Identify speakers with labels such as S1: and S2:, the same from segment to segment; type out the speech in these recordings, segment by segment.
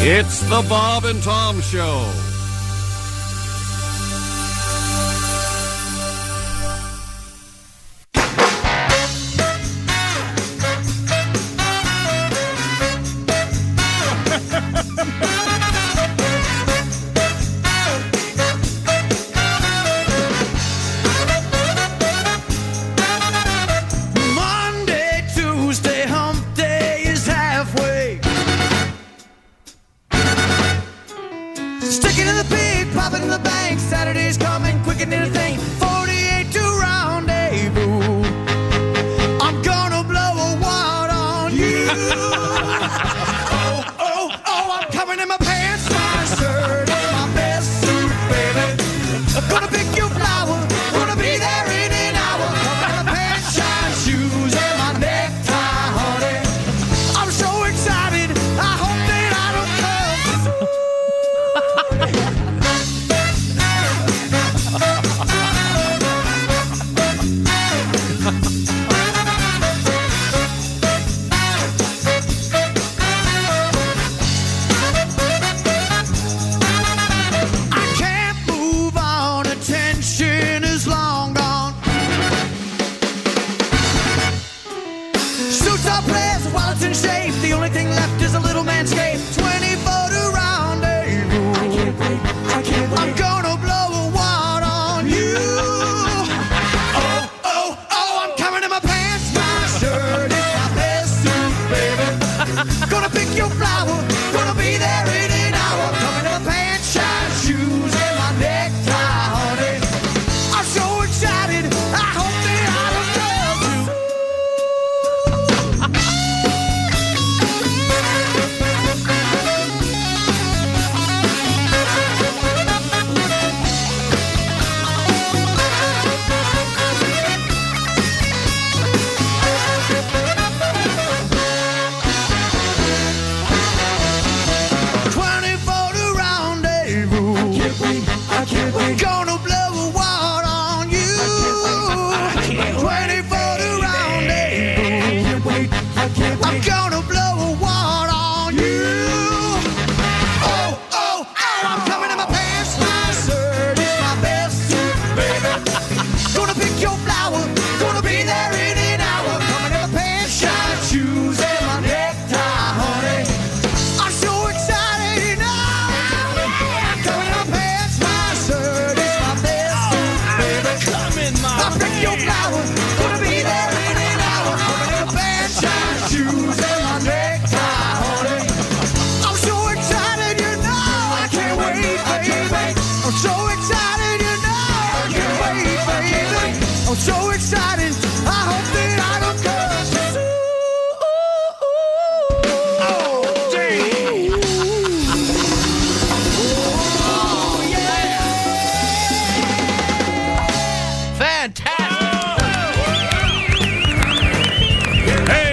S1: It's the Bob and Tom Show.
S2: Monday, Tuesday, hump day is halfway. Sticking to the pig, popping in the bank. Saturday's coming quicker than a thing. 48 to rendezvous. I'm gonna blow a wad on you. oh, oh, oh, I'm coming in my pants, my shirt, and my best suit, baby. Gonna pick your flower, gonna be there in an hour. I'm gonna pants, shine, shoes, and my necktie, honey. I'm so excited, I hope that I don't come. I can't move on, attention is long gone. Suits are players, wallets in shape. The only thing left is a little manscape. 24 to rendezvous. I can't wait, I can't wait. I'm gonna blow a wad on you. oh, oh, oh, I'm coming in my pants, my shirt, it's my best suit, baby. Gonna pick your flower, gonna be there in an hour. Coming in my pants, shine, shoes, and my necktie, honey. I'm so excited, I hope that I don't love you. Twenty-four to rendezvous. I can't wait. I can't wait. Gonna blow a wad on you. Twenty-four to rendezvous. I can't wait. I can't wait. I'm gonna blow a wad on you. Oh, oh, oh! I'm coming in my pants, my shirt is my best suit, baby. gonna pick your flower. Gonna be there in an hour. Coming in my pants, shine shoes, and my necktie, honey. I'm so excited now. Coming in my pants, my shirt is my best suit, baby. I'll pick your flowers. Gonna be there in an hour. Coming in my pants, shine shoes, and my necktie, honey. I'm so excited, you know. I can't wait, baby. I'm so excited, you know. I can't wait, baby. I'm so excited. I hope that I don't curse you. Oh, gee. Oh, yeah.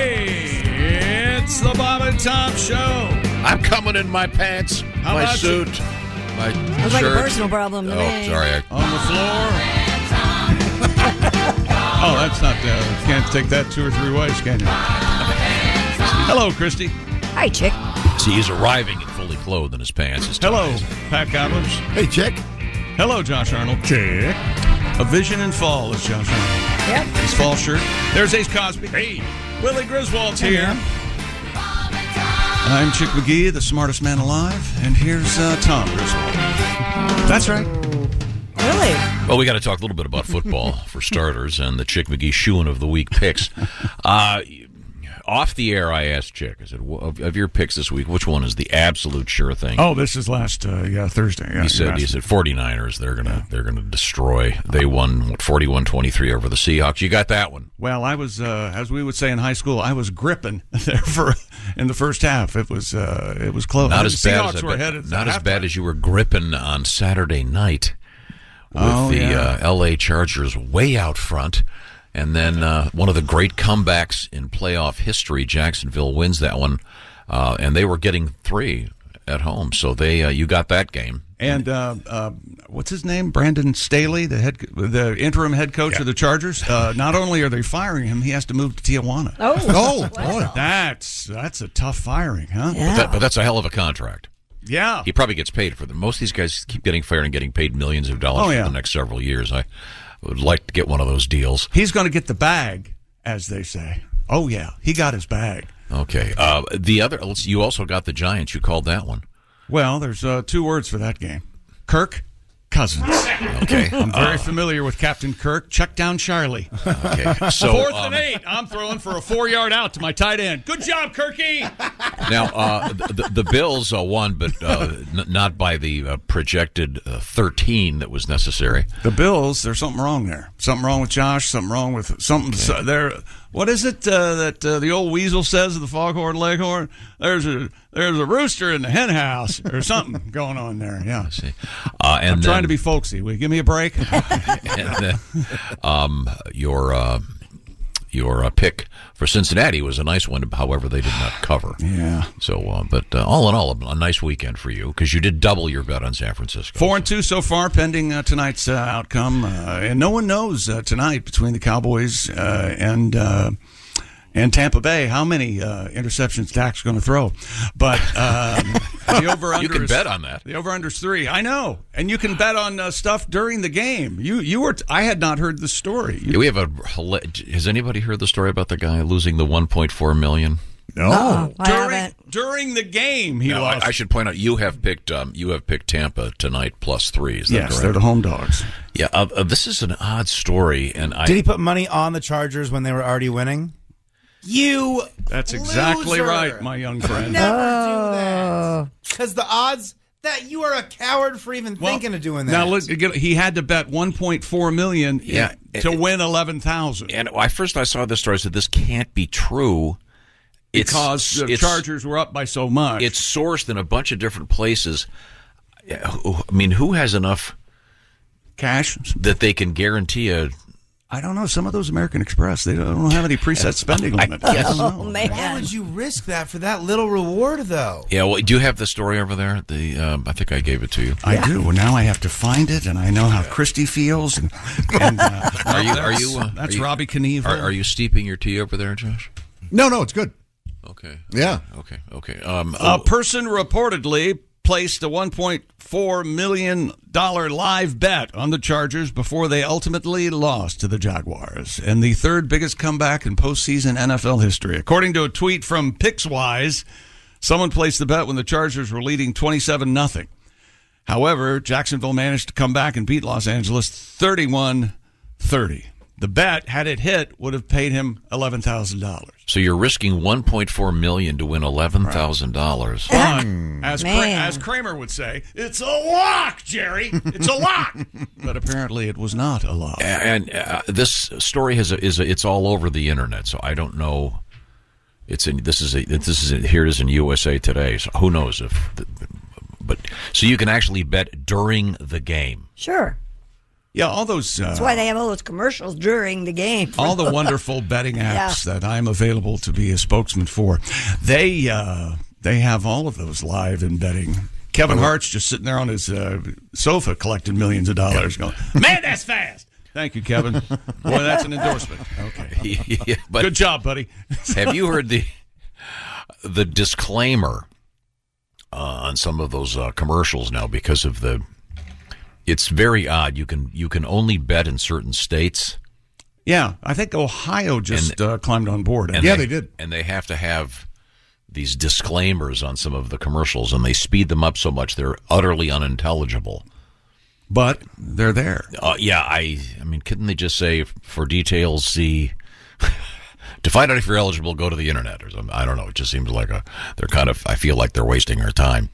S3: Hey, it's the Bob and Tom Show.
S1: I'm coming in my pants, my
S3: about you?
S1: suit, my
S4: It's
S1: shirt.
S4: like a personal problem to
S1: oh,
S4: me.
S1: sorry. I,
S3: On the floor. oh, that's not. Uh, you can't take that two or three ways, can you? Hello, Christy.
S4: Hi, chick.
S1: see, he's arriving in fully clothed in his pants. It's
S3: Hello,
S1: amazing.
S3: Pat Goblins.
S5: Hey, Chick.
S3: Hello, Josh Arnold. Check. A Vision in Fall is Josh Arnold.
S4: Yep.
S3: His fall shirt. There's Ace Cosby.
S1: Hey,
S3: Willie Griswold's here. I'm Chick McGee, the smartest man alive, and here's uh, Tom Griswold. That's right.
S4: Really?
S1: Well, we got to talk a little bit about football for starters and the Chick McGee shoeing of the week picks. Uh, Off the air, I asked Chick. I said, "Wh- of, of your picks this week, which one is the absolute sure thing?
S3: Oh, this is last uh, yeah Thursday. Yeah,
S1: he
S3: you
S1: said,
S3: asked.
S1: "He said 49ers. They're gonna they're gonna destroy. They won what, 41-23 over the Seahawks. You got that one.
S3: Well, I was, uh, as we would say in high school, I was gripping there for in the first half. It was, uh, it was close.
S1: Not
S3: The
S1: as bad as
S3: Seahawks
S1: I
S3: were
S1: bet-
S3: ahead at
S1: not as
S3: halftime.
S1: bad as you were gripping on Saturday night with
S3: Oh,
S1: the
S3: yeah.
S1: uh, L.A. Chargers way out front." And then uh, one of the great comebacks in playoff history, Jacksonville wins that one, uh, and they were getting three at home. So they, uh, you got that game.
S3: And uh, uh, what's his name? Brandon Staley, the head, the interim head coach of the Chargers. Uh, not only are they firing him, he has to move to Tijuana.
S6: Oh,
S2: Oh, boy.
S3: That's that's a tough firing, huh?
S6: Yeah.
S1: But, that, but that's a hell of a contract.
S3: Yeah.
S1: He probably gets paid for them. Most of these guys keep getting fired and getting paid millions of dollars
S3: Oh, yeah.
S1: for the next several years. I would like to get one of those deals.
S3: He's going to get the bag, as they say. Oh yeah, he got his bag.
S1: Okay. Uh, the other, you also got the Giants. You called that one.
S3: Well, there's uh, two words for that game: Kirk Cousins.
S1: Okay. Uh,
S3: I'm very familiar with Captain Kirk. Check down Charlie.
S1: okay. So
S3: Fourth
S1: um,
S3: and eight. I'm throwing for a four yard out to my tight end. Good job, Kirky.
S1: now uh, the, the Bills uh, won, but uh, n- not by the uh, projected uh, thirteen that was necessary.
S3: The Bills, there's something wrong there. Something wrong with Josh. Something wrong with something so, there. What is it uh, that uh, the old weasel says of the foghorn leghorn? There's a there's a rooster in the hen house or something going on there. Yeah,
S1: See, uh, and
S3: trying to
S1: then-
S3: be folksy. Will you give me a break?
S1: and then, um, your uh, your uh, pick for Cincinnati was a nice one. However, they did not cover.
S3: Yeah.
S1: So, uh, but uh, all in all, a, a nice weekend for you because you did double your bet on San Francisco.
S3: Four and two so far, pending uh, tonight's uh, outcome, uh, and no one knows uh, tonight between the Cowboys uh, and uh, and Tampa Bay how many uh, interceptions Dak's going to throw. But um, the over under
S1: You can bet on that.
S3: The over under's three. I know, and you can bet on uh, stuff during the game. You you were t- I had not heard the story. You-
S1: Yeah, we have a. Has anybody heard the story about the guy losing the 1.4 million?
S6: oh, I
S3: during,
S6: haven't.
S3: during the game, he
S1: Now,
S3: lost.
S1: I, I should point out you have picked um, you have picked Tampa tonight plus three. Is that
S3: yes, they're
S1: correct?
S3: the home dogs.
S1: yeah, uh, uh, this is an odd story, and I
S7: Did he put money on the Chargers when they were already winning? You
S3: That's exactly
S7: loser.
S3: right, my young friend.
S7: Never do that. Because the odds that you are a coward for even
S3: Well,
S7: thinking of doing that.
S3: Now look, you get- he had to bet 1.4 million in-
S1: Yeah.
S3: to win 11,000
S1: and I first I saw this story. I said this can't be true. It's,
S3: because the
S1: it's-
S3: Chargers were up by so much.
S1: it's sourced in a bunch of different places. Yeah, who- I mean, who has enough
S3: cash.
S1: that they can guarantee a?
S3: I don't know. Some of those American Express, they don't, don't have any preset spending limit.
S7: Oh,
S3: I don't know.
S7: Why
S6: Man.
S7: would you risk that for that little reward, though?
S1: Yeah, well, do you have the story over there? The um, I think I gave it to you.
S3: I do. Well, now I have to find it, and I know how Christie feels. And, and, uh,
S1: Are you?
S3: that's-
S1: Are you? Uh,
S3: that's
S1: are you-
S3: Robbie Knievel.
S1: Are, are you steeping your tea over there, Josh?
S2: No, no, it's good.
S1: Okay.
S2: Yeah.
S1: Okay. Okay. Um,
S3: A person reportedly placed a 1.4 million dollar live bet on the Chargers before they ultimately lost to the Jaguars in the third biggest comeback in postseason NFL history, according to a tweet from PixWise. Someone placed the bet when the Chargers were leading 27 nothing. However, Jacksonville managed to come back and beat Los Angeles 31 30. The bet, had it hit, would have paid him $11,000.
S1: So you're risking 1.4 million to win eleven thousand dollars.
S3: fun. As, Kra-
S6: Man.
S3: as Kramer would say, it's a lock, Jerry. It's a lock. but apparently it was not a lock.
S1: And uh, this story has a, is a, it's all over the internet. So I don't know. It's in this is a, this is a, here it is in USA Today. So who knows if, but so you can actually bet during the game.
S6: Sure.
S3: Yeah, all those.
S6: That's
S3: Uh,
S6: why they have all those commercials during the game.
S3: all the wonderful betting apps that I'm available to be a spokesman for, they uh, they have all of those live in betting. Kevin Hart's just sitting there on his uh, sofa collecting millions of dollars, going, "Man, that's fast." Thank you, Kevin. Boy, that's an endorsement. Okay,
S1: yeah, but
S3: good job, buddy.
S1: Have you heard the the disclaimer uh, on some of those uh, commercials now because of the? It's very odd. You can you can only bet in certain states,
S3: Yeah, I think Ohio just uh, climbed on board.
S1: and
S2: Yeah, they did.
S1: and they have to have these disclaimers on some of the commercials, and they speed them up so much they're utterly unintelligible.
S3: but they're there.
S1: Uh, yeah, I I mean, couldn't they just say for details see To find out if you're eligible, go to the internet or something. I don't know. It just seems like a they're kind of. I feel like they're wasting our time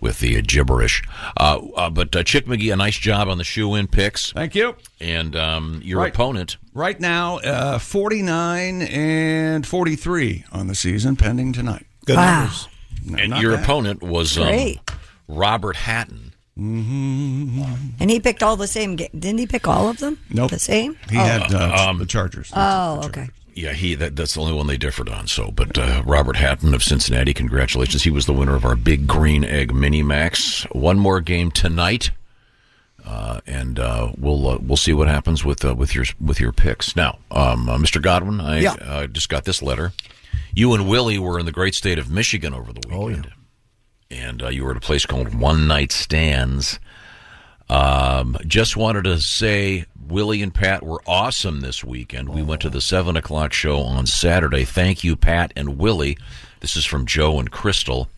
S1: with the uh, gibberish. Uh, uh, but uh, Chick McGee, a nice job on the shoe in picks,
S3: Thank you.
S1: and um, your
S3: Right.
S1: opponent.
S3: Right now, uh, 49 and 43 on the season, pending tonight.
S7: Good
S6: Wow.
S7: numbers.
S3: No,
S1: And
S3: not
S1: your
S3: bad.
S1: opponent was um,
S6: Great.
S1: Robert Hatton.
S3: Mm-hmm.
S6: And he picked all the same. Ga- Didn't he pick all of them?
S3: Nope.
S6: The same?
S3: He
S6: oh.
S3: had uh,
S1: um,
S3: the Chargers.
S6: oh, okay.
S1: Yeah, he that, that's the only one they differed on. So, but uh, Robert Hatton of Cincinnati, congratulations. He was the winner of our Big Green Egg Mini Max. One more game tonight, uh, and uh, we'll uh, we'll see what happens with uh, with your with your picks. Now, um, uh, Mr. Godwin, I
S7: Yeah.
S1: uh, just got this letter. You and Willie were in the great state of Michigan over the weekend, and uh, you were at a place called One Night Stands. Um, just wanted to say Willie and Pat were awesome this weekend. We went to the seven o'clock show on Saturday. Thank you, Pat and Willie. This is from Joe and Crystal,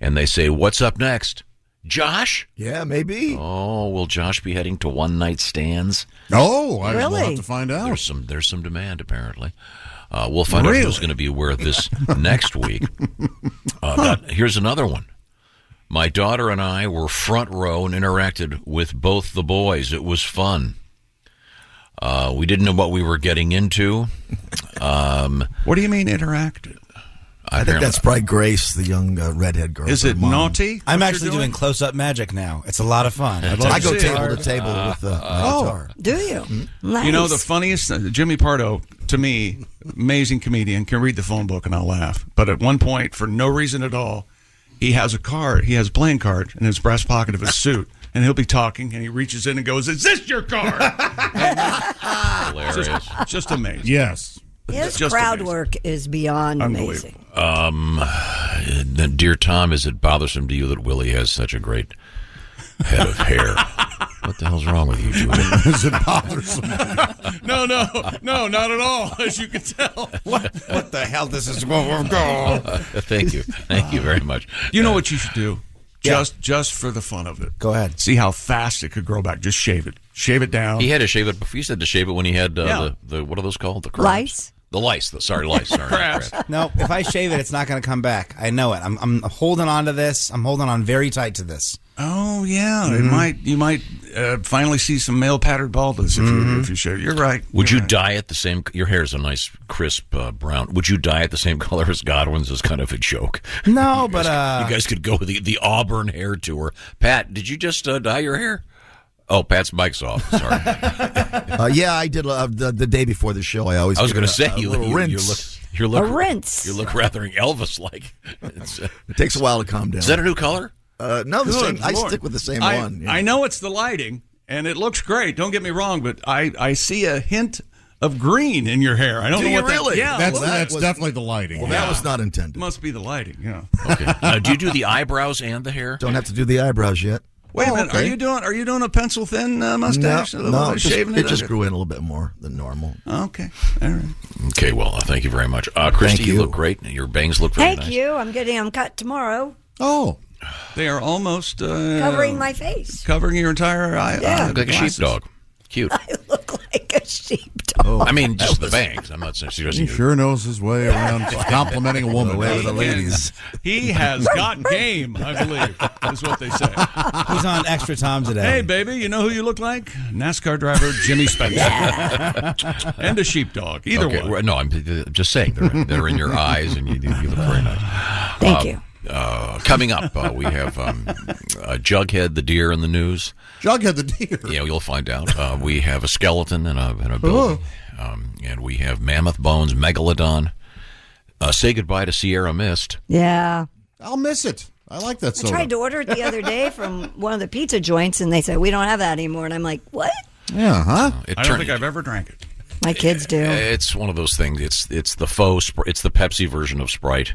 S1: and they say, "What's up next, Josh?"
S8: Yeah, maybe.
S1: Oh, will Josh be heading to one night stands?
S8: Oh, I will
S6: Really?
S8: have to find out.
S1: There's some there's some demand apparently. Uh, we'll find out who's
S3: Really?
S1: going to be aware of this next week. Uh, that- here's another one. My daughter and I were front row and interacted with both the boys. It was fun. Uh, we didn't know what we were getting into. Um,
S3: what do you mean interactive?
S8: I think that's probably Grace, the young uh, redhead girl.
S3: Is
S8: her
S3: it
S8: mom.
S3: naughty?
S7: I'm
S3: what you're
S7: actually doing, close up magic now. It's a lot of fun. I'd love
S8: I
S7: to
S8: go
S7: see it.
S8: table to table
S3: Uh,
S8: with the guitar. Mm-hmm.
S6: Do you? Nice.
S3: Oh. You know the funniest uh, Jimmy Pardo to me, amazing comedian, can read the phone book and I'll laugh. But at one point, for no reason at all, he has a card. He has a playing card in his breast pocket of his suit, and he'll be talking, and he reaches in and goes, "Is this your card?"
S1: Hilarious.
S3: Just amazing.
S8: Yes.
S6: His
S3: just
S6: crowd
S3: amazing.
S6: work is beyond amazing.
S1: Then, Um, dear Tom, is it bothersome to you that Willie has such a great head of hair? what the hell's wrong with you, Julie?
S8: Is it bothersome?
S3: No, no, no, not at all. As you can tell.
S7: What the hell? This is go.
S1: Thank you. Thank you very much. Uh,
S3: You know what you should do? Just just for the fun of it.
S7: Go ahead.
S3: See how fast it could grow back. Just shave it. Shave it down.
S1: He had to shave it before. You said to shave it when he had uh,
S3: Yeah.
S1: the, the what are those called? The crabs.
S6: Lice?
S1: The lice. The, sorry, lice. Sorry,
S3: Crabs.
S1: crab.
S7: No, if I shave it, it's not going to come back. I know it. I'm, I'm holding on to this. I'm holding on very tight to this.
S3: Oh yeah,
S1: Mm-hmm.
S3: it might you might uh, finally see some male patterned baldness if
S1: Mm-hmm.
S3: you if you shave. You're right.
S1: Would
S3: You're
S1: you dye it the same? Your hair is a nice crisp uh, brown. Would you dye it the same color as Godwin's? Is kind of a joke.
S7: No, but uh,
S1: you guys could go with the, the Auburn hair tour. Pat, did you just uh, dye your hair? Oh, Pat's mic's off. Sorry, I
S8: Uh, yeah, I did uh, the, the day before the show. I always.
S1: was
S8: give
S1: going
S8: it
S1: to
S8: a-
S1: say
S8: a
S1: you,
S8: little
S1: you, you look
S8: rinse.
S1: you look
S6: A rinse.
S1: You look rather uh, Elvis like. Is
S8: It takes a while to calm down.
S1: that a new color?
S8: uh, no, the
S3: Good
S8: same, I
S3: Lord.
S8: stick with the same
S3: I,
S8: one. yeah.
S3: I know it's the lighting and it looks great. Don't get me wrong, but I I see a hint of green in your hair. I don't
S8: Do
S3: know
S8: you
S3: what that-
S8: really?
S3: yeah,
S8: That's-
S3: well,
S8: that's definitely
S9: the lighting.
S8: Well, that was not intended.
S3: must be the lighting. Yeah.
S1: Okay. Now, do you do the eyebrows and the hair?
S8: Don't have to do the eyebrows yet.
S3: Wait a
S8: Oh,
S3: minute. Are
S8: okay.
S3: you doing are you doing a pencil thin uh, mustache? A
S8: No,
S3: little
S8: no,
S3: bit
S8: it
S3: of
S8: just,
S3: shaving
S8: it just
S3: under?
S8: grew in a little bit more than normal.
S3: Okay. All right.
S1: Okay, well, uh, thank you very much, uh, Christy.
S8: Thank
S1: you.
S8: you.
S1: look great. and Your bangs look very
S6: Thank
S1: nice.
S6: you. I'm getting them cut tomorrow,
S8: Oh,
S3: They are almost uh,
S6: covering my face.
S3: covering your entire eye.
S6: Yeah.
S3: eye
S1: Look like a
S3: glasses.
S1: sheepdog. Cute.
S6: I look like a sheepdog.
S3: Oh.
S1: I mean, just the bangs. I'm not suggesting
S9: He
S1: you.
S9: sure knows his way around complimenting a woman.
S8: away with the ladies.
S3: He has got game, I believe, is what they say.
S7: he's on extra time today.
S3: Hey, baby, you know who you look like? NASCAR driver Jimmy Spencer. and a sheepdog. Either
S1: Okay,
S3: one.
S1: well, no, I'm uh, just saying they're, they're in your eyes, and you, you look very nice.
S6: Thank you.
S1: Uh, coming up, uh, we have um, uh, Jughead the deer in the news.
S9: Jughead the deer.
S1: Yeah, you'll find out. Uh, we have a skeleton in a, in a building, um, and we have mammoth bones, megalodon. Uh, say goodbye to Sierra Mist.
S6: Yeah.
S9: I'll miss it. I like
S6: I
S9: that soda.
S6: tried to order it the other day from one of the pizza joints, and they said, we don't have that anymore. And I'm like, what?
S9: yeah, huh?
S1: It
S3: I don't
S1: turned-
S3: think I've ever drank it.
S6: My kids do.
S1: It's one of those things. It's it's the faux. Spr- it's the Pepsi version of Sprite.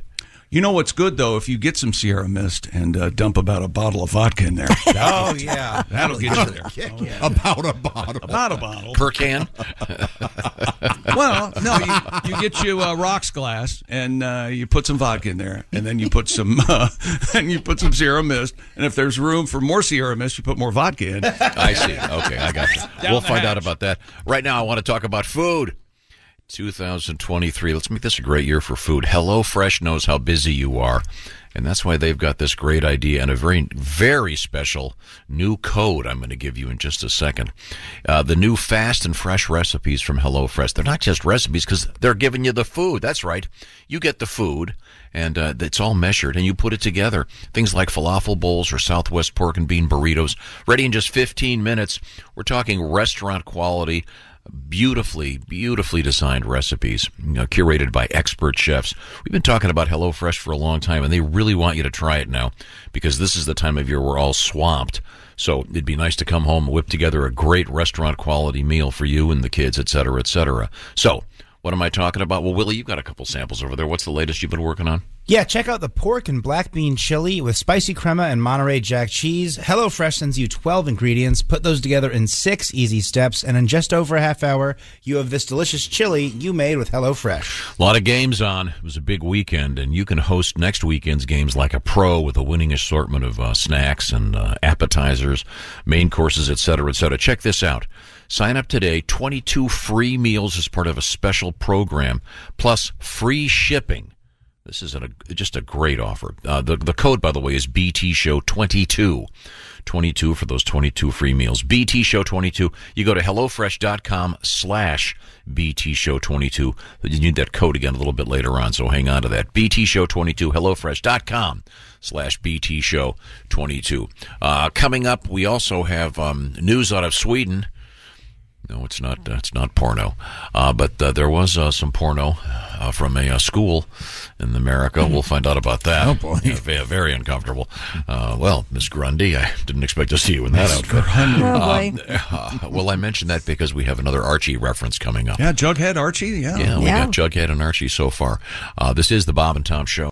S3: You know what's good, though, if you get some Sierra Mist and uh, dump about a bottle of vodka in there.
S7: Oh yeah.
S3: That'll get you there.
S9: About a bottle.
S3: About a bottle.
S1: Per can.
S3: Well, no, you, you get you a rocks glass and uh, you put some vodka in there, and then you put some uh, and you put some Sierra Mist, and if there's room for more Sierra Mist, you put more vodka in.
S1: I see. Okay, I got you. we'll find out about that. Right now, I want to talk about food. 2023. Let's make this a great year for food. Hello Fresh knows how busy you are, and that's why they've got this great idea and a very very special new code I'm going to give you in just a second. Uh, the new fast and fresh recipes from Hello Fresh. They're not just recipes because they're giving you the food. That's right. You get the food and uh, it's all measured and you put it together. Things like falafel bowls or Southwest pork and bean burritos, ready in just 15 minutes. We're talking restaurant quality, beautifully, beautifully designed recipes you know, curated by expert chefs. We've been talking about HelloFresh for a long time and they really want you to try it now because this is the time of year we're all swamped. So it'd be nice to come home, whip together a great restaurant quality meal for you and the kids, et cetera, et cetera. So, what am I talking about? Well, Willie, you've got a couple samples over there. What's the latest you've been working on?
S7: Yeah, check out the pork and black bean chili with spicy crema and Monterey Jack cheese. HelloFresh sends you 12 ingredients. Put those together in six easy steps, and in just over a half hour, you have this delicious chili you made with HelloFresh.
S1: A lot of games on. It was a big weekend, and you can host next weekend's games like a pro with a winning assortment of uh, snacks and uh, appetizers, main courses, et cetera, et cetera. Check this out. Sign up today. 22 free meals as part of a special program, plus free shipping. This is an, a, just a great offer. Uh, the, the code, by the way, is BT Show 22. 22 for those 22 free meals. BT Show 22. You go to HelloFresh.com slash BT Show 22. You need that code again a little bit later on, so hang on to that. BT Show 22, HelloFresh.com slash BT Show 22. Uh, coming up, we also have um, news out of Sweden. No, it's not. uh, It's not porno, uh, but uh, there was uh, some porno uh, from a uh, school in America. We'll find out about that. Oh boy, very, uncomfortable. Uh, well, Miss Grundy, I didn't expect to see you in that outfit.
S6: Oh, boy.
S1: Uh, well, I mentioned that because we have another Archie reference coming up.
S3: Yeah, Jughead Archie. Yeah.
S1: Yeah, we
S6: Yeah.
S1: got Jughead and Archie so far. Uh, this is the Bob and Tom Show.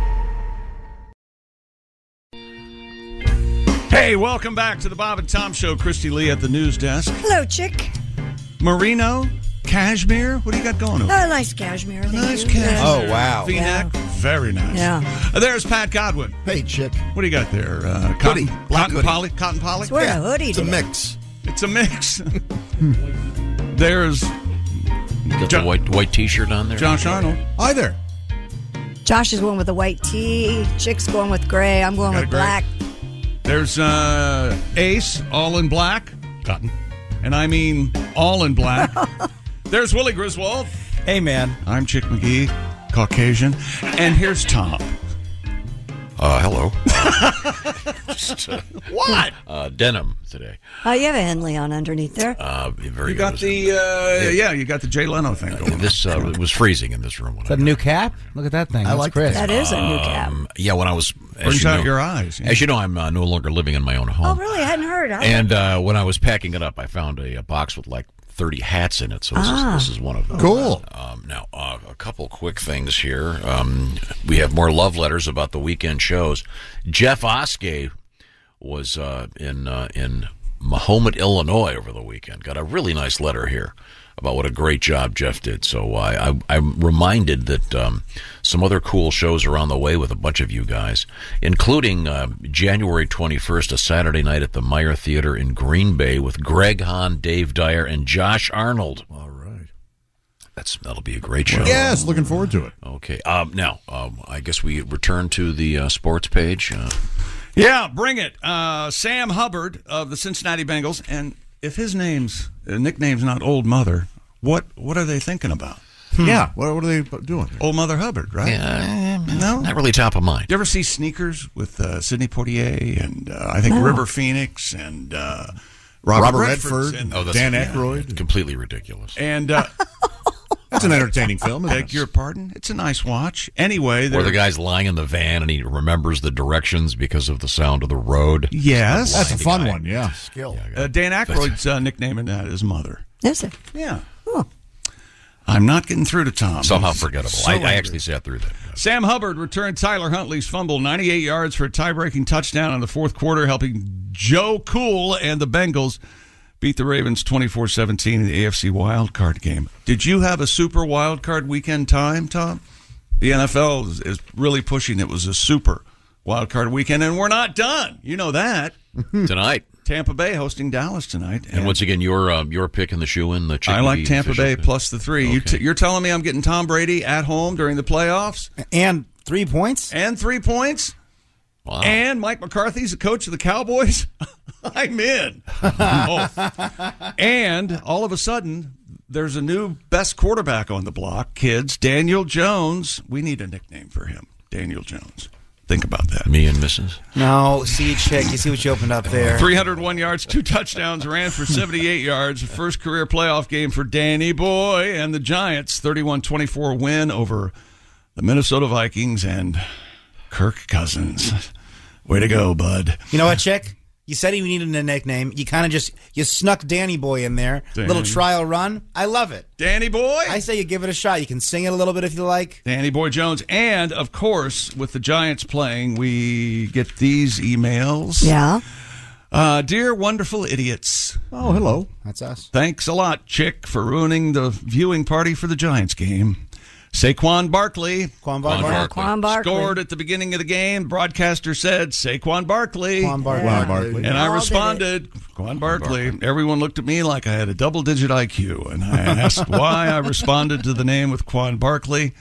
S3: Hey, welcome back to the Bob and Tom Show. Christy Lee at the news desk.
S6: Hello, chick.
S3: Merino, cashmere. What do you got going on?
S6: Oh, nice cashmere. thank
S3: Nice
S6: you.
S3: cashmere.
S7: Oh, wow.
S3: V-neck. Very nice.
S6: Yeah.
S3: Uh, There's Pat Godwin.
S8: Hey, chick.
S3: What do you got there? Uh, cotton,
S8: Hoodie. Black
S3: cotton
S8: hoodie.
S3: poly. Cotton poly.
S6: It's wearing a hoodie
S8: It's a
S6: today.
S8: mix.
S3: It's a mix. There's
S1: Got
S3: John-
S1: the white white T-shirt on there.
S3: Josh Arnold.
S9: Either.
S6: Josh is going with a white tee. Chick's going with gray. I'm going
S3: Got
S6: with
S3: it, gray.
S6: black.
S3: There's uh, Ace, all in black. Cotton. And I mean all in black. There's Willie Griswold.
S7: Hey, man.
S3: I'm Chick McGee, Caucasian. And here's Tom.
S1: Uh, hello.
S3: What?
S1: Uh, denim today.
S6: Oh, you have a Henley on underneath there.
S1: Uh, very
S3: You got
S1: good, isn't
S3: the uh, yeah, you got the Jay Leno thing
S1: it?
S3: going.
S1: This uh, it was freezing in this room when I
S7: That new cap? Look at that thing. I That's
S8: like
S7: crisp.
S6: that is a new cap.
S1: Um, yeah, when I was as
S3: Brings
S1: you
S3: out
S1: know-
S3: your eyes, yeah.
S1: As you know, I'm uh, no longer living in my own
S6: Oh,
S1: home.
S6: really? I hadn't heard. I-
S1: And uh, when I was packing it up, I found a, a box with like 30 hats in it. So this,
S6: Ah.
S1: is, this is one of them.
S8: Cool.
S1: Um, now, uh, a couple quick things here. Um, we have more love letters about the weekend shows. Jeff Oskey was uh, in uh, in Mahomet, Illinois over the weekend. Got a really nice letter here about what a great job Jeff did. So uh, I, I, I'm reminded that um, some other cool shows are on the way with a bunch of you guys, including uh, January 21st, a Saturday night at the Meyer Theater in Green Bay with Greg Hahn, Dave Dyer, and Josh Arnold.
S8: All right.
S1: That's that'll be a great show.
S9: Yes, looking forward to it.
S1: Okay. Um, now, um, I guess we return to the uh, sports page. Uh,
S3: Yeah, bring it. Uh, Sam Hubbard of the Cincinnati Bengals, and if his name's uh, nickname's not Old Mother, what what are they thinking about?
S9: Yeah. What, what are they doing?
S3: Old Mother Hubbard, right?
S1: Hmm. Yeah,
S3: no,
S1: not really top of mind.
S3: You ever see sneakers with uh, Sidney Poitier and uh, I think
S1: No.
S3: River Phoenix and uh,
S9: Robert,
S3: Robert,
S9: Redford,
S3: and
S9: oh, Dan Aykroyd.
S1: completely ridiculous.
S3: And uh,
S9: that's an entertaining film. Isn't
S3: Beg your pardon. It's a nice watch. Anyway,
S1: Where the
S3: there-
S1: guy's lying in the van and he remembers the directions because of the sound of the road.
S3: Yes.
S1: Blind
S3: That's a fun
S1: guy.
S3: one, yeah.
S9: Skill.
S3: uh, Dan Aykroyd's uh, nickname in that is Mother.
S6: Is it?
S3: Yeah. I'm not getting through to Tom.
S1: Somehow
S3: He's
S1: forgettable.
S3: so
S1: I,
S3: angry.
S1: I actually sat through that.
S3: Sam Hubbard returned Tyler Huntley's fumble 98 yards for a tie-breaking touchdown in the fourth quarter, helping Joe Cool and the Bengals beat the Ravens 24-17 in the AFC Wild Card game. Did you have a super Wild Card weekend time, Tom? The NFL is, is really pushing it was a super Wild Card weekend, and we're not done. You know that.
S1: Tonight.
S3: Tampa Bay hosting Dallas tonight.
S1: And once again, your um, your pick in the shoe in the chickadee
S3: I like Tampa
S1: official
S3: Bay
S1: pick.
S3: plus the three. You t- you're telling me I'm getting Tom Brady at home during the playoffs
S7: and three points
S3: and three points.
S1: Wow.
S3: And Mike McCarthy's the coach of the Cowboys. I'm in. Oh. And all of a sudden, there's a new best quarterback on the block, kids. Daniel Jones. We need a nickname for him. Daniel Jones. Think about that.
S1: Me and Mrs.
S7: No, see, chick, you see what you opened up there.
S3: 301 yards, two touchdowns, ran for 78 yards. First career playoff game for Danny Boy and the Giants. 31 24 win over the Minnesota Vikings and Kirk Cousins. Way to go, bud.
S7: You know what, chick? You said you needed a nickname. You kind of just you snuck Danny Boy in there.
S3: Danny.
S7: Little trial run. I love it.
S3: Danny Boy.
S7: I say you give it a shot. You can sing it a little bit if you like.
S3: Danny Boy Jones. And, of course, with the Giants playing, we get these emails.
S6: Yeah.
S3: Uh, dear wonderful idiots.
S9: Oh, hello.
S7: That's us.
S3: Thanks a lot, Chick, for ruining the viewing party for the Giants game. Saquon Barkley.
S7: Quan
S6: Barkley. Quan Barkley. Quan Barkley.
S3: Scored at the beginning of the game. Broadcaster said, Saquon Barkley.
S7: Quan Barkley. Quan
S9: Barkley.
S3: And I
S9: All did it.
S3: responded, Quan Barkley. Everyone looked at me like I had a double digit IQ. And I asked why I responded to the name with Quan Barkley.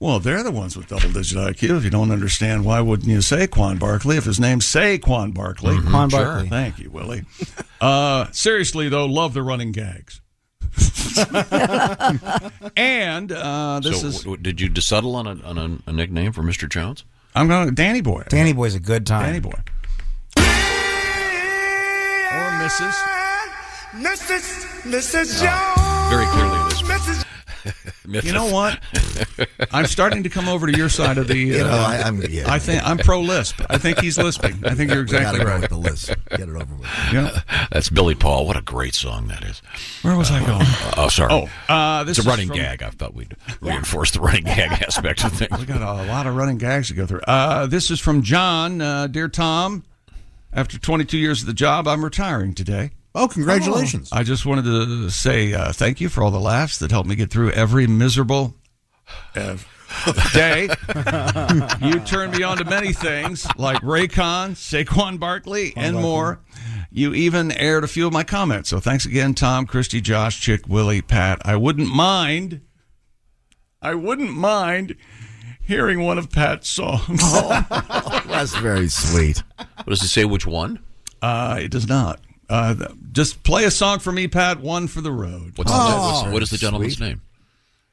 S3: Well, they're the ones with double digit IQ. If you don't understand, why wouldn't you say Quan Barkley if his name's Saquon Barkley?
S9: Mm-hmm.
S7: Quan Sure. Barkley.
S3: Thank you, Willie. Uh, seriously, though, love the running gags. and uh, this
S1: so,
S3: is.
S1: w- w- did you settle on a, on a, a nickname for Mr. Jones?
S3: I'm going to Danny Boy.
S7: Danny Boy's a good time.
S3: Danny Boy. Or Mrs.
S2: Mrs. Mrs.
S1: Very clearly, this
S2: Jones.
S3: You know what? I'm starting to come over to your side of the.
S8: You know,
S3: uh,
S8: I- I'm- yeah.
S3: I think I'm pro lisp. I think he's lisping. I think you're
S8: We gotta
S3: exactly
S8: go
S3: right.
S8: with the lisp. Get it over with.
S3: Yeah.
S1: That's Billy Paul. What a great song that is.
S3: Where was I going?
S1: Uh, oh, sorry.
S3: Oh, uh, this is
S1: it's a running
S3: from-
S1: gag. I thought we'd reinforce the running gag aspect of things.
S3: We got a lot of running gags to go through. Uh, this is from John. Uh, Dear Tom, after 22 years of the job, I'm retiring today.
S9: Oh, congratulations.
S3: I just wanted to say uh, thank you for all the laughs that helped me get through every miserable ev- day. you turned me on to many things like Raycon, Saquon Barkley, and more. You even aired a few of my comments. So thanks again, Tom, Christy, Josh, Chick, Willie, Pat. I wouldn't mind. I wouldn't mind hearing one of Pat's songs.
S8: That's very sweet.
S1: What does it say? Which one?
S3: Uh, it does not. Uh, th- just play a song for me, Pat. One for the road.
S1: What's,
S8: Oh.
S1: the, what's- what is the gentleman's name?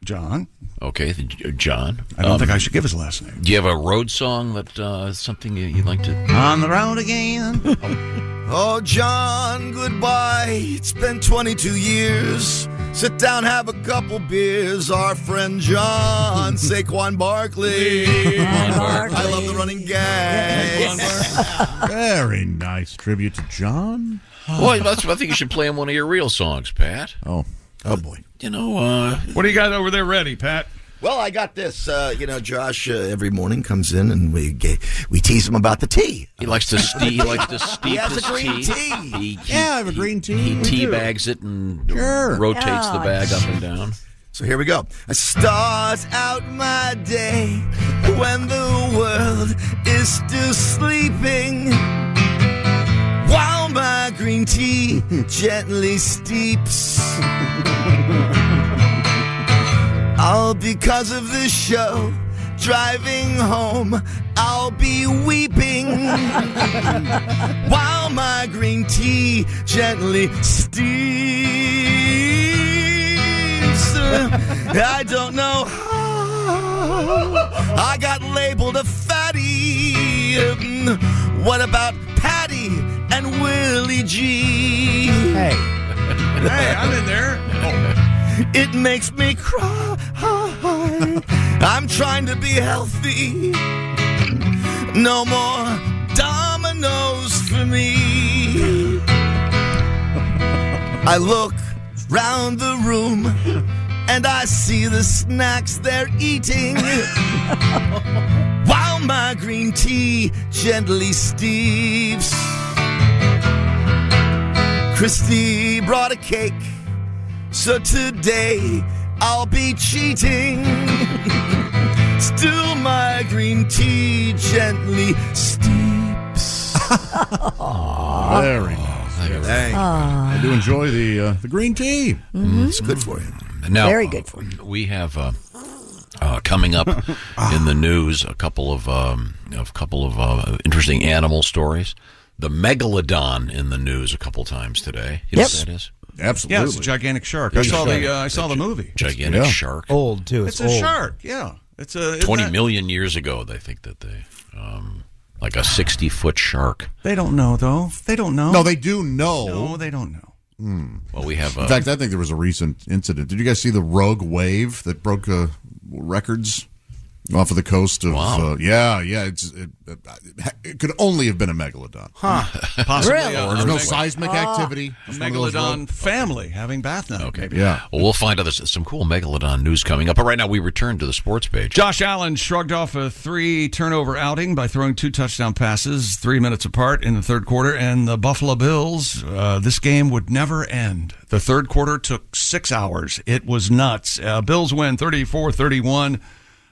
S3: John?
S1: Okay, the, J- John.
S3: I don't
S1: Um,
S3: think I should give his last name.
S1: Do you have a road song that uh, something you- you'd like to?
S3: On the road again.
S8: Oh, John, goodbye. It's been 22 years. Sit down, have a couple beers. Our friend John, Saquon Barkley. I love the running gags.
S9: Very nice tribute to John. Ah.
S1: Well, that's, I think you should play him one of your real songs, Pat.
S9: Oh, oh boy.
S1: You know, uh,
S3: What do you got over there ready, Pat?
S8: Well, I got this. Uh, you know, Josh uh, every morning comes in and we ga- we tease him about the tea.
S1: he likes to steep. He likes to steep
S8: He has
S1: his
S8: a green tea.
S1: He, he,
S9: Yeah, I have a green tea.
S1: he
S9: We
S1: tea
S9: do.
S1: bags it and
S9: Sure.
S1: rotates the
S6: Yeah.
S1: bag up and down.
S8: So here we go. I start out my day when the world is still sleeping. While my green tea gently steeps. All because of this show. Driving home, I'll be weeping while my green tea gently steams. I don't know how I got labeled a fatty. Mm, What about Patty and Willie G? Hey.
S3: Hey, I'm in there.
S8: It makes me cry. I'm trying to be healthy. No more dominoes for me. I look round the room and I see the snacks they're eating. While my green tea gently steeps. Christy brought a cake, so today I'll be cheating. Still, my green tea gently steeps.
S9: Very nice.
S8: Thank you.
S9: I do enjoy the uh, the green tea. It's good for you.
S1: Now,
S9: Very
S1: good for you. We have uh, uh, coming up in the news a couple of um, a couple of uh, interesting animal stories. The megalodon in the news a couple times today. You know what that is?
S3: Yeah, it's a gigantic shark. I
S1: It's a
S3: saw
S1: shark.
S3: the uh, I saw the movie.
S1: Gigantic Yeah. shark.
S7: Old too.
S3: It's,
S1: It's
S3: a
S1: old.
S3: shark. Yeah, it's a it's
S1: Twenty
S3: not-
S1: million years ago, they think that they um, like a sixty foot shark.
S3: They don't know though. They don't know.
S9: No, they do know.
S3: No, they don't know.
S1: Well, we have. Uh,
S9: In fact, I think there was a recent incident. Did you guys see the rogue wave that broke uh, records off of the coast of?
S1: Wow.
S9: Uh, yeah, yeah. It's it, it could only have been a megalodon.
S3: Huh. Possibly.
S9: Really?
S3: uh,
S9: There's no
S3: meg-
S9: seismic
S3: Ah.
S9: activity.
S3: A
S9: Just one of those
S3: megalodon family having bath now. Okay.
S1: Well, we'll find out. There's some cool megalodon news coming up. But right now, we return to the sports page.
S3: Josh Allen shrugged off a three turnover outing by throwing two touchdown passes three minutes apart in the third quarter. And the Buffalo Bills, uh, this game would never end. The third quarter took six hours. It was nuts. Uh, Bills win 34 31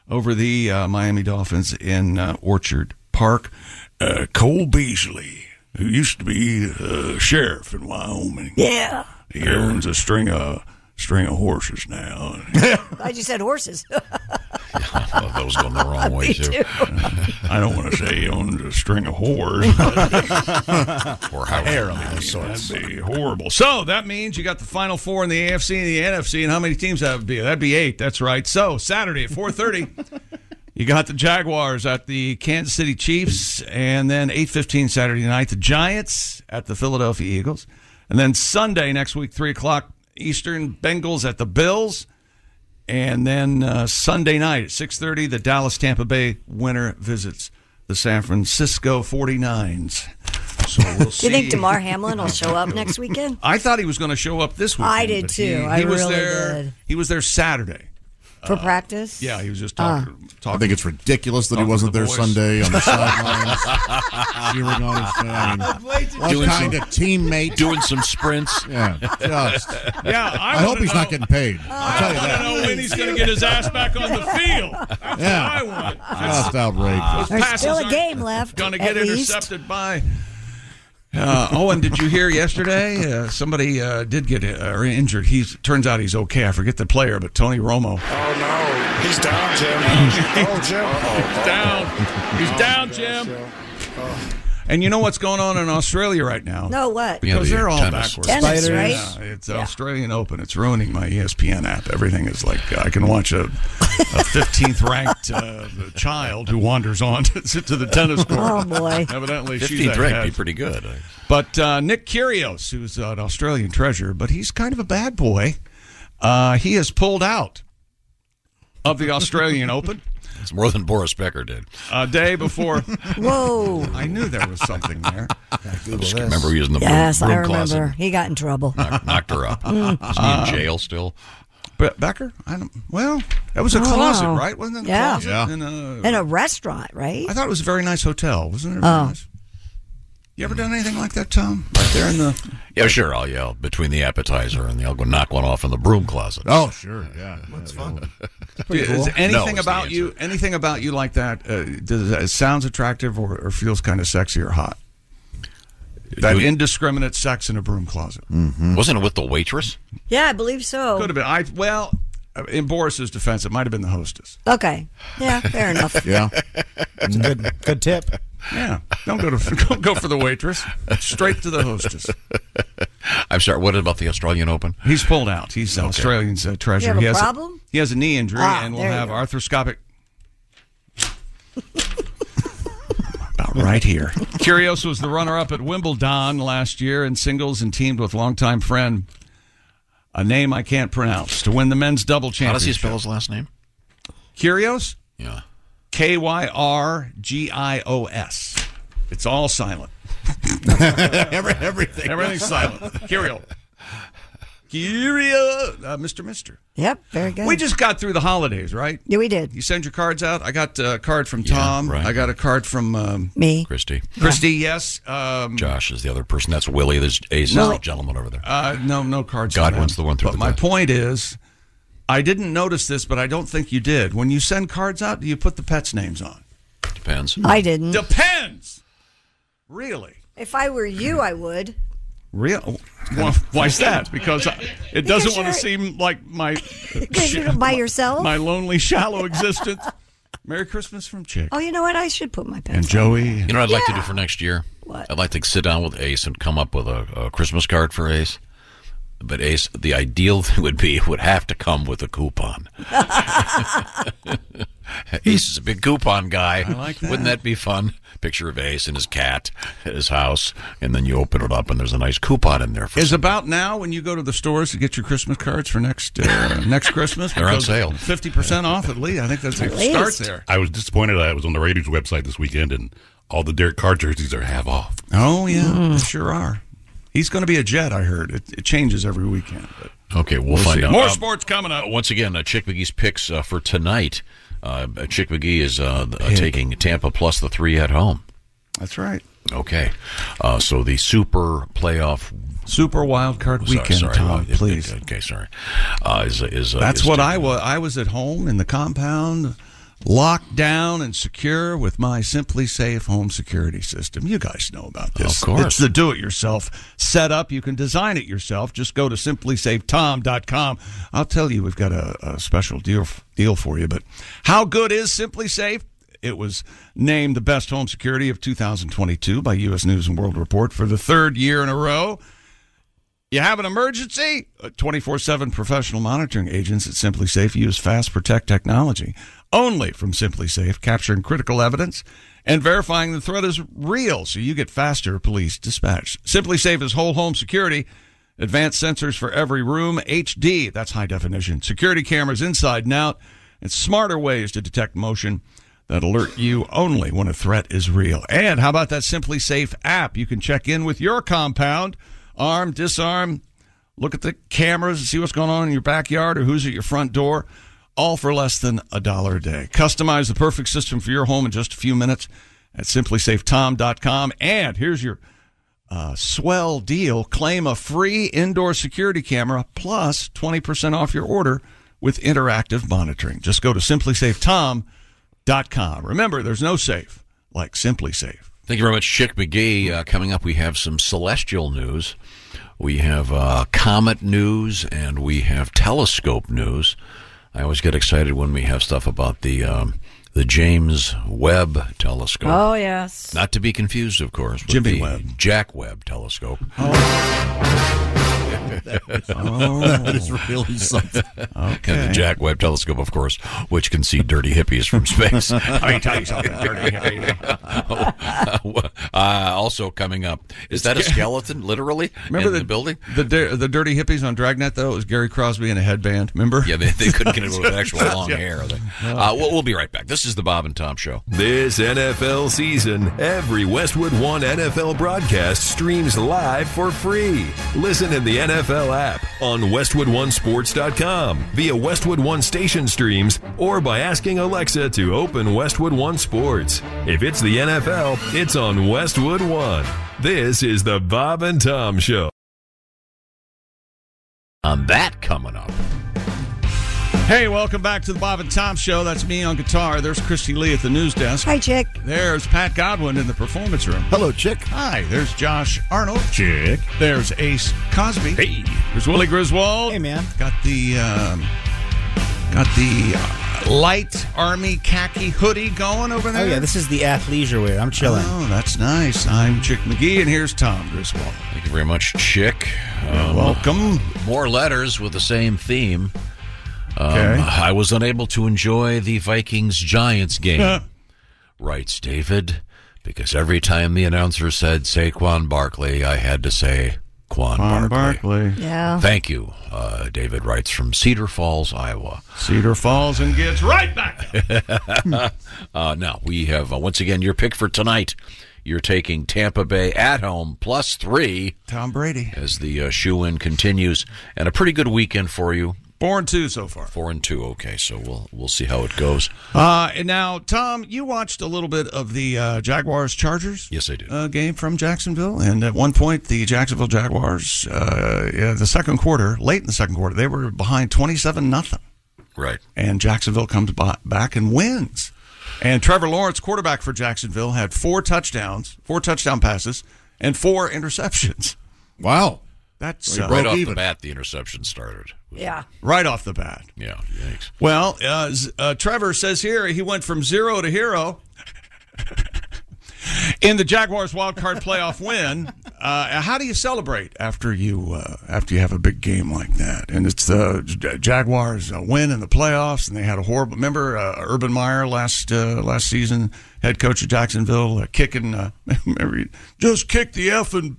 S3: over the uh, Miami Dolphins in uh, Orchard Park. Uh, Cole Beasley, who used to be uh, sheriff in Wyoming.
S6: Yeah.
S3: He owns a string of, string of horses now.
S6: Glad you said horses.
S1: that was going the wrong way,
S6: Me
S1: too.
S6: too.
S3: I don't want to say he owns a string of whores.
S1: or
S3: how That'd be horrible. So that means you got the final four in the AFC and the NFC, and how many teams that would be? That'd be eight. That's right. So Saturday at four thirty, you got the Jaguars at the Kansas City Chiefs, and then eight fifteen Saturday night, the Giants at the Philadelphia Eagles, and then Sunday next week, three o'clock Eastern, Bengals at the Bills. And then uh, Sunday night at 6:30 the Dallas Tampa Bay winner visits the San Francisco 49s. So we'll
S6: Do
S3: see.
S6: you think Damar Hamlin will show up next
S1: Uh,
S6: weekend?
S3: I thought he was going to show up this week.
S6: I did too.
S3: He,
S6: I
S3: he was
S6: really
S3: there.
S6: did.
S3: He was there Saturday.
S6: For practice?
S3: Yeah, he was just
S6: Ah.
S3: talking. talking
S9: I think it's ridiculous that he wasn't there Sunday on the
S6: Uh.
S9: sidelines, cheering on his fan. What
S1: Doing
S9: kind
S1: some-
S9: of teammate?
S1: Doing some sprints.
S9: Yeah, just.
S3: Yeah, I
S9: hope
S3: wanna
S9: he's not getting paid. I'll tell you
S3: I
S9: that.
S3: don't know when he's going to get his ass back on the field. That's
S9: Yeah.
S3: what I want.
S9: Just outrageous.
S6: There's
S3: passes
S6: still a
S3: aren't
S6: game left.
S3: Going to
S6: at
S3: get
S6: least.
S3: intercepted by. Uh, Owen, did you hear yesterday? Uh, somebody uh, did get uh, injured. He's turns out he's okay. I forget the player, but Tony Romo.
S10: Oh no, he's down, Jim. Oh, Jim.
S3: He's down. He's down, Jim. And you know what's going on in Australia right now?
S6: No, what?
S3: Because
S6: Yeah, the
S3: they're all
S6: tennis.
S3: backwards.
S6: Tennis, Spiders. right?
S3: Yeah, it's Australian Open. It's ruining my E ESPN app. Everything is like uh, I can watch a, a 15th ranked uh, child who wanders on to, to the tennis court.
S6: Oh, boy.
S3: Evidently, she's
S1: 15th ranked be
S3: ahead.
S1: pretty good.
S3: But uh, Nick Kyrgios, who's an Australian treasure, but he's kind of a bad boy. Uh, he has pulled out of the Australian Open.
S1: It's more than Boris Becker did.
S3: A day before.
S6: Whoa.
S3: I knew there was something there.
S1: I just remember using the broom-
S6: Yes, I
S1: broom
S6: remember.
S1: closet.
S6: He got in trouble.
S1: Knock- knocked her up.
S6: Mm.
S1: Is he in jail still?
S3: But Uh, Becker, I don't. Well, that was a
S6: Oh,
S3: closet,
S6: wow.
S3: right? Wasn't it? A
S6: Yeah.
S3: Closet?
S6: Yeah.
S3: In a,
S6: In a restaurant, right?
S3: I thought it was a very nice hotel, wasn't it? Very
S6: Oh.
S3: nice? You ever done anything like that, Tom? Right there in the.
S1: Yeah, sure. I'll yell between the appetizer and I'll go knock one off in the broom closet.
S9: Oh, sure. Yeah. That's fun.
S3: Dude, Is
S1: No,
S3: anything
S1: it's the
S3: about you? Anything about you like that? Uh, does it sounds attractive or, or feels kind of sexy or hot? That
S1: Dude.
S3: indiscriminate sex in a broom closet.
S1: Mm-hmm. Wasn't it with the waitress?
S6: Yeah, I believe so.
S3: Could have been. I well, uh, in Boris's defense, it might have been the hostess.
S6: Okay. Yeah, fair enough.
S9: Yeah.
S7: It's a Mm, good good tip.
S3: Yeah, don't go to don't go for the waitress. Straight to the hostess.
S1: I'm sorry. What about the Australian Open?
S3: He's pulled out. He's Australian's uh, treasure.
S6: have a
S3: he has
S6: problem?
S3: he has a knee injury
S6: Ah,
S3: and will
S6: there you
S3: have
S6: go.
S3: arthroscopic. About right here. Curios was the runner-up at Wimbledon last year in singles and teamed with longtime friend, a name I can't pronounce, to win the men's double championship.
S1: How does he spell his last name?
S3: Curios?
S1: Yeah.
S3: K Y R G I O S. It's all silent.
S8: Every- everything.
S3: Everything's silent. Curio. Curio. Uh, Mr. Mister.
S6: Yep, very good.
S3: We just got through the holidays, right?
S6: Yeah, we did.
S3: You send your cards out. I got uh, a card from Tom. I got a card from um,
S6: Me.
S1: Christy.
S3: Christy, yes. Um,
S1: Josh is the other person. That's Willie. There's Ace,
S3: No.
S1: the gentleman over there.
S3: Uh, no, no cards.
S1: God
S3: for them.
S1: wants the one through
S3: But
S1: the
S3: my
S1: glass.
S3: point is, I didn't notice this, but I don't think you did. When you send cards out, do you put the pets' names on?
S1: Depends.
S6: I didn't.
S3: Depends. Really?
S6: If I were you, I would.
S3: Real? Well, why's that? Because I, it
S6: Because
S3: doesn't want to
S6: you're-
S3: seem like my
S6: Because you're by yourself.
S3: my lonely, shallow existence. Merry Christmas from Chick.
S6: Oh, you know what? I should put my pants.
S1: And
S3: Joey. You
S1: know what I'd like to do for next year? What? I'd like to sit down with Ace and come up with a, a Christmas card for Ace. But Ace, the ideal thing would be it would have to come with a coupon. Ace is a big coupon guy.
S3: I like that.
S1: Wouldn't that be fun? Picture of Ace and his cat at his house, and then you open it up and there's a nice coupon in there. For
S3: Is about now when you go to the stores to get your Christmas cards for next uh, next Christmas.
S1: They're on sale.
S3: fifty percent off at least. I think that's it starts there.
S11: I was disappointed. I was on the Raiders website this weekend, and all the Derek Carr jerseys are half off.
S3: Oh yeah, they
S1: Mm.
S3: sure are. He's going to be a jet. I heard it, it changes every weekend. But
S1: Okay, we'll, find
S3: see.
S1: out.
S3: More
S1: Um,
S3: sports coming up.
S1: Once again, uh, Chick McGee's picks uh, for tonight. Uh, Chick McGee is uh, th- uh, taking Tampa plus the three at home.
S3: That's right.
S1: Okay, uh, so the super playoff,
S3: super wild card weekend, Tom,
S1: please. Okay, sorry. Uh, is is uh,
S3: That's
S1: is-
S3: what I was. I was at home in the compound, locked down and secure with my Simply Safe home security system. You guys know about this.
S1: Of course.
S3: It's the do it yourself setup. You can design it yourself. Just go to simplysafetom.com. I'll tell you, we've got a, a special deal, deal for you. But how good is Simply Safe? It was named the best home security of 2022 by U.S. News and World Report for the third year in a row. You have an emergency? 24 7 professional monitoring agents at Simply Safe use Fast Protect technology only from Simply Safe, capturing critical evidence and verifying the threat is real so you get faster police dispatch. Simply Safe is whole home security, advanced sensors for every room, HD, that's high definition, security cameras inside and out, and smarter ways to detect motion that alert you only when a threat is real. And how about that Simply Safe app? You can check in with your compound, arm, disarm, look at the cameras and see what's going on in your backyard or who's at your front door, all for less than a dollar a day. Customize the perfect system for your home in just a few minutes at simplysafetom.com. And here's your uh, swell deal claim a free indoor security camera plus 20% off your order with interactive monitoring. Just go to simplysafetom.com. Remember, there's no safe like Simply Safe.
S1: Thank you very much, Chick McGee. Uh, coming up, we have some celestial news. We have uh, comet news and we have telescope news. I always get excited when we have stuff about the um, the James Webb telescope.
S6: Oh yes.
S1: Not to be confused, of course, with
S3: Jimmy
S1: the
S3: Webb. Oh.
S1: Jack Webb telescope.
S3: That is really something.
S1: And the Jack Webb telescope, of course, which can see dirty hippies from space.
S3: Let me tell you something, dirty hippie.
S1: uh, also coming up, is that a skeleton, literally,
S3: Remember
S1: in
S3: the,
S1: the building?
S3: The dir- the dirty hippies on Dragnet though it was Gary Crosby in a headband. Remember?
S1: Yeah, they, they couldn't get it with actual long
S3: Yeah.
S1: hair. Uh, we'll, we'll be right back. This is the Bob and Tom Show.
S12: This NFL season, every Westwood One NFL broadcast streams live for free. Listen in the NFL app, on WestwoodOneSports.com, via Westwood One station streams, or by asking Alexa to open Westwood One Sports. If it's the NFL, it's on Westwood One. This is the Bob and Tom Show.
S1: On that coming up.
S3: Hey, welcome back to the Bob and Tom Show. That's me on guitar. There's Christy Lee at the news desk.
S6: Hi, Chick.
S3: There's Pat Godwin in the performance room.
S8: Hello, Chick.
S3: Hi. There's Josh Arnold. Chick. There's Ace Cosby. Hey. There's Willie Griswold. Hey, man. Got the um, got the uh, light army khaki hoodie E going over there?
S7: Oh, yeah, this is the athleisure wear. I'm chilling.
S3: Oh, that's nice. I'm Chick McGee, and here's Tom Griswold.
S1: Thank you very much, Chick. Um,
S3: welcome.
S1: More letters with the same theme. Um,
S3: Okay.
S1: I was unable to enjoy the Vikings Giants game, writes David, because every time the announcer said Saquon Barkley, I had to say Quan
S3: Quan
S1: Barkley.
S3: Barkley.
S12: Oh.
S6: Yeah.
S1: Thank you, uh, David writes from Cedar Falls, Iowa.
S3: Cedar Falls and gets Hmm. right back.
S1: uh, now, we have, uh, once again, your pick for tonight. You're taking Tampa Bay at home plus three.
S3: Tom Brady.
S1: As the uh, shoe in continues, and a pretty good weekend for you.
S3: Four and two so far.
S1: Four and two. Okay, so we'll we'll see how it goes.
S3: Uh, and now, Tom, you watched a little bit of the uh, Jaguars Chargers.
S1: Yes, I did.
S3: Uh, game from Jacksonville, and at one point, the Jacksonville Jaguars, uh, yeah, the second quarter, late in the second quarter, they were behind twenty-seven nothing.
S1: Right.
S3: and Jacksonville comes ba- back and wins. And Trevor Lawrence, quarterback for Jacksonville, had four touchdowns, four touchdown passes, and four interceptions.
S9: Wow,
S3: that's uh,
S1: right off the bat. The interception started.
S6: Yeah.
S3: Right off the bat.
S1: Yeah. Yikes.
S3: Well, uh, Z- uh, Trevor says here he went from zero to hero in the Jaguars wild card playoff win. Uh, how do you celebrate after you uh, after you have a big game like that? And it's
S9: uh,
S3: the J- Jaguars uh, win in the playoffs, and they had a horrible. Remember uh, Urban Meyer last uh, last season, head coach of Jacksonville, uh, kicking. Uh, remember, he just kick the effing.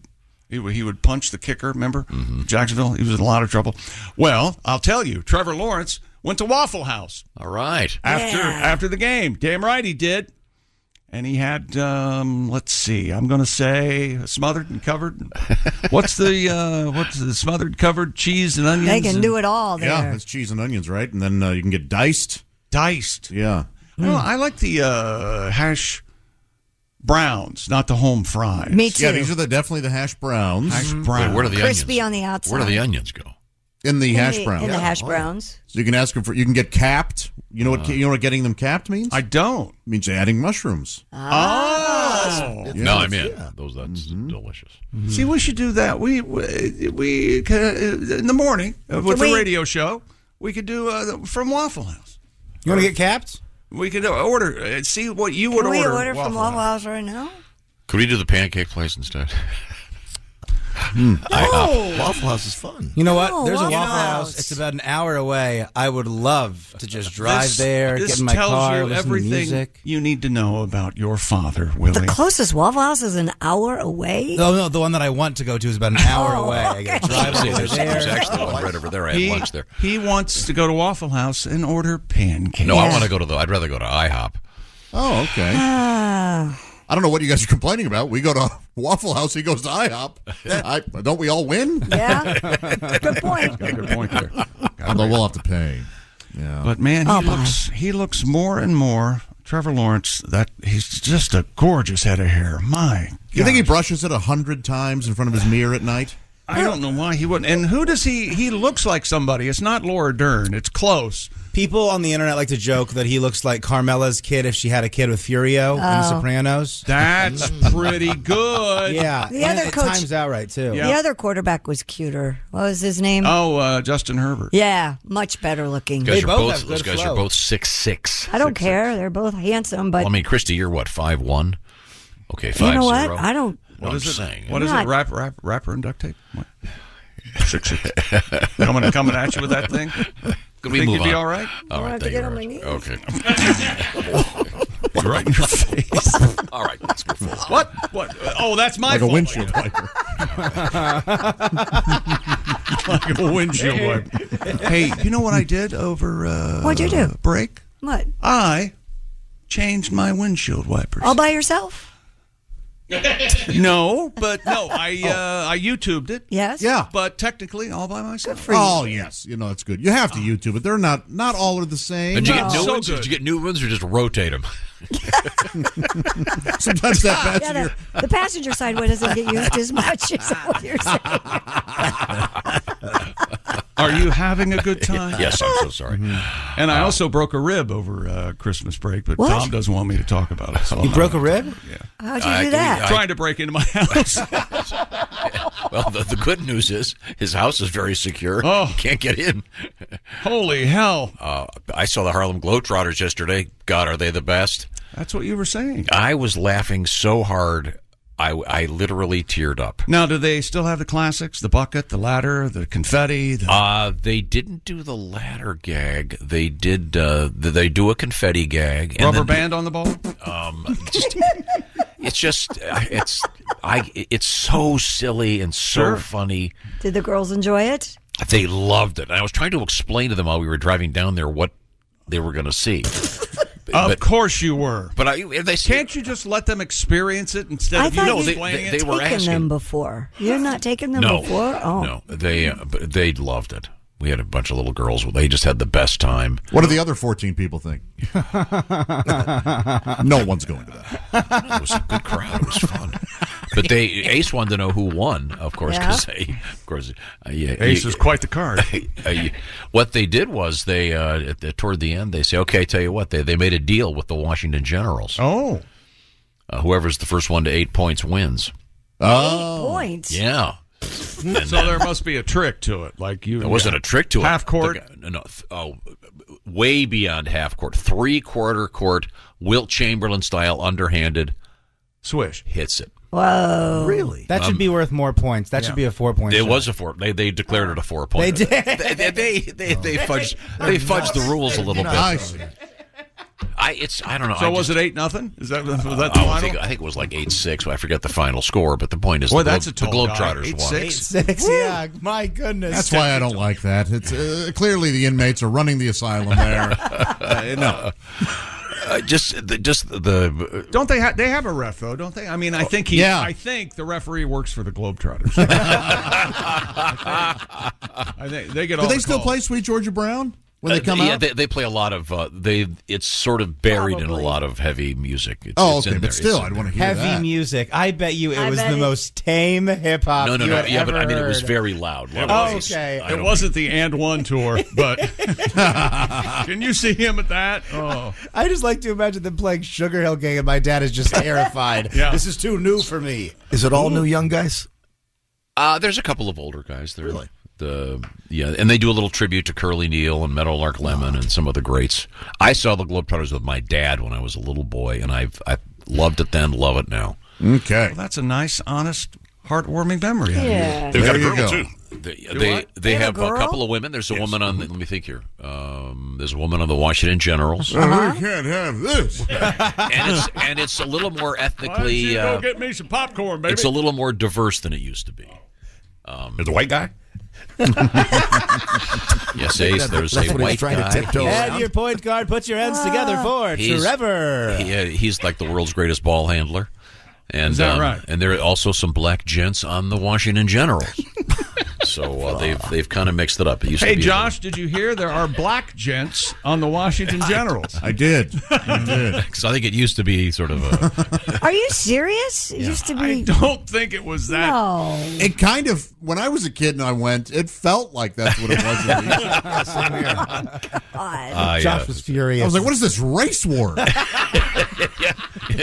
S3: He would, he would punch the kicker. Remember
S1: Mm-hmm.
S3: Jacksonville? He was in a lot of trouble. Well, I'll tell you, Trevor Lawrence went to Waffle House.
S1: All right.
S3: After after the game, damn right he did. And he had, um, let's see, I'm going to say smothered and covered. What's the uh, what's the smothered, covered cheese and onions?
S6: They can do it all there.
S9: Yeah, it's cheese and onions, right? And then uh, you can get diced.
S3: Diced.
S9: Yeah.
S3: Well, I like the uh, hash browns, not the home fries.
S6: Me too. Mm-hmm.
S9: Yeah, these are the definitely the hash browns.
S3: Hash brown. Wait, where do the
S6: Crispy on the outside.
S1: onions go?
S9: In the
S6: In
S9: hash
S6: the-
S9: browns.
S6: In the hash browns.
S9: So you can ask them for. You can get capped. You know what? you know what getting them capped means?
S3: I don't.
S9: It means adding mushrooms.
S3: Uh,
S6: Uh-huh.
S3: Oh, Mm-hmm.
S1: No, I'm in. Those that's delicious.
S3: See, we should do that. We we, we uh, in the morning uh, with
S1: Can
S3: the
S1: we-
S3: radio show, we could do uh, from Waffle House.
S7: You want to get capped?
S3: We could order uh, see what you would
S6: Can we
S3: order.
S6: order,
S3: at
S6: from Waffle House right now?
S1: Could we do the pancake place instead? uh,
S6: No.
S7: Waffle
S1: Oh. House is fun.
S7: You know what?
S6: No,
S7: There's a
S6: Oh, Waffle
S7: Waffle House. It's about an hour away. I would love to just drive
S3: This-
S7: there,
S3: this
S7: get in my
S3: tells
S7: car,
S3: you
S7: listen
S3: everything
S7: to music.
S3: you need to know about your father, Willie.
S6: The closest Waffle House is an hour away.
S7: No, no, the one that I want to go to is about an hour
S6: Oh,
S7: away. I got to drive
S1: See,
S7: over
S1: there's,
S7: there.
S1: there's actually one right over there. I had
S3: he,
S1: lunch there.
S3: he wants to go to Waffle House and order pancakes.
S1: No, I want to go to the. I'd rather go to IHOP.
S9: Oh, okay.
S6: Uh, Ah.
S9: I don't know what you guys are complaining about. We go to Waffle House. He goes to IHOP. I, don't we all win?
S6: Yeah.
S9: Good
S6: point.
S3: Good point there.
S9: Although we'll have to pay. Yeah.
S3: But man, he
S9: Oh, my.
S3: looks he looks more and more Trevor Lawrence. That he's just a gorgeous head of hair. My,
S9: You think he brushes it a hundred times in front of his mirror at night?
S3: I don't know why he wouldn't. And who does he? He looks like somebody. It's not Laura Dern. It's close.
S7: People on the internet like to joke that he looks like Carmela's kid if she had a kid with Furio in The
S6: Oh.
S7: Sopranos. Mm.
S3: That's pretty good.
S7: Yeah,
S6: The
S7: and
S6: other
S7: it
S6: coach-
S7: times out right too.
S6: The other quarterback was cuter. What was his name?
S3: Oh, uh, Justin Herbert.
S6: Yeah, much better looking.
S1: Guys are both, those guys are both six six.
S6: I don't care. They're both handsome, but
S1: I mean, Christy, you're what five one? Okay,
S6: you
S1: five
S6: know what?
S1: zero.
S6: I don't.
S1: What
S3: What
S1: I'm
S3: is it?
S1: saying.
S3: What is
S6: Not-
S3: it? Wrap, wrap, wrapper and duct tape. What? Six six. coming coming at you with that thing.
S1: Could we
S3: Think
S1: move
S3: you'd be
S1: on?
S3: all right?
S1: All
S6: I have
S1: right,
S6: to
S1: thank you
S6: get on
S1: very
S6: my
S1: much. Okay. right in your face. all right, let's go full.
S3: What? What? Oh, that's my
S9: like
S3: fault.
S9: a windshield wiper.
S3: like a windshield wiper. Hey, you know what I did over uh,
S6: What'd you do?
S3: break?
S6: What?
S3: I changed my windshield wipers.
S6: All by yourself?
S3: No, but no, I uh, I YouTubed it.
S6: Oh. Yes.
S9: Yeah.
S3: But technically, all by myself.
S9: Oh yes, you Oh. know that's good. You have to YouTube it. They're not not all are the same.
S1: Did you get
S9: No.
S1: new
S3: So
S1: ones?
S3: good.
S1: Did you get new ones or just rotate them?
S9: Sometimes that
S6: Yeah,
S9: passenger.
S6: the, the passenger side one doesn't get used as much. Is that what you're saying?
S3: Oh, Are you having a good time? Mm-hmm.
S1: yes, I'm so sorry.
S3: And I also broke a rib over uh, Christmas break, but
S6: What?
S3: Tom doesn't want me to talk about it. So
S7: You
S3: I'm
S7: broke a
S3: not-
S7: rib?
S3: Yeah.
S6: How'd you
S1: I
S6: do
S1: can-
S6: that?
S1: I-
S3: Trying to break into my house.
S1: Well, the, the good news is his house is very secure.
S3: Oh.
S1: You can't get in.
S3: Holy hell.
S1: Uh, I saw the Harlem Globetrotters yesterday. God, are they the best?
S3: That's what you were saying.
S1: I was laughing so hard, I, I literally teared up.
S3: Now, do they still have the classics? The bucket, the ladder, the confetti? The...
S1: Uh, they didn't do the ladder gag. They did. Uh, th- they do a confetti gag.
S3: Rubber
S1: then-
S3: band on the ball?
S1: Um, just, it's just. uh, It's. I. It's so silly and so
S6: Sure.
S1: funny.
S6: Did the girls enjoy it?
S1: They loved it. And I was trying to explain to them while we were driving down there what they were going to see.
S3: Of course you were.
S1: But I, they
S3: can't you just let them experience it instead
S6: I
S3: of you
S6: thought you
S3: explaining
S1: they
S3: it?
S1: were
S6: taken
S1: asking.
S6: them before. You're not taking them
S1: no,
S6: before. Oh,
S1: no, they uh, but they loved it. We had a bunch of little girls. They just had the best time.
S9: What do the other 14 people think? no one's going to that.
S1: It was a good crowd. It was fun. But they Ace wanted to know who won, of course,
S3: Yeah.
S1: because they, of course, uh, yeah,
S3: Ace is quite the card.
S1: uh, you- what they did was they uh, at the, toward the end they say, okay, tell you what, they they made a deal with the Washington Generals.
S3: Oh,
S1: uh, whoever's the first one to eight points wins.
S3: Oh. Eight points?
S1: Yeah.
S3: so there must be a trick to it. Like you,
S1: It wasn't a trick to it.
S3: Half court.
S1: The guy- no, no, th- oh, way beyond half court. Three quarter court, Wilt Chamberlain style, underhanded.
S3: Swish.
S1: Hits it.
S6: Whoa.
S7: Really? That should
S1: Um,
S7: be worth more points. That should be a four point.
S1: It was a four. They, they declared it a Oh. four point.
S7: They did.
S1: They, they, they, they, they fudged, they fudged the rules a little bit.
S3: Nice.
S1: I, it's, I don't know.
S3: So
S1: I
S3: was
S1: just- Uh,
S3: it eight nothing? Is that was that the
S1: I
S3: final?
S1: think, I think it was like 8 6. I forget the final score, but the point is
S3: Boy,
S1: the,
S3: that's a tall
S1: Globe- the
S3: guy.
S1: Globetrotters
S3: Eight,
S1: won.
S3: six?
S7: Six,
S9: Woo!
S7: yeah. My goodness.
S9: That's why I don't like that. It's uh, clearly the inmates are running the asylum there. Uh, no,
S1: Uh, just, the, just the.
S3: Don't they have they have a ref though? Don't they? I mean, I think he.
S1: yeah.
S3: I think the referee works for the Globetrotters. I think- I think they get all.
S9: Do they
S3: the
S9: still
S3: calls.
S9: play Sweet Georgia Brown when
S1: Oh, Uh,
S9: they come
S1: yeah,
S9: out?
S1: they, they play a lot of. Uh, they it's sort of buried in a lot of heavy music. It's,
S9: Oh,
S1: it's
S9: okay,
S1: in
S9: but
S1: there.
S9: still,
S1: It's in
S9: I'd wanna
S1: there.
S9: hear
S7: Heavy music. I bet you it was the most tame hip hop.
S1: No, no, no. Yeah, but I mean, it was
S7: heard.
S1: very loud.
S7: It
S1: Loud
S7: was.
S1: voice.
S7: Okay.
S1: I
S3: Oh, It
S1: don't-
S3: wasn't the and one tour, but can you see him at that? Oh,
S7: I just like to imagine them playing Sugar Hill Gang, and my dad is just terrified.
S3: Yeah.
S7: This is too new for me.
S8: Is it all new young guys?
S1: Uh, there's a couple of older guys. They're really? the yeah, and they do a little tribute to Curly Neal and Meadowlark Lemon and some of the greats. I saw the Globetrotters with my dad when I was a little boy, and I've I loved it then, love it now.
S9: Okay,
S3: well, that's a nice, honest, heartwarming memory.
S1: Yeah.
S3: They've
S1: There
S3: got a girl
S1: you go.
S3: too.
S1: They
S3: Do
S1: they,
S3: what?
S1: they
S3: They have
S1: have
S3: a
S1: a
S3: girl?
S1: couple of women. There's a woman on. The,
S3: Mm-hmm.
S1: let me think here. Um, there's a woman on the Washington Generals.
S3: Uh-huh.
S9: We can't have this.
S1: and it's and it's a little more
S3: Why don't you
S1: ethnically.
S3: go
S1: Uh,
S3: get me some popcorn, baby?
S1: it's a little more diverse than it used to be. Um,
S11: There's a white guy.
S1: yes, Ace. There's a white guy.
S7: Add your point card. Put your hands together for
S1: He's-
S7: Trevor.
S1: He, uh, he's like the world's greatest ball handler. And,
S7: Is that
S1: um,
S7: right?
S1: And there are also some black gents on the Washington Generals. so uh, they've they've kind of mixed it up. It used
S3: Hey,
S1: to be
S3: Josh, did you hear there are black gents on the Washington Generals?
S9: I did.
S1: Because I think it used to be sort of a.
S6: Are you serious? It
S1: Yeah.
S6: used to be.
S3: I don't think it was that.
S6: No.
S9: It kind of when I was a kid and I went, it felt like that's what it was. at least.
S6: Oh,
S3: Ah,
S1: I,
S7: Josh
S1: uh,
S7: was furious.
S9: I was like, what is this race war?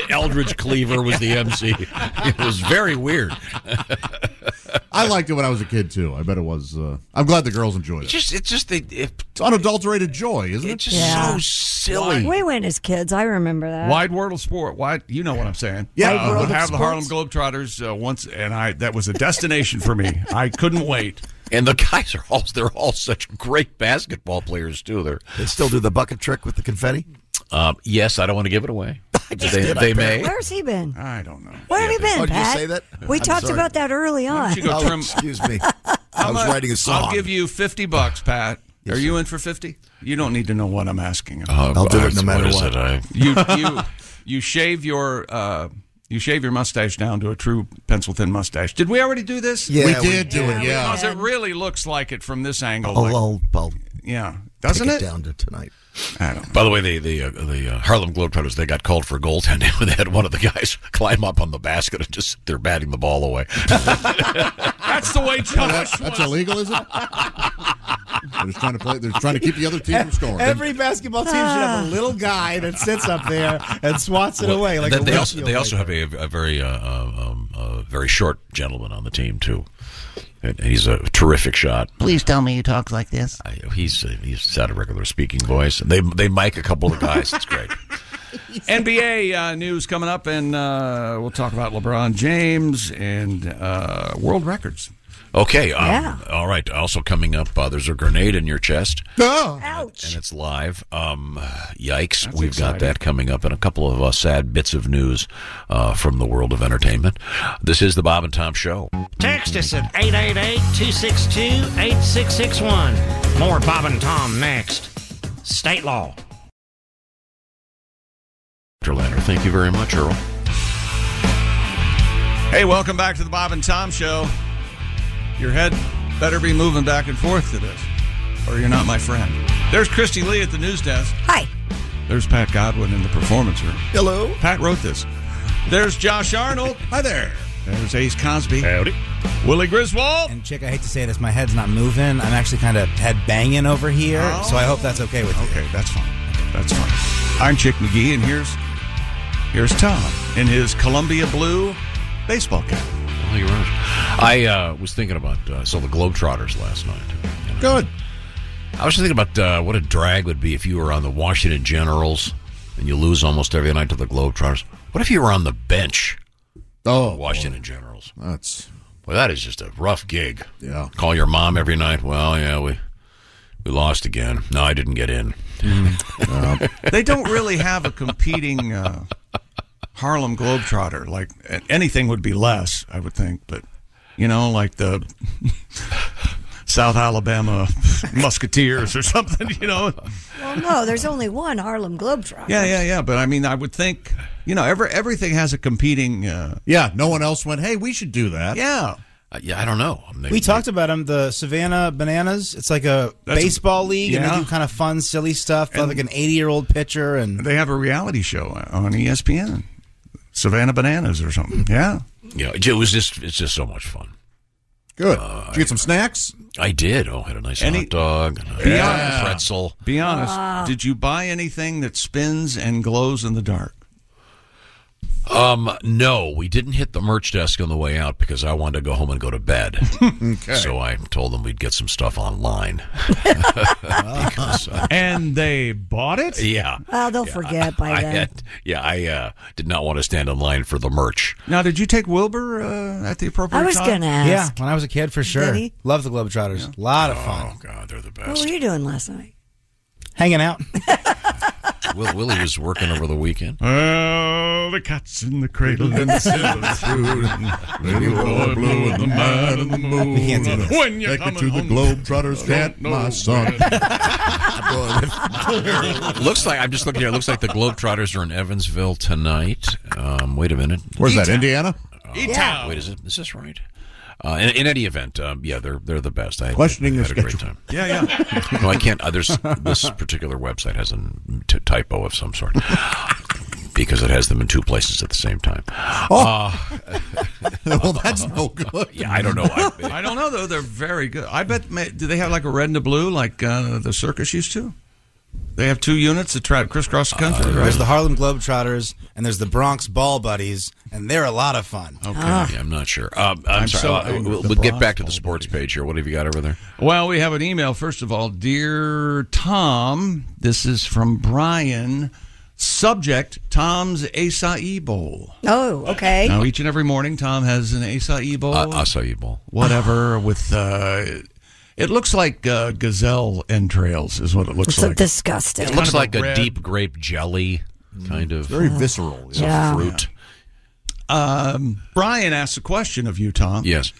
S1: Eldridge Cleaver was the MC. It was very weird.
S9: I liked it when I was a kid too. I bet it was. Uh, I'm glad the girls enjoyed it.
S1: just it's just the it,
S9: It's unadulterated joy, isn't it?
S1: It's just
S6: Yeah.
S1: so silly.
S6: We went as kids. I remember that.
S3: Wide World of Sport. Wide, you know what I'm saying?
S6: Yeah. Wide
S3: uh,
S6: World
S3: would
S6: of
S3: have the Harlem Globetrotters uh, once, and I that was a destination for me. I couldn't wait.
S1: And the guys are all they're all such great basketball players too. They're
S8: They still do the bucket trick with the confetti?
S1: um, yes, I don't want to give it away.
S8: just
S1: they
S8: did, I
S1: they
S8: bet.
S1: may.
S6: Where's he been?
S3: I don't know.
S6: Where have you been,
S8: Oh, did you
S6: Pat?
S8: say that?
S6: We
S8: I'm
S6: talked
S8: sorry.
S6: about that early on.
S3: you go
S8: Oh,
S3: trim-
S8: excuse me. I was
S3: How mu-
S8: writing a song.
S3: I'll give you fifty bucks, Pat. are you in for fifty? You don't need to know what I'm asking.
S1: Uh,
S8: I'll do it no matter
S1: is
S8: what.
S1: it? I-
S3: you you you shave your uh, you shave your mustache down to a true pencil thin mustache. Did we already do this?
S8: Yeah, We we did do
S9: it, yeah.
S3: because it really looks like it from this angle.
S8: I'll,
S3: like-
S8: I'll, I'll
S3: yeah,
S8: take
S3: doesn't
S8: it,
S3: it?
S8: down to tonight.
S3: I don't.
S1: By the way, the the uh, the uh, Harlem Globetrotters they got called for goaltending when they had one of the guys climb up on the basket and just sit there batting the ball away.
S3: That's the way Josh.
S9: That's illegal, is it? They're just trying to play. They're trying to keep the other
S3: E-,
S9: team from scoring.
S7: Every basketball team should have a little guy that sits up there and swats it
S1: Well,
S7: away like
S1: they,
S7: a
S1: they also
S7: windshield
S1: they
S7: wiper.
S1: also have a, a very uh, uh, um, uh, very short gentleman on the team too. And he's a terrific shot.
S13: Please tell me you talk like this.
S1: I- He's uh, he's got a regular speaking voice, and they they mic a couple of guys. It's great.
S3: NBA uh, news coming up, and uh, we'll talk about LeBron James and uh, world records.
S1: Okay. Um,
S3: Yeah.
S1: All right. Also coming up, uh, there's a grenade in your chest.
S9: No.
S1: Ouch. And it's live. Um, yikes.
S14: That's
S1: We've
S14: exciting.
S1: got that coming up and a couple of uh, sad bits of news uh, from the world of entertainment. This is the Bob and Tom Show.
S14: Text us at 888-262-8661. More Bob and Tom next. State law.
S1: Dr. Lander, thank you very much, Earl.
S3: Hey, welcome back to the Bob and Tom Show. Your head better be moving back and forth to this, or you're not my friend. There's Christy Lee at the news desk.
S6: Hi.
S3: There's Pat Godwin in the performance room.
S8: Hello.
S3: Pat wrote this. There's Josh Arnold. Hi there. There's Ace Cosby. Howdy. Willie Griswold.
S7: And chick, I hate to say this, my head's not moving. I'm actually kind of head banging over here, so I hope that's okay with you.
S3: Oh. Okay, that's fine. That's fine. I'm Chick McGee, and here's here's Tom in his Columbia blue baseball cap.
S1: Oh, you're right. I uh, was thinking about, uh, saw the Globetrotters last night. uh,
S9: Good.
S1: I was thinking about uh, what a drag would be if you were on the Washington Generals and you lose almost every night to the Globetrotters. What if you were on the bench?
S9: Oh,
S1: Washington Generals.
S9: That's
S1: well, that is just a rough gig.
S9: Yeah.
S1: Call your mom every night. Well, yeah, we we lost again. No, I didn't get in.
S3: Uh, they don't really have a competing uh, Harlem Globetrotter. Like a- anything would be less, I would think. But you know, like the South Alabama Musketeers or something. You know.
S6: Well, no, there's only one Harlem Globetrotter.
S3: Yeah, yeah, yeah. But I mean, I would think you know, every everything has a competing. Uh,
S9: yeah, no one else went. Hey, we should do that.
S3: Yeah.
S1: Uh, yeah, I don't know.
S7: we talked about them, the Savannah Bananas. It's like a
S3: That's-
S7: baseball league, and
S3: yeah.
S7: they do kind of fun, silly stuff, like an 80 year old pitcher. And
S3: they have a reality show on E ESPN, Savannah Bananas or something. Yeah.
S1: Yeah, it was just it's just so much fun.
S9: Good. Did you get some snacks?
S1: I did. Oh, had a nice
S3: Any-
S1: hot dog. And a
S3: Be honest.
S1: pretzel.
S3: Be honest.
S1: Ah.
S3: Did you buy anything that spins and glows in the dark?
S1: Um, no, we didn't hit the merch desk on the way out because I wanted to go home and go to bed. So I told them we'd get some stuff online. because, uh,
S3: and they bought it.
S1: Yeah.
S6: Well, they'll
S1: Yeah,
S6: forget by
S1: I
S6: then.
S1: had- yeah, I uh, did not want to stand in line for the merch.
S3: Now, did you take Wilbur uh, at the appropriate
S6: I was
S3: time?
S6: gonna ask.
S7: Yeah, when I was a kid, for sure.
S6: Did he?
S7: Love the Globetrotters. A lot of fun.
S1: Oh, God, they're the best.
S6: What were you doing last night?
S7: Hanging out.
S1: Will, Willie was working over the weekend.
S3: Oh, the cat's in the cradle
S1: and the
S3: silver's
S9: Little boy blue and the man in the moon.
S3: We can't do this. When you're
S9: Take me to
S3: coming
S9: the Globetrotters, can't my son.
S1: looks like I'm just looking here. It looks like the Globetrotters are in Evansville tonight. Um, wait a minute.
S9: Where's that, Indiana?
S1: Uh, Wait, is it? Is this right? Uh, in, in any event, um, yeah, they're they're the best. I
S9: Questioning
S1: I
S9: the
S1: had a great
S9: schedule.
S1: time.
S3: Yeah, yeah.
S1: no, I can't. Uh, there's this particular website has a t- typo of some sort because it has them in two places at the same time.
S3: Oh.
S1: Uh,
S9: well, that's no good.
S1: Yeah, I don't know. I,
S3: I don't know though. They're very good. I bet. ma- Do they have like a red and a blue like uh, the circus used to? They have two units that try to crisscross the
S1: Uh,
S3: country. right?
S7: There's the Harlem Globetrotters, and there's the Bronx Ball Buddies, and they're a lot of fun.
S1: Okay. Yeah, I'm not sure. Um, I'm,
S3: Ah. I'm
S1: sorry.
S3: so
S1: Uh,
S3: angry
S1: we'll
S3: with the
S1: we'll get
S3: Bronx
S1: back to the sports page here. What have you got over there?
S3: Well, we have an email, first of all. Dear Tom, this is from Brian. Subject Tom's acai bowl.
S6: Oh, okay.
S3: Now, each and every morning, Tom has an acai bowl.
S1: Uh, acai bowl.
S3: Whatever, with. Uh, it looks like uh, gazelle entrails, is what it looks
S6: It's
S3: like.
S6: disgusting.
S1: It
S3: It's
S1: looks
S3: kind
S1: like
S3: of a
S1: a,
S3: red-
S1: deep grape jelly, kind of
S3: Very visceral,
S1: It's a
S3: yeah.
S1: fruit.
S3: Um, Brian asked a question of you, Tom.
S1: Yes.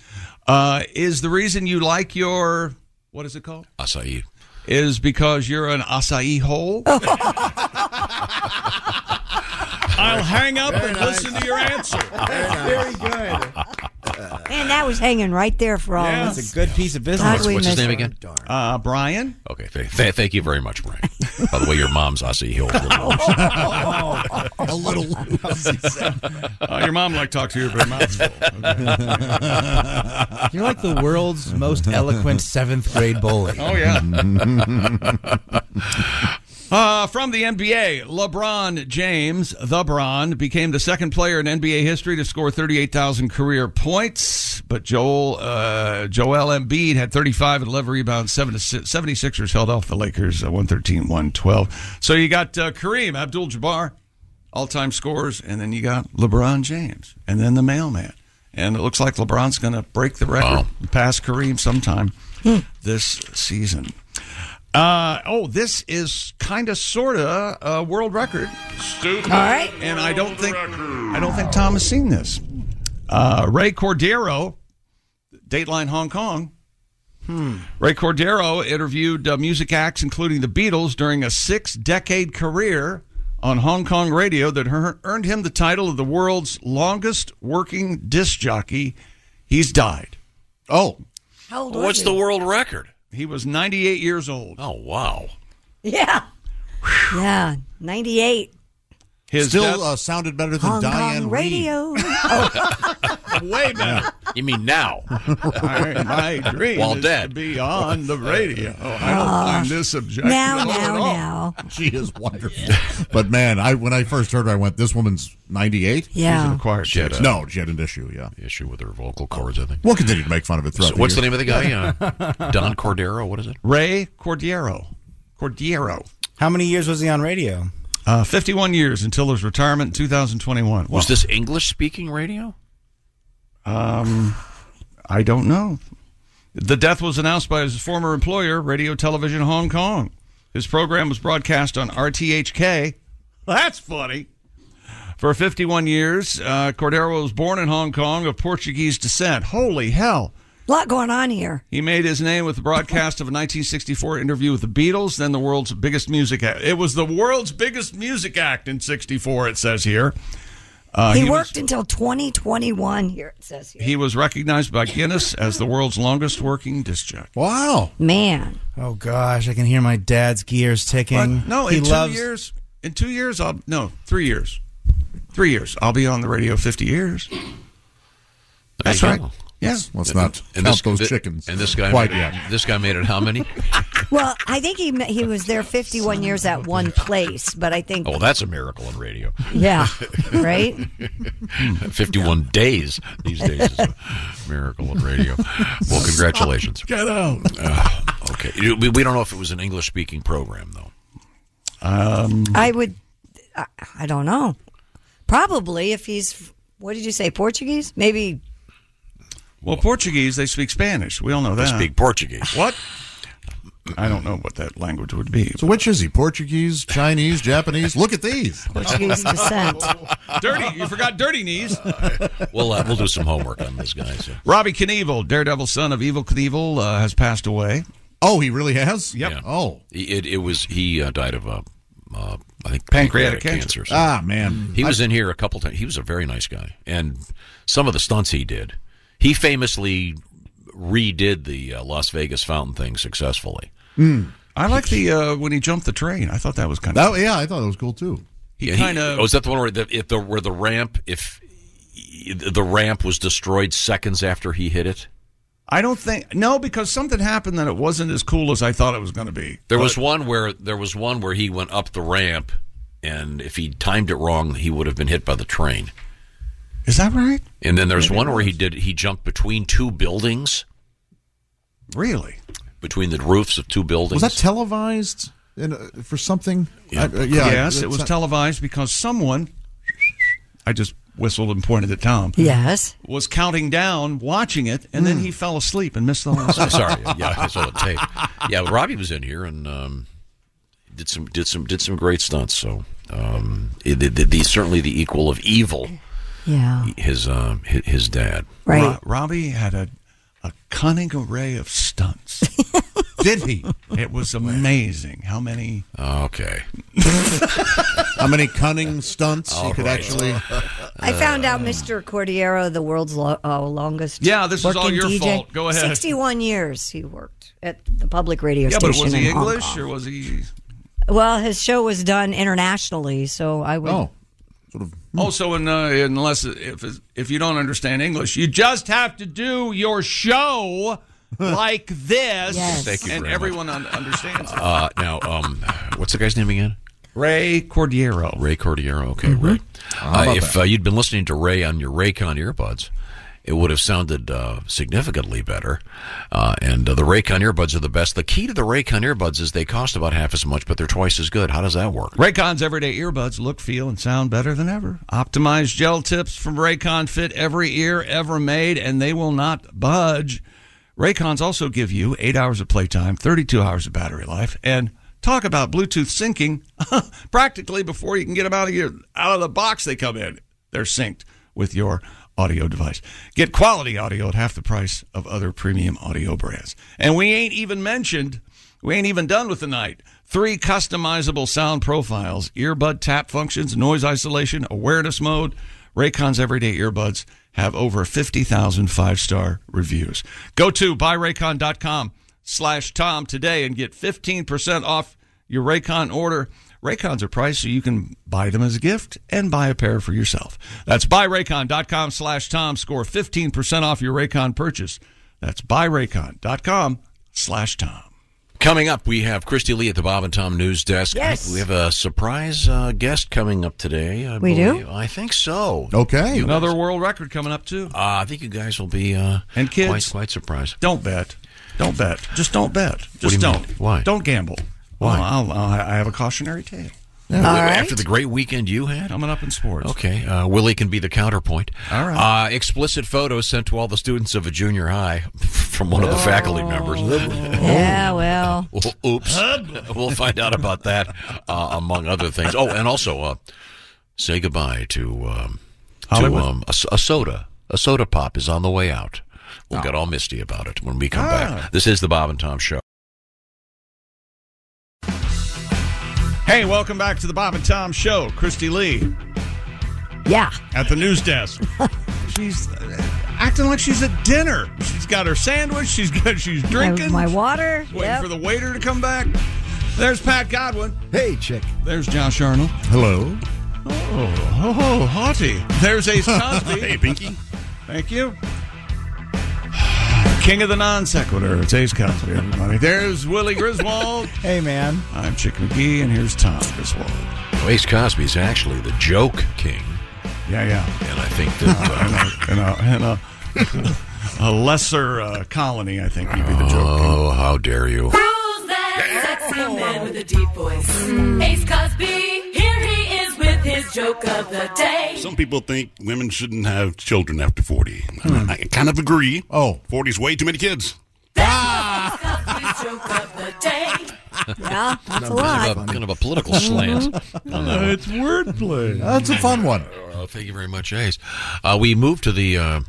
S3: Uh, is the reason you like your what is it called?
S1: Acai.
S3: Is because you're an acai hole? I'll hang up and listen to your answer.
S6: Very good. Man, that was hanging right there for all of us.
S7: It's a good piece of business.
S6: God, we
S1: What's his
S6: missed
S1: name
S6: her.
S1: again?
S3: Uh, Brian.
S1: Okay. Th- th- thank you very much, Brian. By the way, your mom's Aussie Hill.
S3: a little loose. uh, your mom like talked to you for a mouthful. Okay.
S7: You're like the world's most eloquent seventh grade bully.
S3: Oh, yeah. Uh, from the NBA, LeBron James, the Bron, became the second player in NBA history to score 38,000 career points. But Joel uh, Joel Embiid had 35 and 11 rebounds. 76ers held off the Lakers uh, 113-112. So you got uh, Kareem Abdul-Jabbar, all-time scorers, and then you got LeBron James, and then the mailman. And it looks like LeBron's going to break the record, pass Kareem sometime this season. Uh, oh, this is kind of sort of a world record.
S2: Stupid.
S3: All right. And I don't think I don't think Tom has seen this. Uh, Ray Cordero, Dateline Hong Kong.
S2: Hmm.
S3: Ray Cordero interviewed uh, music acts including the Beatles during a six-decade career on Hong Kong radio that ear- earned him the title of the world's longest working disc jockey. He's died. Oh.
S6: How old
S1: What's
S6: was
S1: the
S6: he?
S1: world record?
S3: He was 98 years old. Oh,
S1: wow.
S6: Yeah. Yeah. 98.
S3: His
S9: Still
S3: death-
S9: uh, sounded better than
S6: Hong
S9: Diane
S6: Kong
S9: Reed.
S6: radio.
S3: Way better.
S1: You mean now?
S3: I, my dream
S1: While
S3: is
S1: dead.
S3: to be on the radio. I don't find this objectionable
S6: Now,
S3: at
S6: now,
S3: all.
S6: now.
S9: She is wonderful. but man, I when I first heard her, I went, "This woman's 98."
S6: Yeah. She's an
S3: acquired
S9: she had,
S1: taste.
S9: No, she had an issue. Yeah,
S1: issue with her vocal cords. I think
S9: we'll continue to make fun of it
S1: So
S9: throughout.
S1: what's the
S9: years.
S1: name of the guy? Uh, Don Cordero. What is it?
S3: Ray Cordero. Cordero.
S7: How many years was he on radio?
S3: Uh, 51 years until his retirement in 2021.
S1: Was this English speaking radio?
S3: Um, I don't know. The death was announced by his former employer, Radio Television Hong Kong. His program was broadcast on RTHK. That's funny. For 51 years, uh, Cordero was born in Hong Kong of Portuguese descent. Holy hell.
S6: A lot going on here.
S3: He made his name with the broadcast of a 1964 interview with the Beatles, then the world's biggest music act. It was the world's biggest music act in 64, it says here. Uh,
S6: he,
S3: was-
S6: worked until 2021 here, it says here.
S3: he was recognized by Guinness as the world's longest working disc jockey.
S7: Wow.
S6: Man.
S7: Oh, gosh. I can hear my dad's gears ticking.
S3: But no,
S7: he
S3: in two
S7: loves.
S3: years, in two years, I'll no three years, three years. I'll be on the radio fifty years. That's
S1: There
S3: right.
S1: you go.
S3: Yes.
S9: Let's not count those chickens.
S1: And this guy,
S9: Quite
S1: made,
S9: yet.
S1: this guy made it how many?
S6: Well, I think he he was there 51 years at one place, but I think
S1: Oh, that's a miracle in radio.
S6: Yeah, right?
S1: 51 days these days is a miracle in radio. Well, congratulations.
S3: Get out.
S1: Uh, okay. You- We, we don't know if it was an English speaking program, though.
S3: Um,
S6: I would. I, I don't know. Probably if he's. What did you say? Portuguese? Maybe.
S3: Well, Portuguese they speak Spanish. We all know
S1: They
S3: that.
S1: speak Portuguese.
S3: What? I don't know what that language would be.
S9: So which is he? Portuguese, Chinese, Japanese? Look at these.
S6: Portuguese descent.
S3: Dirty. You forgot dirty knees.
S1: We'll, uh, we'll do some homework on this guy. So.
S3: Robbie Knievel, daredevil son of Evil Knievel, uh, has passed away.
S9: Oh, he really has.
S3: Yep.
S9: Oh,
S1: It, it was, he uh, died of, uh, uh, I think,
S3: Pancreatic
S1: pancreatic,
S3: cancer.
S1: cancer. so- Mm.
S9: Ah, man.
S1: He was in here a couple times. He was a very nice guy. And some of the stunts he did, he famously redid the uh, Las Vegas fountain thing successfully.
S3: Mm. I like the uh, when he jumped the train. I thought that was kind of.
S9: That, yeah, I thought it was cool too.
S3: He
S1: Yeah, he-
S3: kind of.
S1: Oh, is that the one where the if the where the ramp if the ramp was destroyed seconds after he hit it?
S3: I don't think no, because something happened that it wasn't as cool as I thought it was going to be.
S1: There was one where there was one where he went up the ramp, and if he timed it wrong, he would have been hit by the train.
S3: Is that right?
S1: And then there's
S3: Maybe
S1: one
S3: it
S1: where he did he jumped between two buildings,
S3: Really?
S1: between the roofs of two buildings.
S9: Was that televised in, uh, for something? I- uh, yeah
S3: yes, it was
S9: televised.
S3: televised because someone. I just whistled and pointed at Tom.
S6: Yes.
S3: Was counting down, watching it, and
S9: Mm.
S3: then he fell asleep and missed the whole.
S1: So- Sorry, yeah, I saw the tape. Yeah, Robbie was in here and um, did some did some did some great stunts. So um, it- the, the, the- certainly the equal of evil,
S6: Yeah.
S1: his uh, his, his dad.
S6: Right.
S3: Ro- Robbie had a a cunning array of stunts. Did he? It was amazing how many.
S1: Okay.
S9: How many cunning stunts
S3: All
S9: he could
S3: right.
S9: actually? uh,
S6: I found out Mr. Cordiero, the world's lo- uh, longest.
S3: Uh. Yeah, this is all
S6: working
S3: your
S6: DJ.
S3: fault. Go ahead.
S6: 61 years he worked at the public radio
S3: yeah, but
S6: station.
S3: was he
S6: in Hong
S3: English
S6: Kong.
S3: or was he?
S6: Well, his show was done internationally, so I would.
S3: Oh.
S9: Hmm.
S3: Also, in, uh, unless if if you don't understand English, you just have to do your show like this,
S1: Yes. Thank you
S3: and
S1: very
S3: everyone un- understands. it.
S1: Uh, now, um, what's the guy's name again?
S3: Ray Cordiero.
S1: Ray Cordiero. Okay,
S6: Mm-hmm.
S3: Mhm.
S1: Ray.
S3: How
S1: Uh,
S3: about
S1: if
S3: that?
S1: uh, you'd been listening to Ray on your Raycon earbuds, it would have sounded uh, significantly better. Uh, and uh, the Raycon earbuds are the best. The key to the Raycon earbuds is they cost about half as much, but they're twice as good. How does that work?
S3: Raycon's everyday earbuds look, feel, and sound better than ever. Optimized gel tips from Raycon fit every ear ever made, and they will not budge. Raycons also give you eight hours of playtime, 32 hours of battery life, and talk about Bluetooth syncing practically before you can get them out of your out of the box. They come in, they're synced with your audio device. Get quality audio at half the price of other premium audio brands. And we ain't even mentioned, we ain't even done with the night. Three customizable sound profiles, earbud tap functions, noise isolation, awareness mode. Raycon's everyday earbuds have over 50,000 five-star reviews. Go to buyraycon.com slash Tom today and get 15% off your Raycon order. Raycons are priced so you can buy them as a gift and buy a pair for yourself. That's buyraycon.com slash Tom. Score 15% off your Raycon purchase. That's buyraycon.com slash Tom.
S1: Coming up, we have Christy Lee at the Bob and Tom News Desk.
S6: Yes.
S1: We have a surprise uh, guest coming up today. I
S6: We do?
S1: believe. I think so. You guys-
S3: Another world record coming up, too.
S1: Uh, I think you guys will be uh,
S3: and kids,
S1: quite, quite surprised.
S3: Don't bet. Don't bet. Just don't bet.
S1: What do
S3: Just
S1: you mean?
S3: not
S1: Why?
S3: Don't gamble.
S1: Why?
S3: I'll, I'll, I have a cautionary tale.
S1: Yeah, All right. after the great weekend you had?
S3: Coming up in sports.
S1: Okay, uh, Willie can be the counterpoint.
S3: All
S1: right. Uh, explicit photos sent to all the students of a junior high from one of the faculty members.
S6: Yeah, well.
S1: Well, Oops. we'll find out about that, uh, among other things. Oh, and also, uh, say goodbye to, um, to
S3: Hollywood?
S1: um, a, s- a soda. A soda pop is on the way out. We'll get all misty about it when we come
S3: Ah.
S1: back. This is the Bob and Tom Show.
S3: Hey, welcome back to the Bob and Tom Show. Christy Lee.
S6: Yeah.
S3: At the news desk. she's uh, acting like she's at dinner. She's got her sandwich. She's got, she's drinking.
S6: my water.
S3: Waiting
S6: Yep.
S3: for the waiter to come back. There's Pat Godwin.
S8: Hey, chick.
S3: There's Josh Arnold.
S8: Hello.
S3: Oh, oh haughty. There's Ace Cosby.
S11: Hey, Pinky.
S3: Thank you. King of the non sequitur. It's Ace Cosby, everybody. There's Willie Griswold.
S7: hey, man.
S3: I'm Chick McGee, and here's Tom Griswold.
S1: Ace Cosby's actually the joke king.
S3: Yeah, yeah.
S1: And I think that. Uh,
S3: And a, and a, a lesser uh, colony, I think, would be the joke.
S1: Oh, how dare you.
S15: Who's that sexy man with a deep voice? Ace Cosby, here he is with his joke of the day.
S11: Some people think women shouldn't have children after 40.
S9: Hmm.
S11: I kind of agree. Oh. 40 is way too many kids.
S8: Ah!
S15: His joke of the day.
S6: Yeah,
S1: Kind of a- kind of a political slant. on that one.
S3: wordplay.
S1: That's a fun one. Uh, thank you very much, Ace. Uh, we moved to the uh,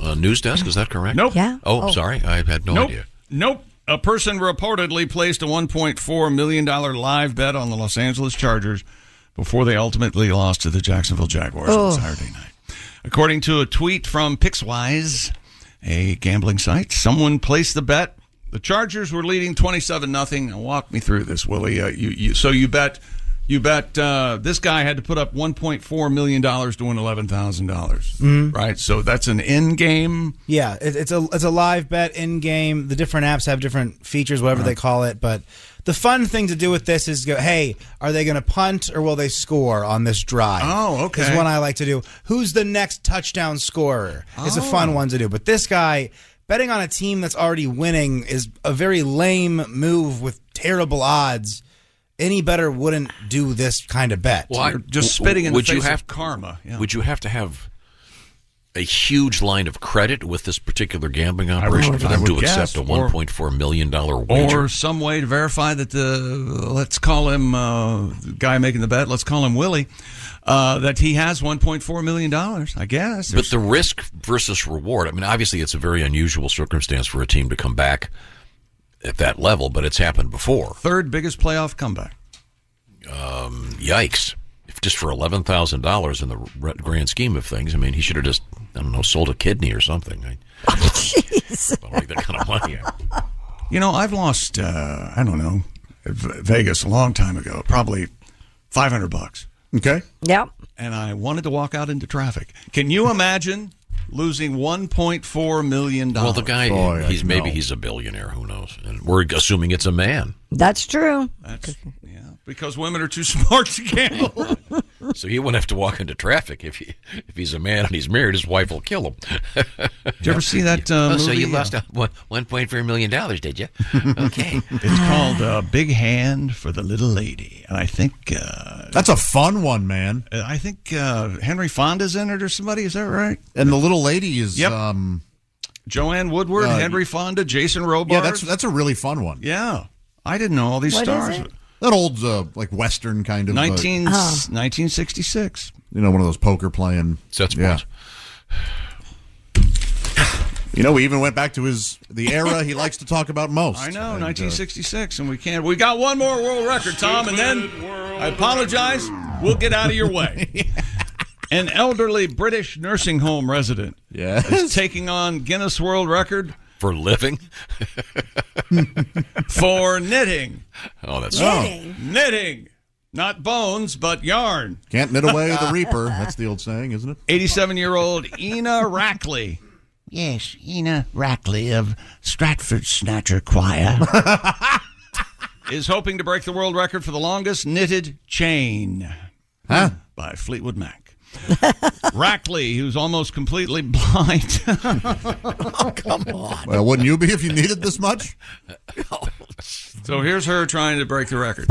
S1: uh, news desk. Is that correct?
S3: Nope. Yeah.
S1: Oh,
S3: Oh.
S1: sorry. I had no
S3: nope.
S1: idea.
S3: Nope. A person reportedly placed a $1.4 million live bet on the Los Angeles Chargers before they ultimately lost to the Jacksonville Jaguars
S2: Oh.
S3: on Saturday night. According to a tweet from PixWise, a gambling site, someone placed the bet. The Chargers were leading 27 nothing. Walk me through this, Willie. Uh, you, you, so you bet you bet uh, this guy had to put up 1.4 million dollars to win $11,000.
S7: Mhm.
S3: Right? So that's an in game
S7: Yeah, it, it's a it's a live bet in game. The different apps have different features, whatever
S3: Uh-huh.
S7: they call it. But the fun thing to do with this is go, hey, are they going to punt or will they score on this drive?
S3: Oh, okay.
S7: Is one I like to do. Who's the next touchdown scorer? It's a fun
S3: Oh.
S7: one to do. But this guy betting on a team that's already winning is a very lame move with terrible odds. Any better wouldn't do this kind of bet.
S1: Well, I- w- would you have, Would you have to have a huge line of credit with this particular gambling
S3: would-
S1: operation for
S3: I
S1: them
S3: would
S1: to
S3: guess,
S1: accept a
S3: or-
S1: $1.4 million dollar wager?
S3: or some way to verify that the let's call him uh, the guy making the bet. Let's call him Willie. Uh, that he has 1.4 million dollars. I guess.
S1: But the risk versus reward. I mean, obviously, it's a very unusual circumstance for a team to come back at that level, but it's happened before.
S3: Third biggest playoff comeback.
S1: Um, yikes! If just for eleven thousand dollars in the r- grand scheme of things, I mean, he should have just I don't know sold a kidney or something. I, I don't make that kind of money.
S3: You know, I've lost. Uh, I don't know. V- Vegas a long time ago, probably 500 bucks.
S9: Okay.
S6: Yep.
S3: And I wanted to walk out into traffic. Can you imagine losing 1.4 million dollars?
S1: Well, the guy, he's maybe he's a billionaire. Who knows? And we're assuming it's a man.
S6: That's true.
S3: That's, yeah, because women are too smart to gamble.
S1: So he wouldn't have to walk into traffic if he if he's a man and he's married. His wife will kill him. Did
S3: you ever see that, uh,
S1: So
S3: movie?
S1: you lost a, one one point four million dollars, did you? Okay.
S3: it's called uh, Big Hand for the Little Lady. And I think. Uh,
S9: That's a fun one, man.
S3: I think uh, Henry Fonda's in it or somebody. Is that right?
S9: And the little lady is.
S3: Yep.
S9: Um,
S3: Joanne Woodward,
S9: Uh,
S3: Henry Fonda, Jason Robards.
S9: yeah, that's that's a really fun one.
S3: Yeah. I didn't know all these What is stars. it?
S9: That old uh, like western kind of uh,
S3: 19, 1966.
S9: you know, one of those poker playing.
S1: That's
S9: yeah. You know, we even went back to his the era he likes to talk about most.
S3: I know,
S9: And, uh,
S3: 1966, and we can't. We got one more world record, Tom, and then I apologize. We'll get out of your way. An elderly British nursing home resident is taking on Guinness World Record
S1: for living,
S3: for knitting.
S1: Oh, that's
S3: knitting. Knitting, not bones, but yarn.
S9: Can't knit away the reaper. That's the old saying, isn't it?
S3: 87-year-old Ina Rackley.
S13: Yes, Ina Rackley of Stratford Snatcher Choir.
S3: is hoping to break the world record for the longest knitted chain.
S9: Huh?
S3: By Fleetwood Mac. Rackley, who's almost completely blind. come on.
S9: Well, wouldn't you be if you needed this much?
S3: So here's her trying to break the record.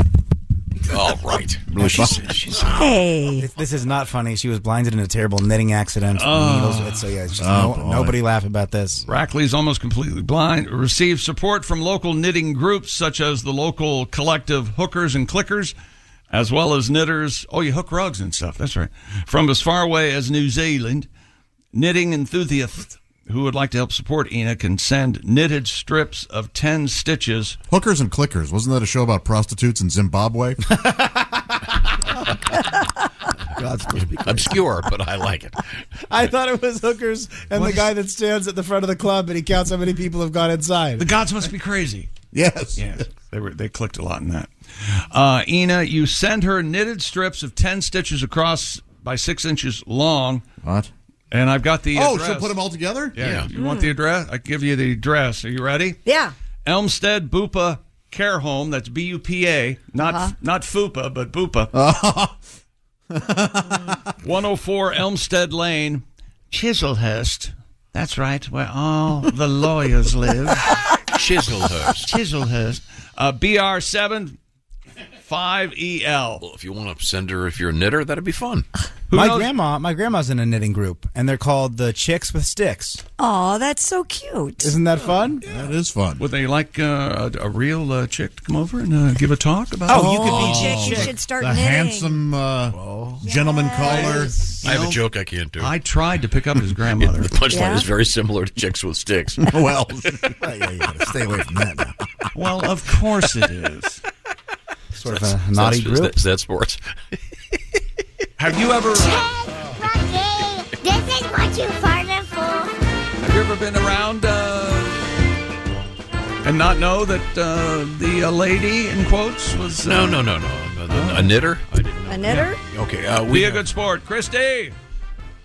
S1: All right.
S6: Hey.
S7: This, this is not funny. She was blinded in a terrible knitting accident.
S3: Oh.
S7: Needles, it's- so yeah, it's just
S3: Oh,
S7: no-
S3: boy.
S7: nobody laugh about this.
S3: Rackley's almost completely blind. Received support from local knitting groups such as the local collective Hookers and Clickers, as well as knitters. Oh, you hook rugs and stuff. That's right. From as far away as New Zealand, knitting enthusiasts who would like to help support Ina can send knitted strips of 10 stitches.
S9: Hookers and clickers. Wasn't that a show about prostitutes in Zimbabwe?
S1: obscure, but I like it.
S7: I thought it was hookers and the guy that stands at the front of the club and he counts how many people have gone inside. The
S3: gods must be crazy.
S9: Yes.
S3: Yes. They were they clicked a lot in that. Uh, Ina, you send her knitted strips of ten stitches across by six inches long.
S9: What?
S3: And I've got the
S9: oh,
S3: address.
S9: she'll put them all together?
S3: Yeah. You want the address? I can give you the address. Are you ready?
S6: Yeah.
S3: Elmstead Bupa Care Home. That's B U P A, not
S6: Uh-huh.
S3: not Fupa, but Bupa.
S9: Uh-huh.
S3: 104 Elmstead Lane, Chiselhurst. That's right, where all the lawyers live.
S1: Chiselhurst.
S3: Chiselhurst. Uh, BR7 5EL.
S1: Well, if you want to send her, if you're a knitter, that'd be fun.
S7: my grandma, my grandma's in a knitting group, and they're called the Chicks with Sticks.
S6: Oh, that's so cute.
S7: Isn't that fun?
S9: That is fun.
S3: Would they like uh, a, a real uh, chick to come over and uh, give a talk about
S9: Oh, you could be
S6: chick, you should start
S9: the
S6: knitting.
S9: handsome uh, gentleman caller.
S1: I have a joke I can't do.
S3: I tried to pick up his grandmother.
S1: the punchline
S9: Yeah?
S1: is very similar to chicks with sticks.
S9: well, yeah, you gotta stay away from that. now.
S3: Well, of course it is.
S7: Sort of a naughty
S1: that's,
S7: group.
S1: That's, that's sports.
S3: Have you ever uh,
S2: This is what you farted for.
S3: have you ever been around uh, and not know that uh, the uh, lady in quotes was uh,
S1: No, no, no, no. A, a knitter? I didn't know.
S6: A knitter?
S1: Okay. Uh,
S3: be
S1: we
S3: a good sport, Christy.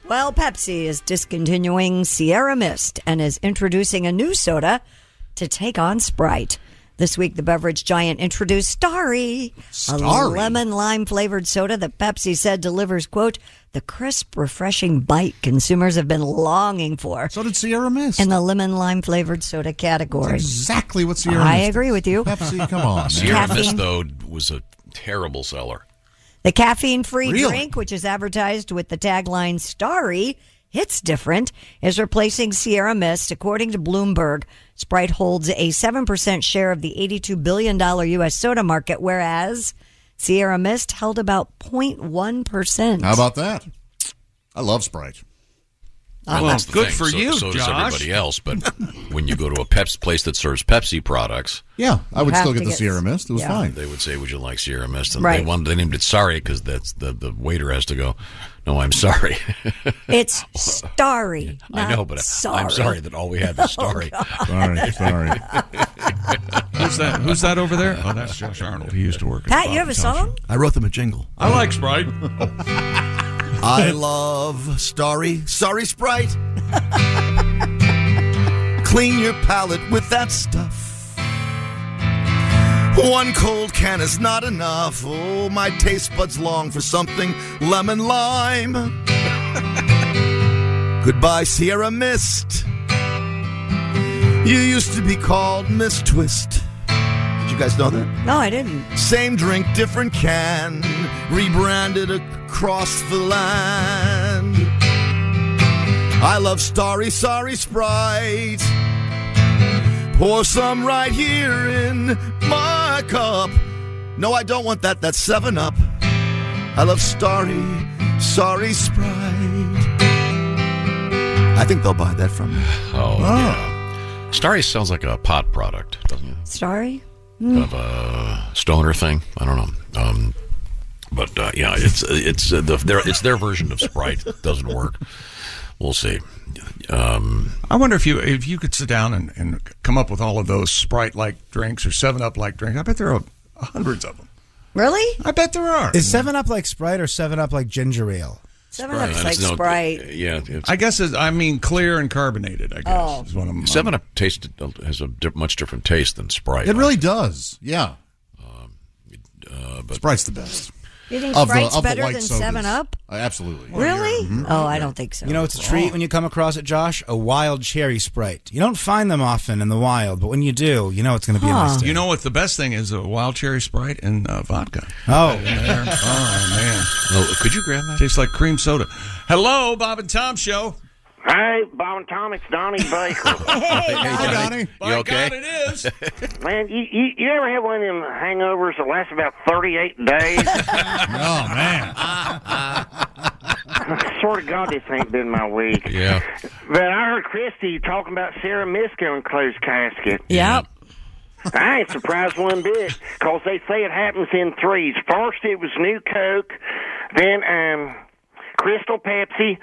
S6: Well, Pepsi is discontinuing Sierra Mist and is introducing a new soda to take on Sprite. This week, the beverage giant introduced Starry, a
S2: Starry?
S6: lemon lime flavored soda that Pepsi said delivers, quote, the crisp, refreshing bite consumers have been longing for.
S9: So did Sierra Mist.
S6: In the lemon lime flavored soda category.
S9: That's exactly what Sierra
S6: I
S9: Mist
S6: agree with you.
S9: Pepsi, come on.
S1: Sierra
S6: Caffeine.
S1: Mist, though, was a terrible seller.
S6: The caffeine free
S1: Really?
S6: drink, which is advertised with the tagline Starry, hits different, is replacing Sierra Mist. According to Bloomberg, Sprite holds a 7% share of the $82 billion U.S. soda market, whereas Sierra Mist held about 0.1%.
S9: How about that? I love Sprite.
S1: Well, that's the thing. so, so does everybody else, but when you go to a Peps place that serves Pepsi products,
S9: Yeah, I
S1: You
S9: would
S1: have
S9: still
S1: to
S9: get the
S1: get-
S9: Sierra Mist. It was
S1: yeah.
S9: fine.
S1: They would say, "Would you like Sierra Mist?" And
S6: Right.
S1: they wanted they named it Sorry because that's the the waiter has to go. No, I'm sorry.
S6: It's Starry.
S1: I
S6: not
S1: know, but I-
S6: sorry.
S1: I'm sorry that all we have is
S6: Oh,
S1: Starry.
S6: God.
S9: sorry, sorry.
S1: It's
S3: What's that? Who's that over there? Oh, that's Josh Arnold. He used to work. at
S6: Pat,
S3: Bob
S6: you have a
S3: and Tom Show.
S6: song?
S8: I wrote them a jingle.
S3: I like Sprite.
S8: I love Starry, sorry Sprite. Clean your palate with that stuff. One cold can is not enough. Oh, my taste buds long for something lemon lime. Goodbye, Sierra Mist. You used to be called Miss Twist. Did you guys know that?
S6: No, I didn't.
S8: Same drink, different can, rebranded across the land. I love Starry, Sorry Sprite. Pour some right here in my cup. No, I don't want that. That's 7 Up. I love Starry, Sorry Sprite. I think they'll buy that from me.
S1: Oh,
S8: Oh.
S1: yeah. Starry sounds like a pot product, doesn't it?
S6: Sorry. Hmm.
S1: Kind of a stoner thing. I don't know. Um, but uh, yeah, it's it's uh, the, their it's their version of Sprite. It doesn't work. We'll see. Um,
S3: I wonder if you if you could sit down and, and come up with all of those Sprite like drinks or Seven Up like drinks. I bet there are hundreds of them.
S6: Really?
S3: I bet there are.
S7: Is Seven Up like Sprite or Seven Up like ginger ale?
S6: Seven
S3: Sprite.
S6: Up's like
S3: It's no-
S6: Sprite.
S1: yeah, it's,
S3: I guess it's, I mean clear and carbonated. I guess
S6: Oh.
S3: is what I'm.
S1: Seven Up tasted has a di- much different taste than Sprite.
S9: It really does. Yeah.
S1: Um, Uh, but
S9: Sprite's the best.
S6: You think
S9: Of the-
S6: Sprite's
S9: of the
S6: better
S9: white
S6: than
S9: sodas.
S6: Seven Up?
S9: Uh, absolutely.
S6: Really? Oh, I don't think so.
S7: Mm-hmm. You know, it's a treat when you come across it, Josh. A wild cherry Sprite. You don't find them often in the wild, but when you do, you know it's going to be a nice day.
S3: You know what the best thing is? A wild cherry Sprite and uh, vodka.
S7: Oh.
S3: In there. oh man!
S1: could you grab that?
S3: Tastes like cream soda. Hello, Oh, Bob and Tom show. Oh,
S16: Hey, Bob and Tom, it's Donnie Baker. hey,
S1: Donnie. You okay?
S3: God, it is.
S16: Man, you, you, you ever have one of them hangovers that lasts about 38 days?
S3: oh, man.
S16: I swear to God, this ain't been my week.
S1: Yeah.
S16: But I heard Christy talking about Sarah Misko in closed casket.
S6: Yep.
S16: I ain't surprised one bit, 'cause they say it happens in threes. First, it was New Coke, then um, Crystal Pepsi,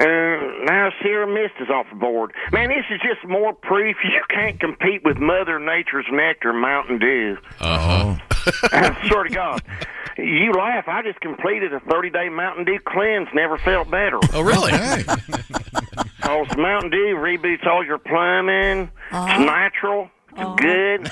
S16: uh, now Sierra Mist is off the board. Man, this is just more proof you can't compete with Mother Nature's nectar, Mountain Dew.
S1: Uh
S16: I swear to God. You laugh. I just completed a 30 day Mountain Dew cleanse. Never felt better.
S1: Oh, really?
S16: Because Mountain Dew reboots all your plumbing.
S6: Uh-huh.
S16: It's natural. It's good.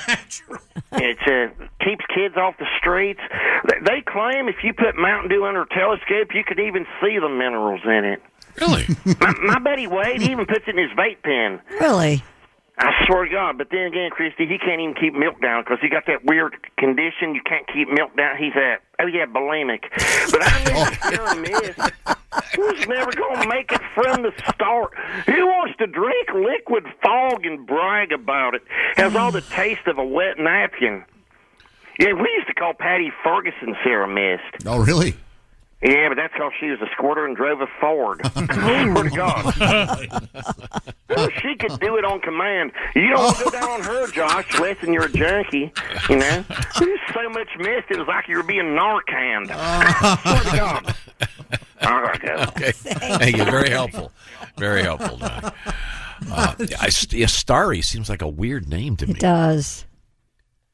S16: It uh, keeps kids off the streets. They- They claim if you put Mountain Dew under a telescope, you could even see the minerals in it.
S1: Really?
S16: my, my buddy Wade he even puts it in his vape pen.
S6: Really?
S16: I swear to God. But then again, Christy, he can't even keep milk down because he got that weird condition. You can't keep milk down. He's at oh yeah, bulimic. But I knew
S17: Oh,
S16: Sarah Miss was never gonna make it from the start. Who wants to drink liquid fog and brag about it? Has all the taste of a wet napkin. Yeah, we used to call Patty Ferguson Sarah Mist.
S9: Oh, really?
S16: Yeah, but that's because she was a squirter and drove a Ford. I swear to God. Well, she could do it on command. You don't want to go down on her, Josh, less than you're a junkie. You know? There's so much mist, it was like you were being Narcaned. I swear to God. All right, guys.
S1: Okay. Thank you. Very helpful. Very helpful, Don. Uh, I, yeah, Starry seems like a weird name to me.
S6: It does.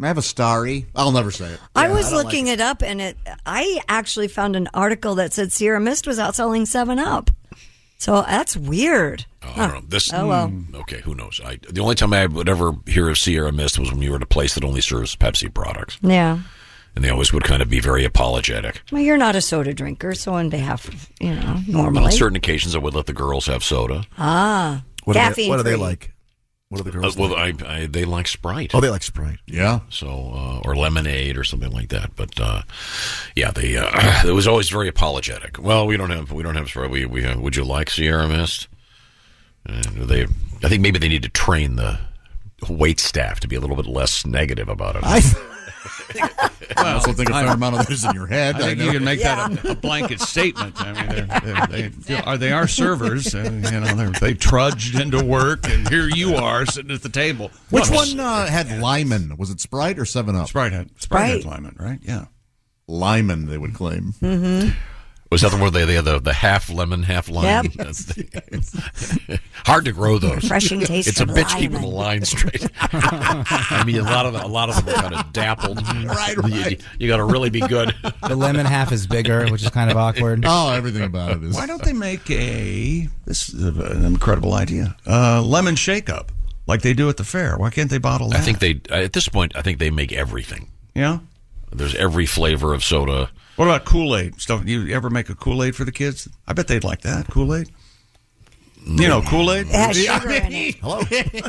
S9: I have a starry. I'll never say it.
S6: I
S9: Yeah,
S6: was
S9: don't like
S6: looking it up, and it. I actually found an article that said Sierra Mist was outselling Seven Up. So that's weird.
S1: Oh, I don't know. This, mm,
S6: Oh well.
S1: Okay, who knows? I, the only time I would ever hear of Sierra Mist was when you were at a place that only serves Pepsi products,
S6: Yeah.
S1: and they always would kind of be very apologetic.
S6: Well, you're not a soda drinker, so on behalf of you know
S1: On
S6: normally.
S1: certain occasions, I would let the girls have soda.
S6: Ah. caffeine free.
S9: What are the
S1: girls? Uh, well, I, I, they like Sprite.
S9: Oh, they like Sprite. Yeah.
S1: So, uh, or lemonade or something like that. But uh, yeah, they uh, it was always very apologetic. Well, we don't have we don't have Sprite. We we have. Would you like Sierra Mist? And they, I think maybe they need to train the wait staff to be a little bit less negative about it.
S9: I, I also think a fair
S3: I-
S9: amount of this in your head.
S3: I think
S9: know.
S3: you can make that a, a blanket statement. I mean, they're, they're, they feel- are they are servers, and you know they're, they trudged into work, and here you are sitting at the table.
S9: Which
S3: Well,
S9: one uh, had Lyman? Was it Sprite or Seven Up?
S3: Sprite had
S6: Sprite had Sprite.
S3: Lyman, right? Yeah.
S9: Lyman, they would claim.
S6: Mm-hmm.
S1: Was that the word they, they had the, the half lemon, half lime?
S6: Yep.
S1: That's the- Hard to grow those.
S6: Refreshing taste
S1: It's a
S6: of
S1: bitch
S6: lime.
S1: keeping the line straight. I mean, a lot of the, a lot of them are kind of dappled. right, right. You, got to really be good.
S7: The lemon half is bigger, which is kind of awkward.
S3: Oh, everything
S9: about it
S3: Why don't they make a this is a- an incredible idea uh, lemon shake up like they do at the fair? Why can't they bottle
S1: I
S3: that?
S1: think they at this point. I think they make everything.
S3: Yeah.
S1: There's every flavor of soda.
S3: What about Kool Aid stuff? You ever make a Kool Aid for the kids? I bet they'd like that Kool Aid. You know Kool Aid.
S6: It has sugar in it.
S9: Hello.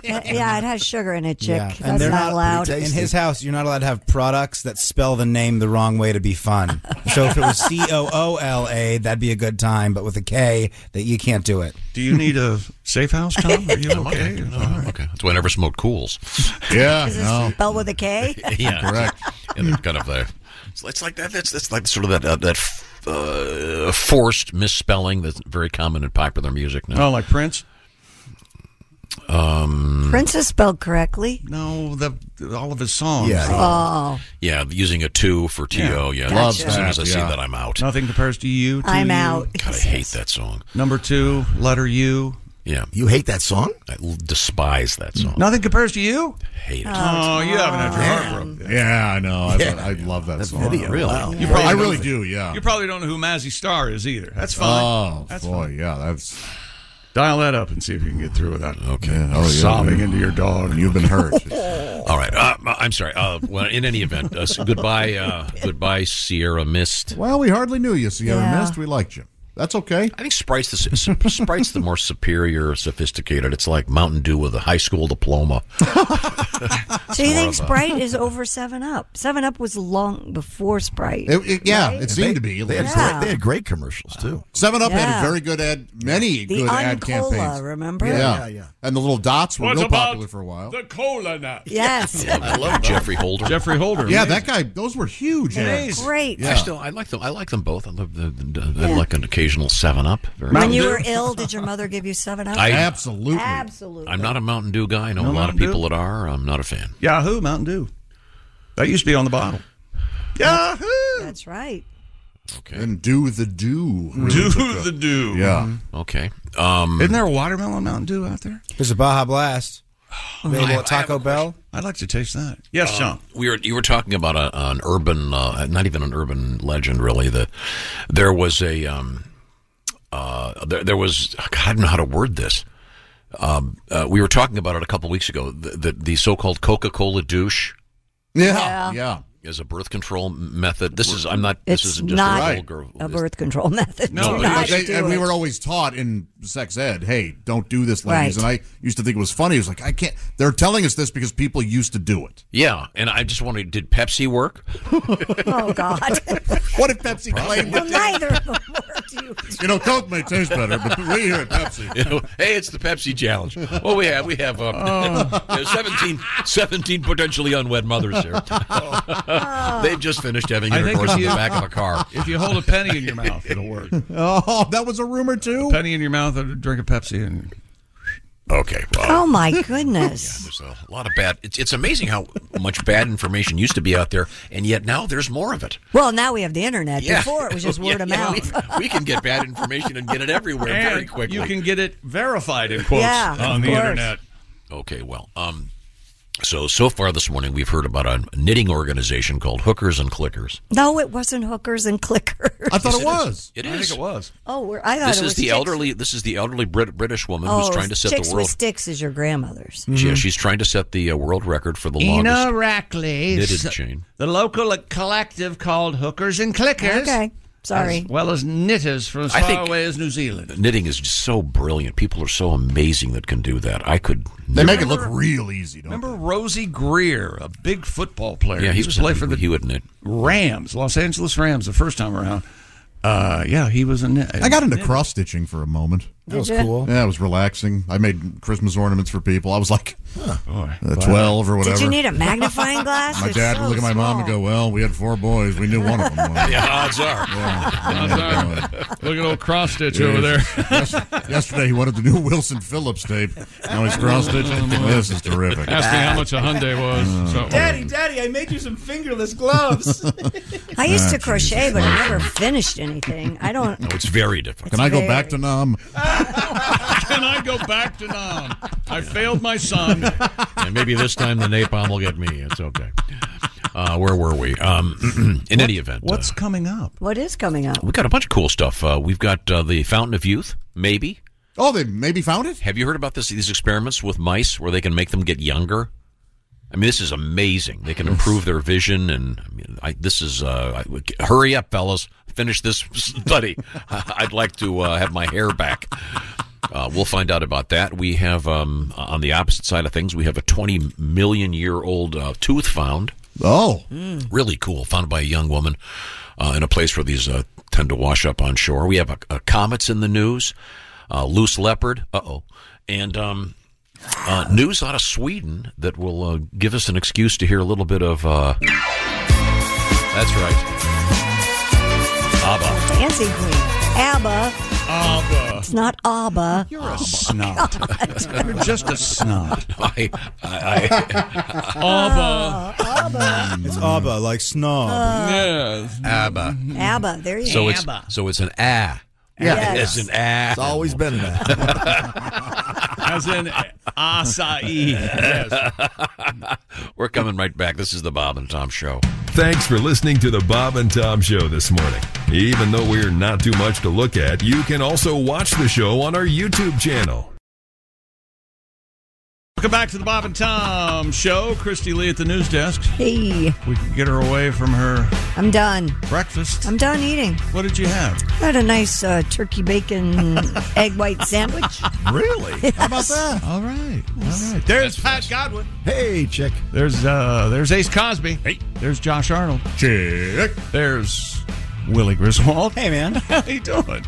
S6: yeah, it has sugar in it, chick. That's
S7: and they're
S6: not, allowed.
S7: In his house, you're not allowed to have products that spell the name the wrong way to be fun. so if it was C O O L A, that'd be a good time. But with a K, that you can't do it.
S3: Do you need a safe house, Tom? Are you
S1: I'm
S3: okay?
S1: No, I'm okay. That's why I never smoked cools.
S9: Yeah,
S6: Is it spelled with a K?
S1: yeah, correct. And they're kind of there. It's, it's like that. That's that's like sort of that uh, that uh, forced misspelling that's very common in popular music now.
S3: Oh, like Prince.
S1: Um,
S6: Prince is spelled correctly.
S3: No, the all of his songs.
S6: Oh,
S1: Yeah, using a two for to. Yeah,
S3: Love
S1: as soon as I
S3: that,
S1: see
S3: yeah.
S1: that, I'm out.
S3: Nothing compares to you. to
S6: I'm
S3: you.
S6: out.
S1: God, I hate that song.
S3: Number two, letter U.
S1: Yeah,
S3: you hate that song. Mm.
S1: I l- despise that song.
S3: Nothing compares to you.
S1: Hate it.
S3: Oh, you haven't had your heart broken.
S9: Yeah, I know. I,
S3: Yeah.
S9: I love that song.
S1: video, Really? wow.
S9: You
S1: You
S9: probably,
S1: probably
S9: I
S1: know
S9: really
S1: that.
S9: do, yeah.
S3: You probably don't know who Mazzy Star is either. That's fine.
S9: Oh,
S3: That's
S9: boy,
S3: fine.
S9: yeah, that's...
S3: Dial that up and see if you can get through without
S1: okay.
S9: oh, yeah.
S3: sobbing into your dog.
S9: You've been hurt.
S1: All right. Uh, I'm sorry. Uh, well, in any event, uh, so goodbye, uh, goodbye, Sierra Mist.
S9: Well, we hardly knew you, so you
S1: Yeah.
S9: missed. We liked you. That's okay.
S1: I think Sprite's the su- Sprite's the more superior, sophisticated. It's like Mountain Dew with a high school diploma.
S6: so you
S1: more
S6: think
S1: of a-
S6: Sprite is over Seven Up? Seven Up was long before Sprite.
S9: It- it- yeah,
S6: right?
S9: it seemed to be.
S8: They had,
S6: Yeah.
S8: great, they had great commercials too.
S9: Seven Up
S6: Yeah.
S9: had a very good ad, many
S6: The
S9: good ad
S6: Uncola,
S9: campaigns.
S6: remember?
S9: Yeah.
S6: Yeah,
S9: Yeah,
S6: yeah.
S9: And the little dots were
S6: What
S9: real
S6: about
S9: popular for a while.
S3: The cola nut.
S6: Yes.
S1: I love Jeffrey Holder.
S3: Jeffrey Holder.
S9: Yeah, that guy. Those were huge.
S1: Yeah.
S9: ads.
S6: Great.
S1: I still I like them. I like them both. I love the, the, the-
S6: Yeah.
S1: like an occasional Seven Up. Very
S6: When
S1: nice.
S6: you were ill, did your mother give you Seven Up?
S1: I-
S9: Absolutely.
S6: Absolutely.
S1: I'm not a Mountain Dew guy. I know
S3: No
S1: a lot of
S3: Mountain Dew?
S1: people that are. I'm not a fan.
S3: Yahoo Mountain Dew. That used to be on the bottle. Yahoo!
S6: That's right.
S9: And do the do.
S3: Do the do.
S9: Yeah.
S1: Mm-hmm. Okay. Um,
S3: Isn't there a watermelon Mountain Dew out there? Oh,
S7: There's a Baja Blast.
S1: I-
S7: Available
S1: I
S7: at Taco Bell.
S3: I'd like to taste that. Yes,
S1: Um,
S3: John.
S1: We were you were talking about a, an urban, uh, not even an urban legend, really. The there was a um, uh, there, there was God, I don't know how to word this. Um, uh, we were talking about it a couple weeks ago. The the, the so called Coca Cola douche.
S9: Yeah. Yeah.
S1: Is a birth control method. This is I'm not.
S6: It's
S1: this isn't just
S6: not
S1: a vulgar.
S6: a birth control method.
S1: No,
S6: Do
S1: but-
S6: not
S9: They-
S6: do
S9: and we
S6: it.
S9: were always taught in sex ed, hey, don't do this,
S6: Right.
S9: ladies. And I used to think it was funny. It was like, I can't. They're telling us this because people used to do it.
S1: Yeah, and I just wondered, did Pepsi work?
S6: Oh God.
S9: What if Pepsi claimed
S6: well,
S9: it? did?
S6: neither of them worked. You.
S9: You know, Coke may taste better, but we here at Pepsi.
S1: You know, hey, it's the Pepsi challenge. Well, we have we have um,
S9: Oh.
S1: there's 17, 17 potentially unwed mothers here.
S6: Oh.
S1: They've just finished having intercourse in the back of a car.
S3: if you hold a penny in your mouth, it'll work.
S9: Oh, that was a rumor too.
S3: penny in your mouth, and drink a Pepsi, and
S1: Okay.
S6: Oh my goodness.
S1: There's a lot of bad. It's, it's amazing how much bad information used to be out there, and yet now there's more of it.
S6: Well, now we have the internet.
S1: Yeah.
S6: Before it was just
S1: Yeah,
S6: word of
S1: yeah,
S6: mouth.
S1: we- we can get bad information and get it everywhere very
S3: And
S1: quickly.
S3: You can get it verified in quotes
S6: Yeah,
S3: on
S6: of
S3: the
S6: course.
S3: internet.
S1: Okay, well, um, so so far this morning we've heard about a knitting organization called Hookers and Clickers.
S6: No, it wasn't hookers and clickers.
S9: I thought it was.
S1: It
S3: I
S1: is.
S3: think it was.
S6: Oh, we're, I thought
S1: This
S6: it was
S1: is the
S6: chicks.
S1: elderly. This is the elderly Brit- British woman
S6: Oh,
S1: who's trying to set
S6: chicks
S1: the world.
S6: with sticks is your grandmother's.
S3: Mm-hmm.
S1: Yeah, she's trying to set the uh, world record for the
S13: Ina
S1: longest
S13: Rackley,
S1: knitted
S13: s-
S1: chain.
S13: the local collective called Hookers and Clickers.
S6: Okay, sorry.
S13: As well as knitters from as
S1: I
S13: far
S1: think-
S13: away as New Zealand.
S1: Knitting is just so brilliant. People are so amazing that can do that. I could.
S9: They make it look real easy, don't
S3: Remember Rosie Greer, a big football player.
S1: Yeah, he
S3: Used
S1: was
S3: to play for the
S1: he would knit.
S3: Rams, Los Angeles Rams, the first time around. Uh, yeah, he was a knit.
S9: they? I got into cross stitching for a moment.
S6: That was Did ya? cool.
S9: Yeah, it was relaxing. I made Christmas ornaments for people. I was like, uh,
S6: Wow.
S9: twelve or whatever.
S6: Did you need a magnifying glass?
S9: my
S6: It's
S9: dad
S6: so
S9: would look at my mom and go, "Well, we had four boys. We knew one of them."
S1: Yeah, odds are.
S11: Look at old cross stitch
S9: Yeah.
S11: over there.
S9: Yes- yesterday, he wanted the new Wilson Phillips tape. Now he's cross stitching. this is terrific. Uh,
S11: Ask me how much a Hyundai was. So-
S7: Daddy, Daddy, I made you some fingerless gloves.
S6: I used
S9: Ah,
S6: to
S9: Jesus
S6: crochet, but I
S9: Christ.
S6: never finished anything. I don't.
S1: No, it's very difficult.
S9: Can I go
S6: very-
S9: back to Nam?
S11: Can I go back to Nam? I failed my son.
S1: and maybe this time the napalm will get me. It's okay. Uh, where were we? Um, in any event, uh,
S3: What's coming up?
S6: What is coming up?
S1: we've got a bunch of cool stuff. Uh, we've got uh, the Fountain of Youth, maybe.
S9: Oh, they maybe found it.
S1: Have you heard about this? These experiments with mice where they can make them get younger. I mean, this is amazing. They can improve their vision, and I mean, I, this is. Uh, I, hurry up, fellas! Finish this study. I'd like to uh, have my hair back. Uh, we'll find out about that. We have um, on the opposite side of things, we have a 20 million year old uh, tooth found.
S9: Oh,
S6: Mm.
S1: really cool! Found by a young woman uh, in a place where these uh, tend to wash up on shore. We have a, a comets in the news, uh, loose leopard. Uh oh, and um, uh, news out of Sweden that will uh, give us an excuse to hear a little bit of. Uh, that's right, ABBA.
S6: Dancing Queen. ABBA.
S11: ABBA.
S6: It's not ABBA. Oh
S3: You're a snot. You're just a snot.
S1: I,
S3: I,
S6: Ah, ABBA.
S7: It's ABBA, like snob.
S11: yes.
S1: ABBA.
S6: Uh, ABBA. There you
S1: So
S6: go.
S1: it's so it's an ah.
S6: Yeah.
S1: it's an ah.
S8: It's always been that.
S11: As in acai.
S1: We're coming right back. This is the Bob and Tom Show.
S12: Thanks for listening to the Bob and Tom Show this morning. Even though we're not too much to look at, you can also watch the show on our YouTube channel.
S3: Welcome back to the Bob and Tom Show. Christy Lee at the news desk.
S6: Hey.
S3: We can get her away from her
S6: I'm done.
S3: breakfast.
S6: I'm done eating.
S3: What did you have?
S6: I had a nice uh, turkey bacon egg white sandwich.
S3: Really?
S6: How about that?
S3: All right. All right. There's Pat Godwin. Hey, chick. There's uh there's Ace Cosby. Hey. There's Josh Arnold. Chick. There's Willie Griswold. Hey man. How you doing?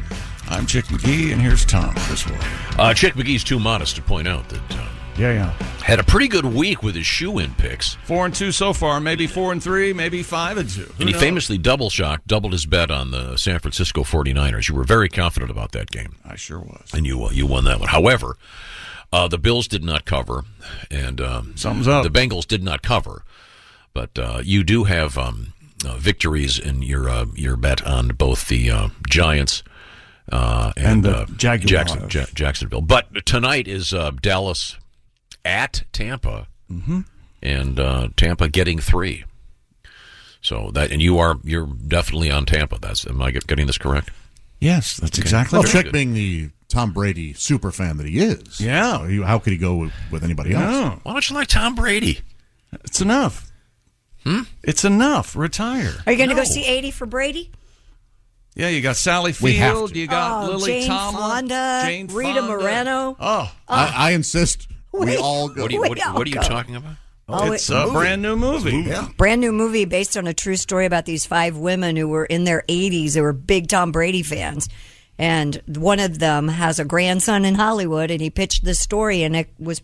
S3: I'm Chick McGee and here's Tom Griswold.
S1: Uh, Chick McGee's too modest to point out that um,
S3: Yeah, yeah.
S1: had a pretty good week with his shoe in picks,
S3: Four and two so far, maybe four and three, maybe five and two. Who
S1: and he
S3: knows?
S1: famously double shocked, doubled his bet on the San Francisco 49ers. You were very confident about that game.
S3: I sure was.
S1: and you uh, you won that one. However, uh, the Bills did not cover, and um,
S3: Something's up.
S1: The Bengals did not cover, but uh, you do have um, uh, victories in your uh, your bet on both the uh, Giants uh, and,
S3: And the
S1: uh,
S3: Jaguars.
S1: Jackson, Ja- Jacksonville. But tonight is uh, Dallas at Tampa,
S3: Mhm.
S1: and uh, Tampa getting three. So that and you are you're definitely on Tampa. That's am I get- getting this correct?
S3: Yes, that's exactly
S9: Well,
S3: right.
S9: Chick being the Tom Brady super fan that he is.
S3: Yeah.
S9: How, he- how could he go with, with anybody else?
S3: No.
S1: Why don't you like Tom Brady?
S3: It's enough. Hmm? It's enough. Retire.
S6: Are you going to
S3: No.
S6: go see 80 for Brady?
S3: Yeah, you got Sally
S9: We have
S3: Field.
S9: to.
S3: You got
S6: oh,
S3: Lily
S6: Jane
S3: Tomlin.
S6: Fonda,
S3: Jane
S6: Rita
S3: Fonda.
S6: Moreno.
S3: Oh,
S9: I, I insist we
S6: Uh, Wait.
S9: all go.
S1: What are you,
S6: We
S1: what, are you-
S6: all
S1: what are you
S6: go.
S1: talking about?
S6: Oh,
S3: it's
S6: it's
S3: a
S6: a movie.
S3: brand new movie.
S6: Brand new movie based on a true story about these five women who were in their 80s. They were big Tom Brady fans. And one of them has a grandson in Hollywood, and he pitched this story, and it was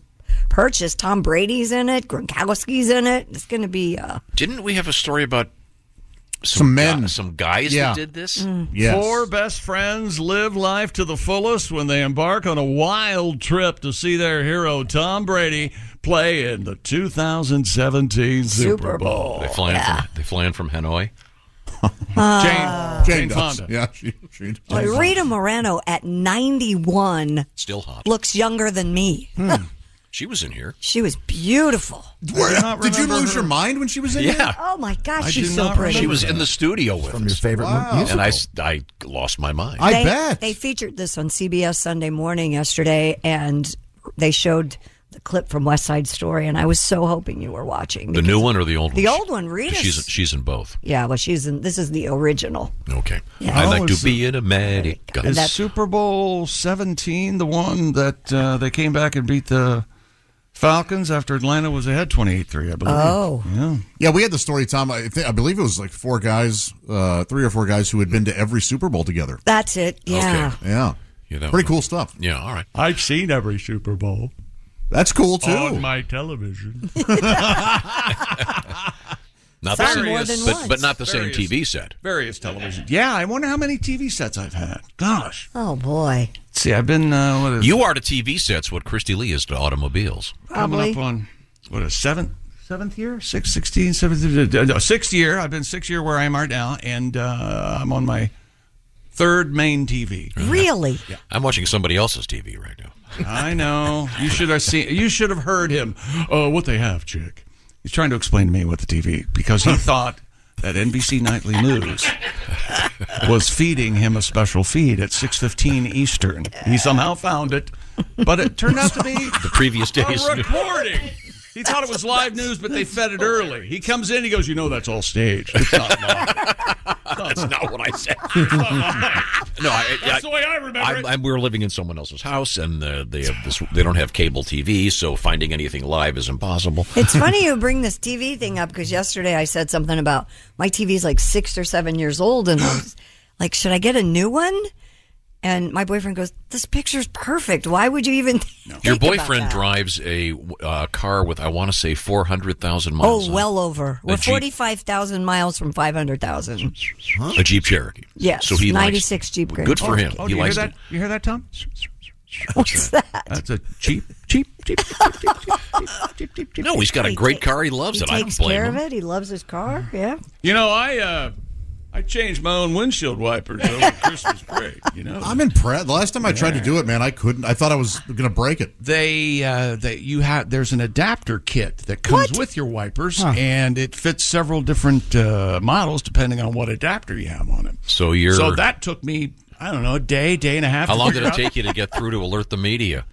S6: purchased. Tom Brady's in it, Gronkowski's in it. It's going to be. Uh,
S1: Didn't we have a story about some,
S9: Some men.
S1: gu- some guys
S9: Yeah.
S1: that did this?
S6: Mm.
S9: Yes.
S3: Four best friends live life to the fullest when they embark on a wild trip to see their hero Tom Brady play in the 2017 Super,
S6: Super
S3: Bowl.
S1: They fly in from they fly in from Hanoi.
S6: Uh,
S3: Jane, Jane,
S9: Jane does.
S3: Fonda.
S9: Yeah, she, she does.
S6: but Rita Moreno at 91
S1: Still hot.
S6: looks younger than me.
S1: She was in here.
S6: She was beautiful.
S9: Hmm. Where-
S3: do not
S9: did you
S3: remember
S9: lose
S3: her.
S9: your mind when she was in here?
S1: Yeah.
S6: Oh my gosh,
S3: I
S6: she's
S3: do
S6: so
S3: not
S6: pretty.
S1: She was
S3: remember
S1: in the studio with
S13: From your
S1: us.
S13: favorite
S9: Wow.
S13: musical.
S1: And I, s- I lost my mind.
S9: I
S6: they,
S9: bet.
S6: they featured this on CBS Sunday Morning yesterday, and they showed the clip from West Side Story, and I was so hoping you were watching
S1: the
S6: because-
S1: new one or the old one?
S6: the old one, Rita.
S1: She's she's in both.
S6: yeah, well, she's in. This is the original.
S1: Okay.
S6: Yeah.
S1: I like
S3: Oh,
S1: to
S3: is
S1: be an American.
S3: Is
S6: That's-
S3: Super Bowl 17 the one that uh, they came back and beat the Falcons after Atlanta was ahead 28-3, I believe.
S6: Oh.
S3: Yeah.
S9: Yeah, we had the story, Tom. I, think, I believe it was like four guys, uh, three or four guys who had been to every Super Bowl together.
S6: That's it. Yeah.
S9: Yeah.
S1: You know,
S9: Pretty cool stuff.
S1: Yeah, all right.
S3: I've seen every Super Bowl.
S9: That's cool too.
S3: On my television.
S1: Not
S3: Various-
S1: the same, but, but not the
S3: Various-
S1: same TV set.
S3: Various television. Yeah, I wonder how many TV sets I've had. Gosh.
S6: Oh boy.
S3: See, I've been. Uh, what is
S1: you are to TV sets what Christy Lee is to automobiles.
S3: Coming up on what a seventh seventh year, six, 16, seventh, uh, no, sixth year. I've been sixth year where I am right now, and uh, I'm on my third main TV.
S6: Really?
S3: Yeah.
S1: I'm watching somebody else's TV right now.
S3: I know. You should have seen. You should have heard him. Oh, what they have, chick. He's trying to explain to me what the TV because he thought that NBC Nightly News was feeding him a special feed at 6:15 Eastern. He somehow found it, but it turned out to be
S1: The previous days.
S3: a recording. He thought it was live news, but they fed it early. He comes in, he goes, "You know that's all staged. It's not live."
S1: That's not what I said.
S3: no,
S1: I,
S3: That's the way I remember
S1: I'm,
S3: it.
S1: I'm- we're living in someone else's house, and uh, they have this. They don't have cable TV, so finding anything live is impossible.
S6: It's funny you bring this TV thing up because yesterday I said something about my TV's like six or seven years old and I was like, should I get a new one? And my boyfriend goes, this picture's perfect. Why would you even? think
S1: Your
S6: about
S1: boyfriend
S6: that?"
S1: drives a uh, car with, I want to say, four hundred thousand miles.
S6: Oh,
S1: on it.
S6: well over.
S1: A
S6: We're
S1: Jeep-
S6: forty-five thousand miles from five hundred thousand.
S1: a Jeep Cherokee.
S6: Yes,
S1: So he likes-
S6: 96 Jeep Grand.
S1: Good for
S6: Oh,
S1: him.
S6: oh,
S1: he
S6: do you hear
S1: likes
S6: that?
S1: it.
S3: You hear that, Tom?
S6: What's that?
S3: That's a cheap, cheap, cheap.
S1: No, he's got a great car. He loves
S6: He
S1: it. I
S6: takes
S1: don't blame
S6: care
S1: him.
S6: of it. He loves his car.
S3: Mm-hmm.
S6: Yeah.
S3: You know, I uh, I changed my own windshield wipers over Christmas break. You know,
S9: I'm impressed. The last time I tried to do it, man, I couldn't. I thought I was going to break it.
S3: they uh, that you have there's an adapter kit that comes with your wipers, and it fits several different uh, models depending on what adapter you have on it.
S1: So you're.
S3: So that took me I don't know a day, day and a half.
S1: How
S3: to
S1: long
S3: figure
S1: did it
S3: out.
S1: take you to get through to alert the media?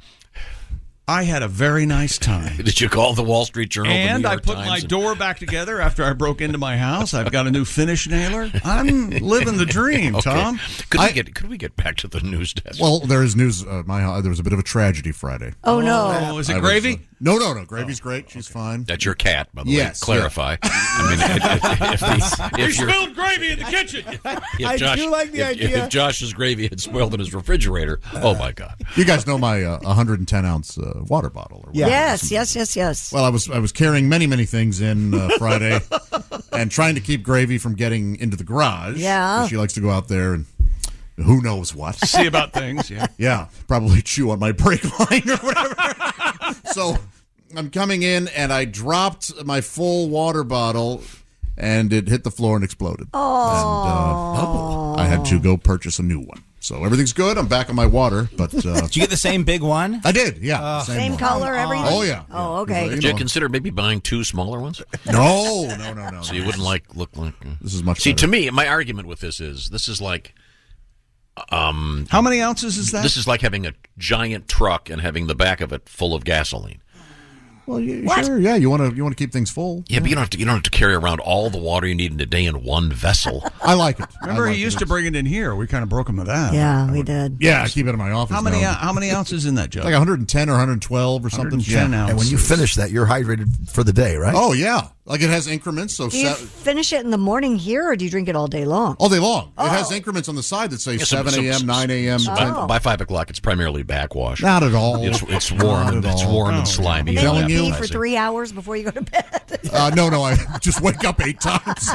S3: I had a very nice time.
S1: Did you call the Wall Street Journal? the
S3: And
S1: New
S3: I
S1: York
S3: put
S1: Times,
S3: my
S1: and-
S3: door back together after I broke into my house. I've got a new finish nailer. I'm living the dream,
S1: Okay.
S3: Tom.
S1: Could we get Could we get back to the news desk?
S9: Well, there is news. Uh, my ho- there was a bit of a tragedy Friday.
S6: Oh, no.
S3: Oh, is it
S9: I was,
S3: gravy?
S9: uh, no, no, no. Gravy's great. She's fine.
S1: Oh, That's your cat, by the
S9: Yes,
S1: way. Clarify. I mean, if, if, if,
S3: you
S1: if, you're-
S3: spilled gravy in the kitchen.
S1: if Josh, if, If Josh's gravy had spoiled in his refrigerator, oh my God!
S9: You guys know my uh, 110 ounce uh, water bottle. Or whatever.
S6: Yes, yes, yes, yes.
S9: Well, I was I was carrying many many things in uh, Friday, and trying to keep Gravy from getting into the garage.
S6: Yeah.
S9: 'cause she likes to go out there and who knows what.
S3: See about things. Yeah.
S9: Yeah, probably chew on my brake line or whatever. so I'm coming in and I dropped my full water bottle and it hit the floor and exploded. Oh. I had to go purchase a new one. So everything's good. I'm back on my water, but uh, did
S7: you get the same big one?
S9: I did. Yeah,
S6: Same
S9: one.
S6: color, everything?
S9: Oh yeah.
S6: Oh,
S9: You
S6: okay.
S1: Did you
S9: know.
S1: consider maybe buying two smaller ones?
S9: No, no, no, no.
S1: So you wouldn't like look like this
S9: is much.
S1: See,
S9: better.
S1: to me, my argument with this is this is like, um,
S3: How many ounces is that?
S1: this is like having a giant truck and having the back of it full of gasoline.
S9: Well, yeah, sure. Yeah, you want to you want to keep things full.
S1: Yeah, but you don't have to. You don't have to carry around all the water you need in a day in one vessel.
S9: I like it. I
S3: Remember,
S9: like
S3: he
S9: it.
S3: used to bring it in here. We kind of broke him to that.
S6: Yeah, we did.
S9: Yeah, I keep it in my office.
S3: How many? uh,
S9: now.
S3: How many ounces in that jug?
S9: Like 110 or 112 or something.
S3: 110 Yeah. ounces.
S18: And when you finish that, you're hydrated for the day, right?
S9: Oh yeah, like it has increments. So
S6: Do you
S9: se-
S6: finish it in the morning here, or do you drink it all day long?
S9: all day long. It has increments on the side that say
S1: Yeah, so-
S9: 7
S1: so-
S9: a.m.,
S1: so-
S9: 9 a.m.
S1: so
S9: 10.
S1: by, by five o'clock, it's primarily backwash.
S9: Not at all.
S1: It's, it's
S9: Not
S1: warm. And,
S9: at
S1: it's
S9: all.
S1: warm
S9: No.
S1: and slimy.
S9: I'm telling
S1: and
S6: Pee
S9: you.
S6: for
S1: appetizing.
S6: three hours before you go to bed.
S9: Uh, no, no, I just wake up eight times.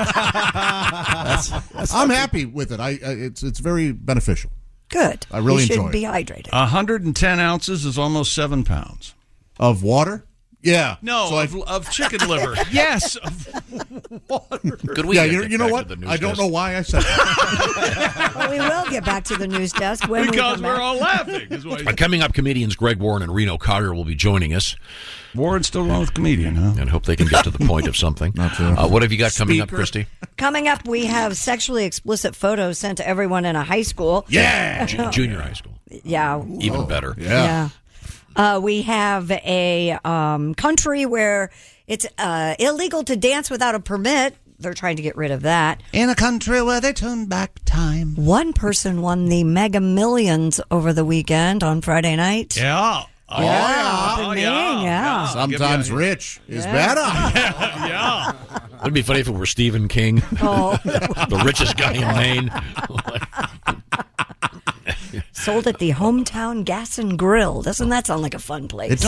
S9: I'm happy with it. I, I it's it's very beneficial.
S6: Good.
S9: I
S6: you
S9: really
S6: should
S9: enjoy it.
S6: be hydrated.
S3: 110 ounces is almost seven pounds.
S9: Of water? Yeah.
S3: No, of, of chicken liver. yes. Of water.
S1: Could we
S9: yeah,
S1: get
S9: you,
S1: back
S9: you know
S1: to
S9: what?
S1: the news
S9: I don't
S1: desk?
S9: know why I said that.
S6: Well, we will get back to the news desk when
S3: Because
S6: we come
S3: we're
S6: back.
S3: all laughing. Is why
S1: Uh, coming up, comedians Greg Warren and Reno Collier will be joining us.
S3: Warren's still wrong with comedian, huh?
S1: And hope they can get to the point of something. uh, what have you got coming up,
S3: Speaker.
S1: Christy?
S6: Coming up, we have sexually explicit photos sent to everyone in a high school.
S1: Yeah, Ju- junior high school,
S6: Yeah.
S1: even better.
S6: Yeah. Uh, we have a um, country where it's uh, illegal to dance without a permit. They're trying to get rid of that.
S13: In a country where they turn back time.
S6: One person won the Mega Millions over the weekend on Friday night.
S3: Yeah. Oh,
S6: Yeah, up in Maine, yeah.
S9: Sometimes rich is better.
S3: Yeah.
S1: It'd be funny if it were Stephen King,
S6: Oh.
S1: the richest guy in Maine.
S6: sold at the hometown gas and grill. Doesn't that sound like a fun place?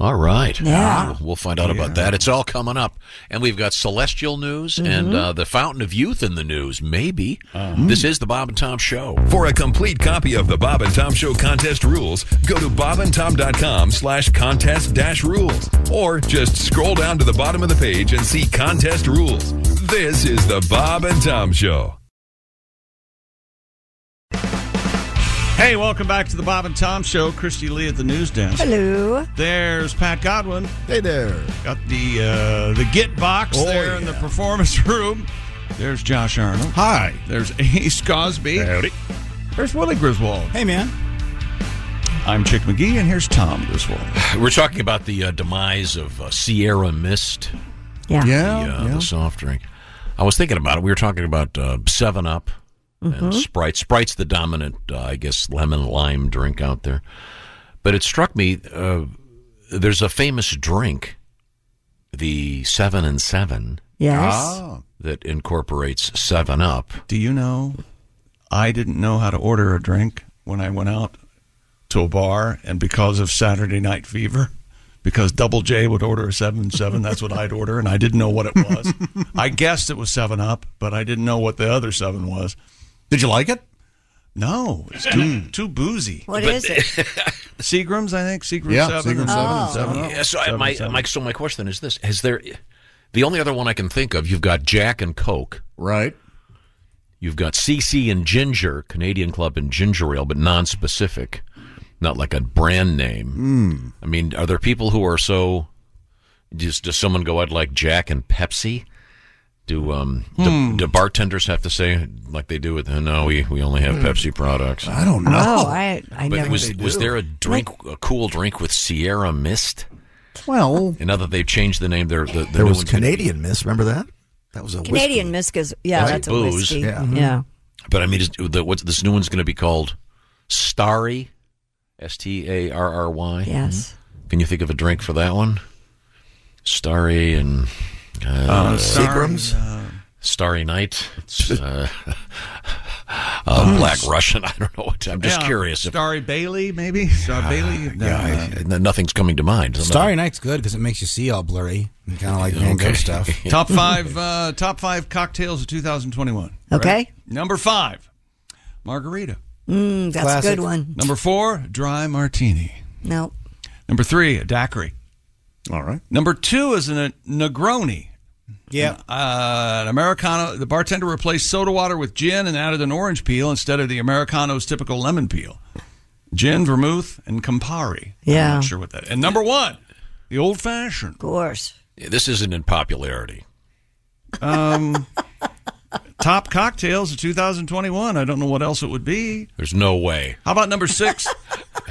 S1: All right.
S6: Yeah.
S1: Uh, We'll find out about that. It's all coming up. And we've got celestial news and
S12: Mhm.
S1: uh, the fountain of youth in the news, maybe.
S3: Uh-huh.
S1: This is the Bob and Tom Show.
S12: For a complete copy of the Bob and Tom Show contest rules, go to bobandtom.com slash contest dash rules. Or just scroll down to the bottom of the page and see contest rules. This is the Bob and Tom Show.
S3: Hey, welcome back to the Bob and Tom Show. Christy Lee at the news desk.
S6: Hello.
S3: There's Pat Godwin.
S18: Hey there.
S3: Got the uh, the get box
S18: Oh,
S3: there in the performance room. There's Josh Arnold. Hi. There's Ace Cosby. Howdy. There's Willie Griswold.
S7: Hey man.
S3: I'm Chick McGee, and here's Tom Griswold.
S1: We're talking about the uh, demise of uh, Sierra Mist.
S6: Yeah.
S1: The, uh, the soft drink. I was thinking about it. We were talking about uh, 7 Up
S6: Mm-hmm.
S1: and
S2: Mhm.
S1: Sprite. Sprite's the dominant, uh, I guess, lemon lime drink out there. But it struck me uh, there's a famous drink, the 7 and 7.
S3: Yes. Ah.
S1: That incorporates 7 Up.
S3: Do you know? I didn't know how to order a drink when I went out to a bar, and because of Saturday Night Fever, because Double J would order a seven seven, that's what I'd order, and I didn't know what it was. I guessed it was Seven Up, but I didn't know what the other seven was. Did you like it? No, it's
S1: Hmm.
S3: too too boozy.
S6: What
S3: What
S6: is
S3: is
S6: it?
S3: Seagrams, I think. Seagram
S1: Yeah,
S3: seven,
S1: Seagram
S3: and
S1: seven
S3: and seven Oh. up.
S1: Yeah, so, I,
S3: Seven,
S1: my,
S3: seven.
S1: my, so my question is this Has there. The only other one I can think of, you've got Jack and Coke. Right. You've got CC and Ginger, Canadian Club and Ginger Ale, but non-specific, not like a brand
S3: Mm.
S1: name. I mean, are there people who are so? Just does someone go out like Jack and Pepsi? Do um do-
S2: Hmm.
S1: do, bartenders have to say like they do with no we we only have
S2: Hmm.
S1: Pepsi products?
S2: I don't know. Oh, I- I
S1: but
S2: never-
S1: was
S2: They do.
S1: was there a drink a cool drink with Sierra Mist?
S18: Well,
S1: And now that they've changed the name, there the, the
S18: there
S1: new
S18: was
S1: one's gonna be-
S18: Canadian Miss. Remember that? That was a whiskey.
S6: Canadian Misk is yeah,
S1: Right.
S6: that's a
S1: Booze.
S6: whiskey. Mm-hmm.
S1: Yeah.
S6: Yeah.
S1: Mhm. But I mean, is, the, what's this new one's going to be called? Starry, S T A R R Y. Mm-hmm.
S6: Yes.
S1: Can you think of a drink for that one? Starry and uh,
S18: Uh, Starry, Seagram's? uh,
S1: Starry Night. It's, uh, uh, Black Russian. I don't know. What, I'm just
S3: Yeah,
S1: curious. If, Ah, uh,
S3: Starry Bailey, maybe. Starry Bailey. uh, No,
S1: yeah, I- nothing's coming to mind.
S7: Starry Night's good because it makes you see all blurry and kind of like Van Gogh
S1: Okay.
S7: stuff.
S3: top five uh, top five cocktails of 2021
S6: Okay.
S3: number five margarita
S6: Mm, that's a good one.
S3: number four dry martini
S6: No.
S3: number three a daiquiri all right number two is a negroni
S7: yeah
S3: uh, an americano the bartender replaced soda water with gin and added an orange peel instead of the americano's typical lemon peel gin vermouth and campari
S1: Yeah.
S3: i'm not sure what that and number one the old fashioned of
S6: course
S1: this isn't in popularity.
S3: Um, top cocktails of 2021. I don't know what else it would be.
S1: There's no way.
S3: How about number six?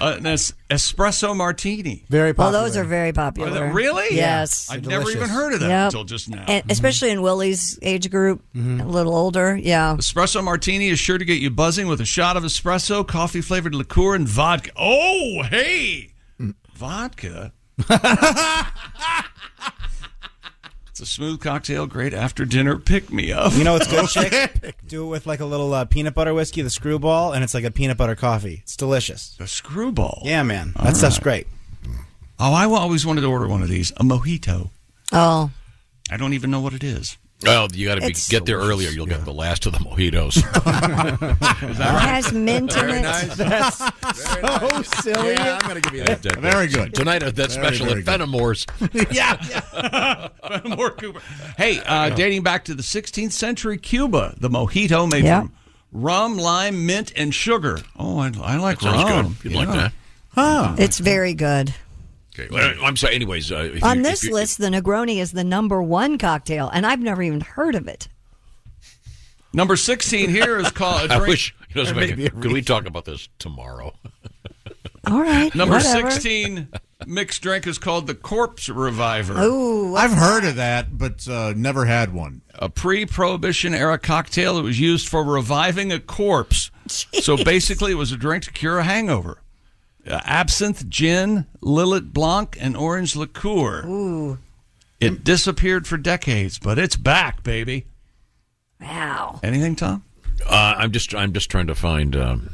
S3: uh, an es- espresso martini.
S7: Very
S6: Well, those are very popular.
S3: Are they- really?
S6: Yes.
S3: I've never even heard of that
S6: Yep.
S3: until just now.
S6: And especially in Willie's age group, a little older. Yeah.
S3: Espresso martini is sure to get you buzzing with a shot of espresso, coffee flavored liqueur, and vodka. Oh, hey, vodka. it's a smooth cocktail, great after dinner pick me up.
S7: You know what's good, chick? Do it with like a little uh, peanut butter whiskey, the screwball, and it's like a peanut butter coffee. It's delicious.
S3: The screwball.
S7: Yeah, man, that
S3: All
S7: stuff's great.
S3: right. Oh, I always wanted to order one of these, a mojito.
S6: Oh.
S3: I don't even know what it is.
S1: Well, you got to
S3: It's-
S1: get there earlier. You'll get the last of the mojitos.
S3: Is
S6: It has mint in
S2: Very
S6: it.
S2: nice.
S6: That's
S2: Very
S6: so
S2: nice.
S6: silly.
S2: Yeah, I'm gonna give you that.
S1: Very good. Tonight at that special at Fenimore's.
S3: yeah. More Cuba. Hey, uh, dating back to the 16th century Cuba, the mojito made
S2: Yeah.
S3: from rum, lime, mint, and sugar. Oh, I, I like
S1: That sounds
S3: rum.
S1: good. You'd like that.
S3: Huh.
S6: It's very good.
S1: Okay. Well, I'm sorry. Anyways, uh, if
S6: On
S1: you-
S6: this
S1: if you-
S6: list, the Negroni is the number one cocktail, and I've never even heard of it.
S3: Number 16 here is called a
S1: I
S3: drink.
S1: wish. You know, somebody- could we talk about this tomorrow?
S6: All right.
S3: Number
S6: whatever.
S3: 16 mixed drink is called the Corpse Reviver.
S6: Oh,
S9: I've heard of that, but uh, never had one.
S3: a pre-prohibition era cocktail that was used for reviving a corpse. So basically, it was a drink to cure a hangover. Uh, absinthe, gin, Lillet Blanc, and orange liqueur.
S6: Ooh.
S3: It disappeared for decades, but it's back, baby.
S6: Wow.
S3: Anything, Tom?
S1: Uh, I'm just I'm just trying to find. Um,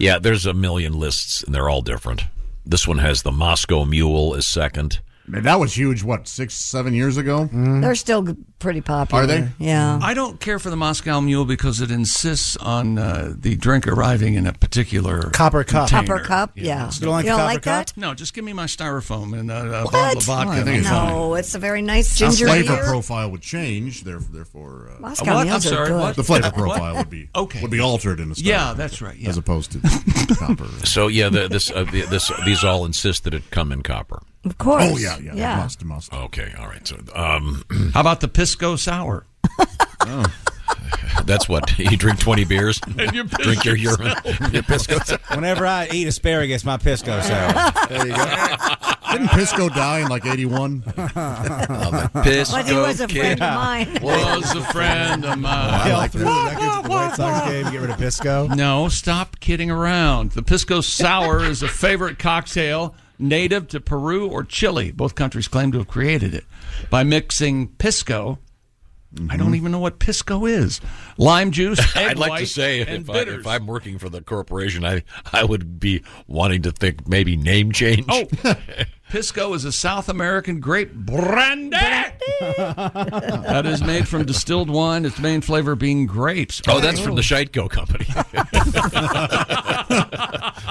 S1: Yeah, there's a million lists, and they're all different. This one has the Moscow Mule as second.
S9: Man, that was huge. What six, seven years ago?
S6: They're still g- pretty popular.
S9: Are they?
S6: Yeah.
S3: I don't care for the Moscow Mule because it insists on uh, the drink arriving in a particular
S7: Copper cup.
S3: container.
S6: Copper cup, yeah.
S3: it's-
S6: You don't like You don't copper like cup?
S3: No, just give me my styrofoam
S9: uh,
S3: and a, a bottle of vodka. and I'm fine.
S6: no, it's a very nice
S9: The
S6: ginger
S9: flavor
S6: beer.
S9: profile would change. there- Therefore, uh,
S6: Moscow What? I'm mules are sorry, good. what?
S9: The flavor
S1: What?
S9: profile would be
S1: Okay.
S9: would be altered in a style.
S3: Yeah, that's right, yeah.
S9: As opposed to copper.
S1: So yeah, the, this uh, the, this these all insist that it come in copper.
S6: Of course.
S9: Oh yeah, yeah,
S6: Yeah.
S9: must, must.
S1: Okay, all right. So um,
S3: how about the pisco sour?
S1: oh. That's what you drink twenty beers.
S3: And you piss
S1: drink your urine.
S3: yourself.
S1: Your piss goes out.
S7: Whenever I eat asparagus, my pisco sour.
S9: There you go. Didn't Pisco die in like '81?
S1: Pisco
S6: But he was a friend of mine.
S3: Was a friend of mine.
S7: Yell through the records of the White Sox game, get rid of Pisco.
S3: No, stop kidding around. The Pisco Sour is a favorite cocktail native to Peru or Chile. Both countries claim to have created it by mixing Pisco. I don't even know what Pisco is. Lime juice, egg
S1: Mm-hmm. I'd like to
S3: white,
S1: say if,
S3: and
S1: I,
S3: bitters.
S1: if I'm working for the corporation, I I would be wanting to think maybe name change.
S3: Oh, Pisco is a South American grape brandy. that is made from distilled wine, its main flavor being grapes.
S1: Oh, that's from the Scheitko company.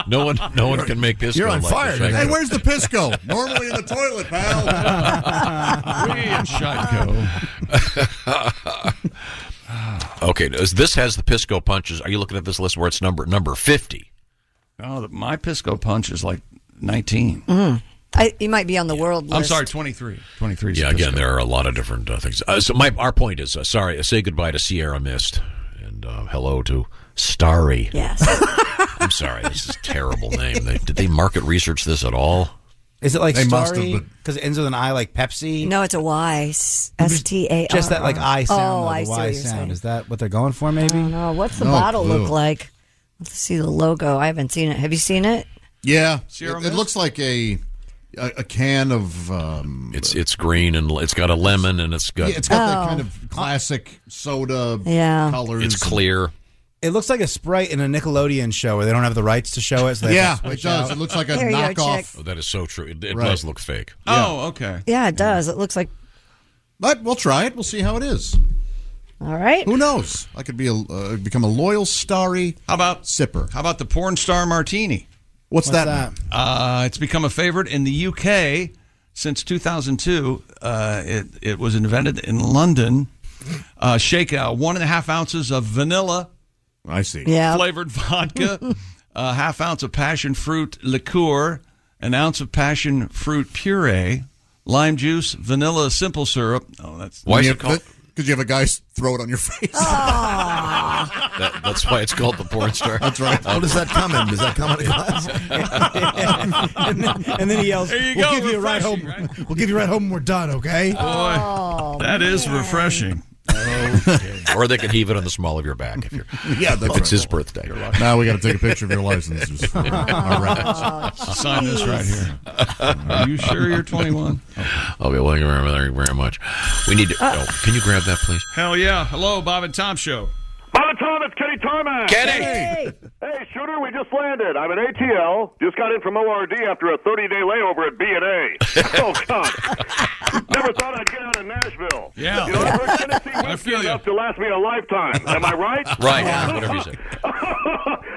S1: no one, no one can make this.
S9: You're
S1: go
S9: on
S1: like the
S9: fire.
S1: Scheitko.
S9: Hey, where's the Pisco? Normally in the toilet, pal.
S3: We at
S1: okay, no, this has the Pisco punches. Are you looking at this list where it's number number fifty?
S3: Oh, the- my Pisco punch is like 19.
S6: I, you might be on the world list.
S3: Mm. I'm sorry, 23. 23.
S1: Yeah, again, there are a lot of different uh, things. Uh, so my our point is, uh, sorry, say goodbye to Sierra Mist and uh, hello to Starry.
S6: Yes.
S1: I'm sorry, this is a terrible name. They, did they market research this at all?
S7: Is it like
S1: They must
S7: starry?
S1: have, but-
S7: Because it ends with an I like Pepsi?
S6: No, it's a Y. S T A R.
S7: Just that like I sound.
S6: Oh,
S7: though, the
S6: I see
S7: Y
S6: what you're
S7: sound.
S6: saying.
S7: Is that what they're going for, maybe?
S6: No, what's the bottle look like? Let's see the logo. I haven't seen it. Have you seen it?
S9: Yeah,
S6: Sierra
S9: it, it
S6: Mist?
S9: looks like a a, a can of. Um,
S1: It's it's green and it's got a lemon and it's got
S9: yeah, it's got
S6: Oh.
S9: that kind of classic soda
S6: Yeah.
S9: colors.
S1: it's clear.
S7: It looks like a Sprite in a Nickelodeon show where they don't have the rights to show it. So they
S9: Yeah,
S7: have to
S9: it
S7: switch
S9: does.
S7: out.
S9: It looks like a
S6: There you go,
S9: knockoff.
S1: Oh, that is so true. It, it
S9: Right.
S1: does look fake.
S3: Oh, okay.
S6: Yeah, it does. It looks like.
S9: But we'll try it. We'll see how it is.
S6: All right.
S9: Who knows? I could be a, uh, become a loyal starry.
S3: How about
S9: sipper?
S3: How about the porn star martini?
S9: What's, that? mean?
S3: Uh, it's become a favorite in the UK since 2002. Uh, it, it was invented in London. Uh, shake out one and a half ounces of vanilla
S9: I see.
S3: flavored vodka, a half ounce of passion fruit liqueur, an ounce of passion fruit puree, lime juice, vanilla simple syrup. Oh, that's
S1: Why is it called?
S9: Because you have a guy s- throw it on your face.
S1: That, that's why it's called the porn star.
S9: That's right.
S1: Uh,
S18: What does that come in? Does that come in a glass?
S7: and, then, and then he yells,
S3: There you
S7: "We'll
S3: go,
S7: give you a ride home.
S3: refreshing,
S7: We'll give you a ride home when we're done, okay?"
S3: boy, that is refreshing.
S1: or they can heave it on the small of your back if you're.
S9: Yeah,
S1: if
S9: that's
S1: it's
S9: right.
S1: his birthday.
S9: Now we got to take a picture of your licenses. for our records.
S3: Sign this right here. Are you sure you're 21?
S1: Okay, well, thank you very, very, very much. We need to.
S6: Uh,
S1: oh, can you grab that, please?
S3: Hell yeah! Hello, Bob and Tom Show.
S17: Bob and Tom, it's Kenny Tarmac.
S1: Kenny!
S17: Hey. shooter, we just landed. I'm at ATL. Just got in from ORD after a 30-day layover at B&A. oh, God. Never thought I'd get out of Nashville.
S1: Yeah.
S17: You know, I've heard Tennessee whiskey enough to last me a lifetime. Am I right?
S1: Right, yeah, whatever you say.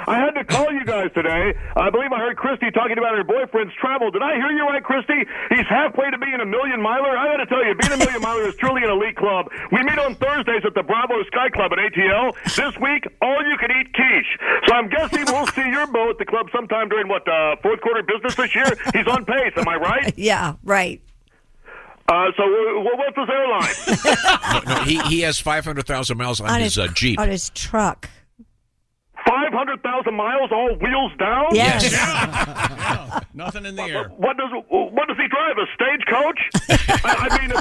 S17: I had to call you guys today. I believe I heard Christy talking about her boyfriend's travel. Did I hear you right, Christy? He's halfway to being a million miler. I got to tell you, being a million miler is truly an elite club. We meet on Thursdays at the Bravo Sky Club at ATL. This week, all you can eat quiche. So I'm guessing we'll see your Bo at the club sometime during what uh, fourth quarter business this year. He's on pace. Am I right?
S6: Yeah, right.
S17: Uh, so wh- wh- what's his airline?
S1: No, no, he, he has 500,000 miles on, his, uh, Jeep.
S6: On his truck.
S17: Five hundred thousand miles, all wheels down.
S6: Yes.
S3: Nothing in the air.
S17: What does what does he drive? A stagecoach? I, I mean, if,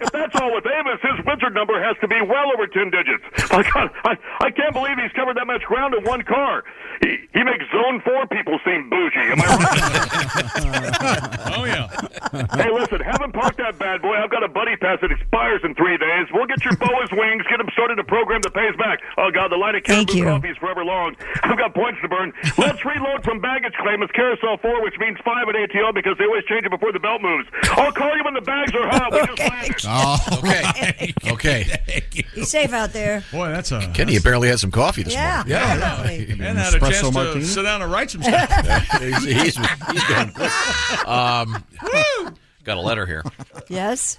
S17: if that's all with Amos, his wizard number has to be well over ten digits. My God, I, I can't believe he's covered that much ground in one car. He, he makes Zone Four people seem bougie. Am I right?
S3: Oh yeah. Oh,
S17: hey, listen, have him park that bad boy. I've got a buddy pass that expires in three days. We'll get Get your boa's wings. Get them started a program that pays back. Oh, God, the light of
S6: Thank
S17: Caribou
S6: you.
S17: Coffee is forever long. I've got points to burn. Let's reload from baggage claim. It's Carousel 4, which means 5 at ATL because they always change it before the belt moves. I'll call you when the bags are hot. We just landed.
S3: Oh,
S1: okay. okay.
S6: Be safe out there.
S3: Boy, that's a
S1: Kenny apparently had some coffee this
S6: Yeah.
S1: morning.
S6: Yeah,
S3: And had a chance to sit down and write some stuff.
S1: he's, he's, he's going quick. Um, got a letter here.
S6: Yes.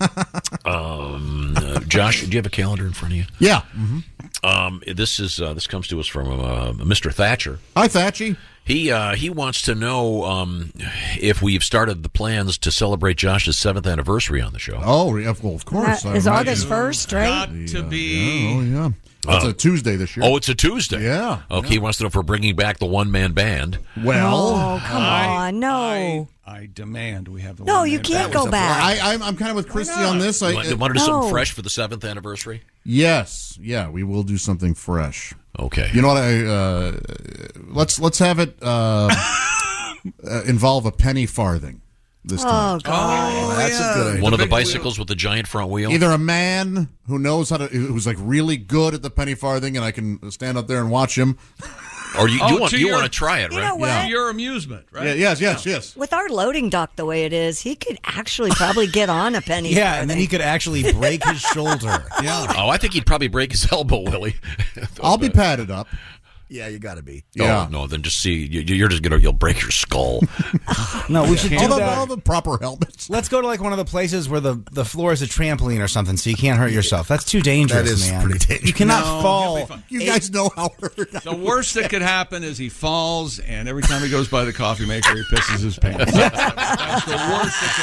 S1: Um, uh, Josh, do you have a calendar in front of you?
S9: Yeah. Mm-hmm.
S1: Um, this is uh, this comes to us from uh, Mr. Thatcher.
S9: Hi, Thatchy.
S1: He uh, he wants to know um, if we've started the plans to celebrate Josh's seventh anniversary on the show.
S9: Oh, yeah, well, of course.
S6: Uh, is
S9: I-
S6: August first, right?
S3: to be.
S9: Oh, yeah. It's
S1: Uh,
S9: a Tuesday this year.
S1: Oh, it's a Tuesday.
S9: Yeah.
S1: Okay, he wants to know if we're bringing back the one man band.
S6: Oh, come on, no.
S3: I demand we have the.
S6: No, you can't go back.
S9: I, I'm, I'm kind of with Christy on this. I,
S1: you want, you want to do something fresh for the seventh anniversary?
S9: Yes, yeah, we will do something fresh.
S1: Okay.
S9: You know what? I uh, let's let's have it uh, uh, involve a penny farthing this time.
S6: Oh God.
S9: that's a good idea.
S1: One of the bicycles with the giant front wheel.
S9: Either a man who knows how to, who's like really good at the penny farthing, and I can stand up there and watch him.
S1: Or you,
S9: Oh,
S1: you want
S9: to
S1: you
S9: your-
S1: want to try it,
S6: You
S1: right?
S6: know what?
S9: Yeah.
S3: Your amusement, right?
S9: Yeah, yes, yes, yes.
S6: With our loading dock the way it is, he could actually probably get on a penny.
S7: Yeah, and then he could actually break his shoulder.
S9: Yeah.
S1: Oh, I think he'd probably break his elbow, Willie.
S9: I'll be padded up.
S18: Yeah, you got to be.
S1: Oh, no, then just see. you- You're just gonna. You'll break your skull.
S7: No, we should do
S9: All the,
S7: that.
S9: all the proper helmets.
S7: Let's go to like one of the places where the, the floor is a trampoline or something, so you can't hurt yourself. That's too dangerous,
S18: That is
S7: man.
S18: pretty dangerous.
S7: You cannot
S3: No,
S7: fall.
S3: you'll be fine.
S9: You guys know how hurt. I
S3: The worst that could happen is he falls, and every time he goes by the coffee maker, he pisses his pants. That's the worst that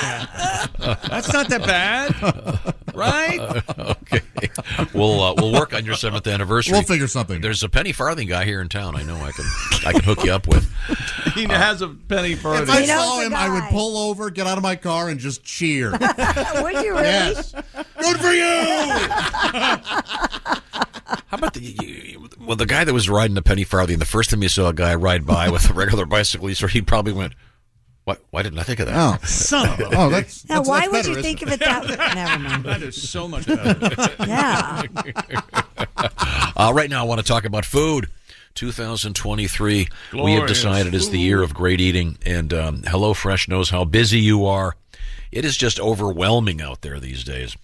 S3: could happen. That's not that bad, right?
S1: okay, we'll uh, we'll work on your seventh anniversary.
S9: We'll figure something.
S1: There's a penny farthing guy here in town. I know. I can I can hook you up with.
S3: He has a penny for
S9: If
S3: it.
S9: I
S6: He knows
S9: saw
S6: the
S9: him, I would
S6: guy.
S9: pull over, get out of my car, and just cheer.
S6: Would you really?
S9: yes. Good for you.
S1: How about the you, well the guy that was riding the penny farthing? The first time you saw a guy ride by with a regular bicycle, he sort- he probably went. Why, why didn't I think of that?
S9: Oh,
S3: Son of a.
S9: oh, that's.
S6: Now,
S9: that's-
S6: why
S9: that's
S6: would
S9: better,
S6: you
S9: isn't
S6: think
S9: it?
S6: of it that way? Never mind.
S3: That is so much better.
S6: Yeah.
S1: Uh, right now, I want to talk about food. 2023, we have
S3: Glorious
S1: decided is the year of great eating, and um, HelloFresh knows how busy you are. It is just overwhelming out there these days.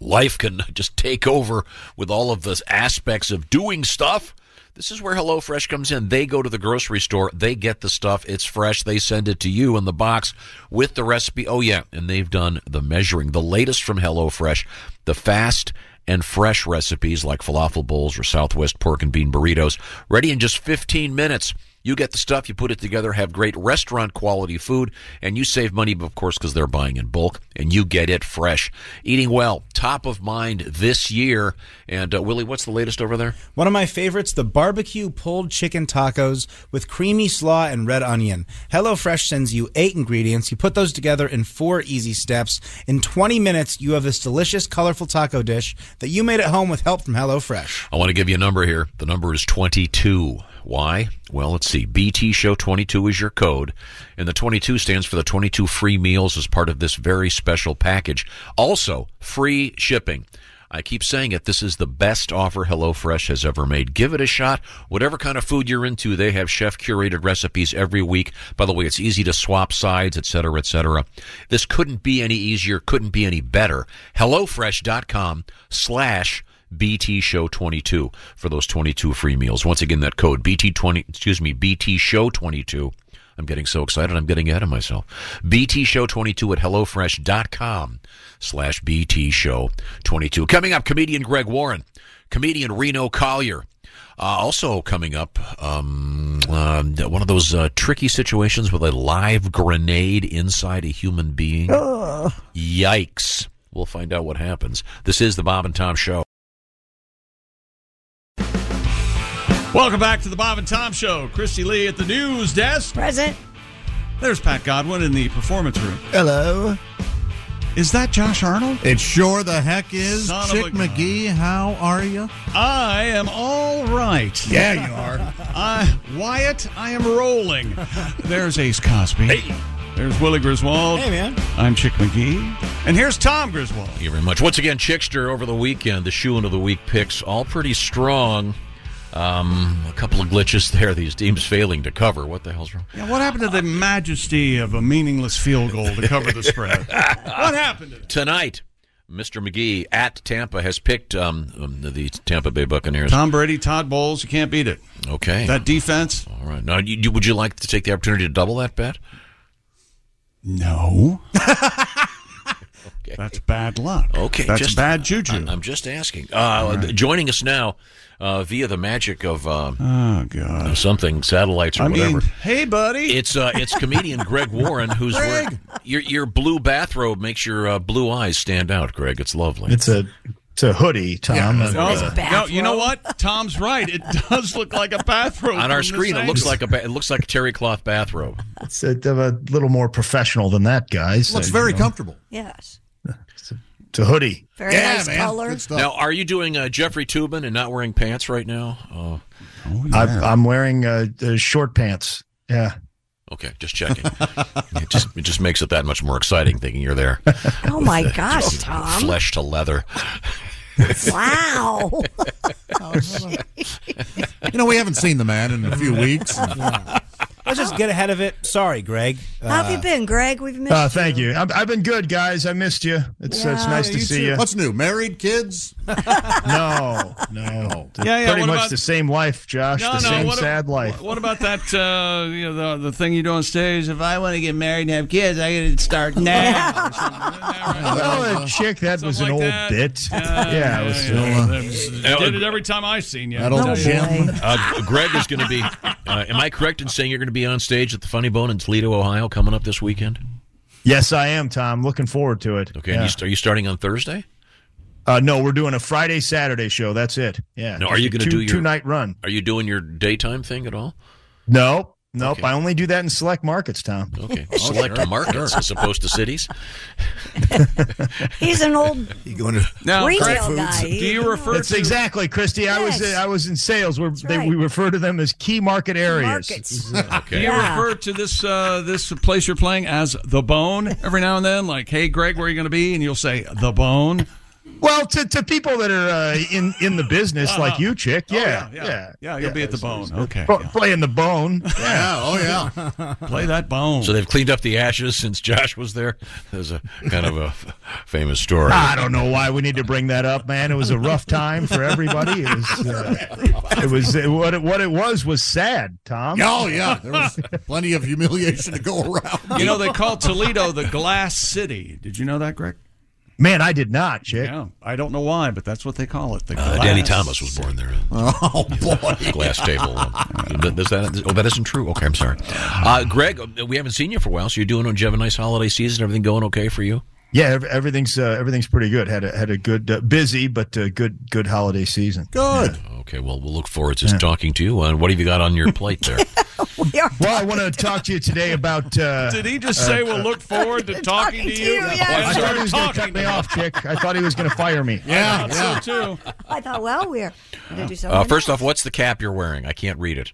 S1: Life can just take over with all of the aspects of doing stuff. This is where HelloFresh comes in. They go to the grocery store, they get the stuff, it's fresh, they send it to you in the box with the recipe. Oh, yeah, and they've done the measuring. The latest from HelloFresh, the fast and fresh recipes like falafel bowls or Southwest pork and bean burritos, ready in just 15 minutes. You get the stuff, you put it together, have great restaurant quality food, and you save money, of course, because they're buying in bulk, and you get it fresh. Eating well, top of mind this year. And uh, Willie, what's the latest over there?
S7: One of my favorites, the barbecue pulled chicken tacos with creamy slaw and red onion. HelloFresh sends you eight ingredients. You put those together in four easy steps. In 20 minutes, you have this delicious, colorful taco dish that you made at home with help from HelloFresh.
S1: I want to give you a number here. The number is 22. Why? Well, let's see. BT Show 22 is your code, and the 22 stands for the 22 free meals as part of this very special package. Also, free shipping. I keep saying it. This is the best offer HelloFresh has ever made. Give it a shot. Whatever kind of food you're into, they have chef curated recipes every week. By the way, it's easy to swap sides, et cetera, et cetera. This couldn't be any easier, couldn't be any better. HelloFresh.com slash BT Show 22 for those 22 free meals. Once again, that code BT20, excuse me, BT Show 22. I'm getting so excited. I'm getting ahead of myself. BT Show 22 at HelloFresh.com slash BT Show 22. Coming up, comedian Greg Warren, comedian Reno Collier. Uh, also coming up, um, um, one of those uh, tricky situations with a live grenade inside a human being. Yikes. We'll find out what happens. This is the Bob and Tom Show.
S3: Welcome back to the Bob and Tom Show. Christy Lee at the news desk.
S6: Present.
S3: There's Pat Godwin in the performance room.
S18: Hello.
S3: Is that Josh Arnold?
S9: It sure the heck is.
S3: Son of a
S9: Chick
S3: gun. Uh,
S9: McGee, how are you?
S3: I am all right.
S9: Yeah, you are.
S3: I, Wyatt, I am rolling. There's Ace Cosby. Hey. There's Willie Griswold.
S7: Hey, man.
S3: I'm Chick McGee. And here's Tom Griswold.
S1: Thank you very much. Once again, Chickster over the weekend, the shoe into the week picks, all pretty strong. Um, a couple of glitches there. These teams failing to cover. What the hell's wrong?
S3: Yeah, what happened to the majesty of a meaningless field goal to cover the spread? what happened
S1: tonight? Mr. McGee at Tampa has picked um, um, the Tampa Bay Buccaneers.
S3: Tom Brady, Todd Bowles, you can't beat it.
S1: Okay,
S3: That defense.
S1: all right. Now, you, you- would you like to take the opportunity to double that bet?
S3: No. That's bad luck.
S1: Okay,
S3: That's
S1: just-
S3: bad juju.
S1: I'm just asking.
S3: All
S1: Uh,
S3: right.
S1: Joining us now uh, via the magic of um,
S3: oh god
S1: something satellites or
S3: I mean,
S1: whatever.
S3: hey, buddy.
S1: It's uh, it's comedian Greg Warren who's wearing your your blue bathrobe makes your uh, blue eyes stand out. Greg, it's lovely.
S19: It's a it's a hoodie, Tom.
S1: Yeah,
S19: and,
S1: no,
S19: uh,
S3: no, you know what? Tom's right. It does look like a bathrobe
S1: on our
S3: from this
S1: screen. It looks
S3: angle.
S1: like a ba- it looks like a terry cloth bathrobe.
S19: it's a, a little more professional than that, guys.
S1: Looks
S19: Uh,
S1: very
S19: you
S1: comfortable.
S6: Yes.
S19: It's a hoodie.
S6: Very nice color.
S1: Now, are you doing uh, Jeffrey Tubin and not wearing pants right now? Oh,
S19: I, I'm wearing uh, uh, short pants. Yeah.
S1: okay, just checking. it just it just makes it that much more exciting thinking you're there.
S6: Oh my
S1: With the-
S6: gosh,
S1: from
S6: Tom.
S1: Flesh to leather.
S6: Wow.
S9: You know, we haven't seen the man in a few weeks.
S7: Let's just get ahead of it. Sorry, Greg.
S6: How have you been, Greg? We've missed
S19: Uh, thank you. I've, I've been good, guys. I missed you. It's uh, it's
S6: Yeah.
S19: nice
S6: Yeah,
S19: to
S6: you
S19: see
S6: too.
S19: you.
S6: What's
S9: new? Married kids?
S19: no, no.
S3: Yeah, yeah,
S19: Pretty
S3: what
S19: much
S3: about-
S19: the same life, Josh.
S3: No,
S19: the
S3: no,
S19: same
S3: what a-
S19: sad life.
S3: What about that? Uh, you know, the, the thing you do on stage. If I want to get married and have kids, I got to start now.
S19: Oh, a chick. That was an old bit. Yeah, it was.
S3: yeah, yeah.
S19: uh,
S3: That was-
S1: Oh,
S3: Did it every time I've seen you.
S1: Uh, Greg is going to be. Uh, am I correct in saying you're going to be on stage at the Funny Bone in Toledo, Ohio, coming up this weekend?
S19: Yes, I am, Tom. Looking forward to it.
S1: Okay, and you, st- are you starting on Thursday?
S19: Uh, no, we're doing a Friday Saturday show. That's it. Yeah.
S1: Now, are you going to
S19: Two-
S1: do your
S19: two night run?
S1: Are you doing your daytime thing at all?
S19: Nope. Nope. I only do that in select markets, Tom.
S1: Okay.
S9: Oh,
S1: Select markets as opposed to cities.
S6: He's an old
S19: going to
S6: Now, Retail Craig, guy. do you refer
S19: That's
S6: to-
S19: exactly, Christy. I was
S6: Yes.
S19: I was in sales. Where they,
S6: right.
S19: we refer to them as key market areas. uh,
S6: Markets.
S3: Do you refer to this uh, this place you're playing as the Bone every now and then? Like, hey, Greg, where are you going to be? And you'll say the Bone.
S19: Well, to, to people that are uh, in in the business
S3: Uh-huh.
S19: like you, chick,
S3: Oh,
S19: yeah,
S3: yeah,
S19: yeah,
S3: yeah. Yeah, you'll be at the
S19: so-
S3: Bone.
S19: so-
S3: Okay,
S19: Pro- playing the bone. Yeah,
S9: oh yeah.
S3: Play that bone.
S1: So they've cleaned up the ashes since Josh was there. There's a kind of a f- famous story.
S9: Ah.
S19: I don't know why we need to bring that up, man. It was a rough time for everybody. It was, uh, it was it, what it, what it was was sad, Tom.
S9: Oh yeah, there was plenty of humiliation to go around.
S3: You know they call Toledo the Glass City. Did you know that, Greg?
S19: Man, I did not, chick.
S3: Yeah, I don't know why, but that's what they call it. The
S1: Uh,
S3: Glass
S1: Danny Thomas was born there.
S9: Oh boy,
S1: glass table. Does that? Oh, that isn't true. Okay, I'm sorry. Uh, Greg, we haven't seen you for a while. So you're doing? Did you have a nice holiday season? Everything going okay for you?
S19: Yeah, ev- everything's uh, everything's pretty good. Had a had a good uh, busy but uh, good good holiday season.
S9: Good.
S1: Okay. Well, we'll look forward to talking to you. And what have you got on your plate there?
S19: Well, I want to talk to you today about. Uh,
S3: Did he just
S19: uh,
S3: say we'll look forward to talking to you?
S19: I
S3: And
S19: thought
S3: start
S19: he was going to
S3: talking
S19: cut me off, chick. I thought he was going to fire me.
S3: Yeah, I thought so too.
S6: I thought, well, we're going to do something.
S1: Uh, first off, what's the cap you're wearing? I can't read it.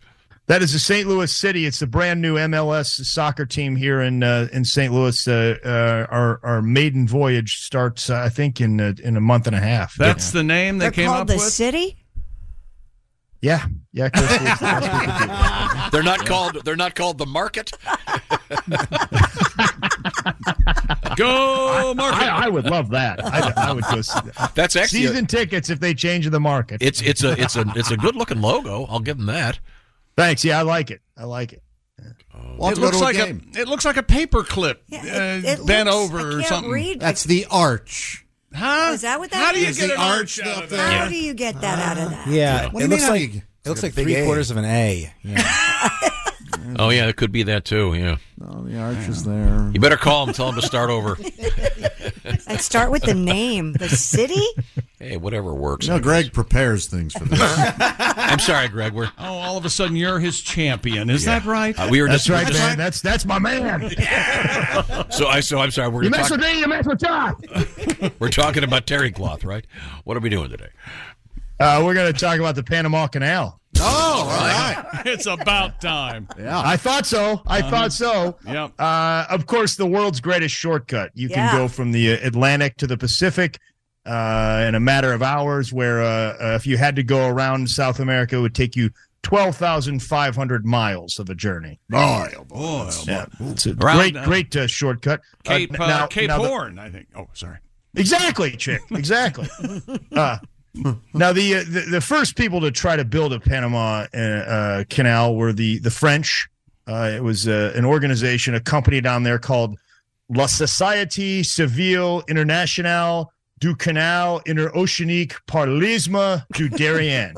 S19: That is the St. Louis City. It's the brand new MLS soccer team here in uh, in St. Louis. Uh, uh, our our maiden voyage starts, uh, I think, in a, in a month and a half.
S3: That's the name they
S6: They're
S3: came
S6: called
S3: up
S6: the
S3: with.
S6: city.
S19: yeah, yeah. Chris, it's- it's-
S1: They're not called. They're not called the market.
S3: Go market.
S19: I, I would love that. I, I would go. See that.
S1: That's actually
S19: season tickets if they change the market.
S1: It's it's a it's a it's a good looking logo. I'll give them that. Oh.
S19: Thanks. Yeah, I like it. I like it.
S9: Well,
S3: it looks like a it looks like a paper clip
S6: it-
S3: uh,
S6: it
S3: bent
S6: looks-
S3: over
S6: I
S3: or
S6: can't
S3: something.
S6: read.
S9: That's the arch.
S3: Huh?
S6: Is that what that
S3: How do you
S6: is?
S3: get an arch out of that?
S6: How do you get that out of that?
S7: Yeah,
S9: What do
S7: it
S9: you
S7: looks
S9: mean,
S7: like
S9: how you-
S7: it looks
S9: It's got a
S7: like
S9: big
S7: three
S9: A.
S7: quarters of an A.
S1: Oh yeah, it could be that too. Yeah.
S9: Oh, the arch is there.
S1: You better call them. Tell them to start over.
S6: I'd start with the name, the city.
S1: Hey, whatever works.
S9: No, Greg prepares things for this.
S1: I'm sorry, Greg. We're
S3: Oh, all of a sudden you're his champion. Is that right?
S1: Uh, we were
S19: That's
S1: just,
S19: right,
S1: just-
S19: man. That's that's my man.
S1: So I so I'm sorry. We're
S19: You
S1: gonna
S19: mess
S1: talk-
S19: with me, you mess with Todd.
S1: We're talking about terry cloth, right? What are we doing today?
S19: Uh, we're going to talk about the Panama Canal.
S9: Oh, all
S19: right.
S3: it's about time. Yeah.
S19: I thought so. I
S3: Uh-huh.
S19: thought so.
S3: Yep.
S19: Uh, of course, the world's greatest shortcut. You
S3: Yeah.
S19: can go from the Atlantic to the Pacific uh, in a matter of hours, where uh, uh, if you had to go around South America, it would take you 12,500 miles of a journey.
S9: Boy,
S19: oh,
S3: boy.
S19: Yeah. It's a
S3: Around,
S19: great,
S3: uh,
S19: great uh, shortcut. Uh,
S3: Cape,
S19: n-
S3: uh,
S19: now-
S3: Cape
S19: now the-
S3: Horn, I think. Oh, sorry.
S19: Exactly, chick. Exactly. uh, now the, uh, the the first people to try to build a Panama uh, uh, canal were the the French. Uh, it was uh, an organization, a company down there called La Société Civile Internationale du Canal Interoceanique par l'Isthme du Darien.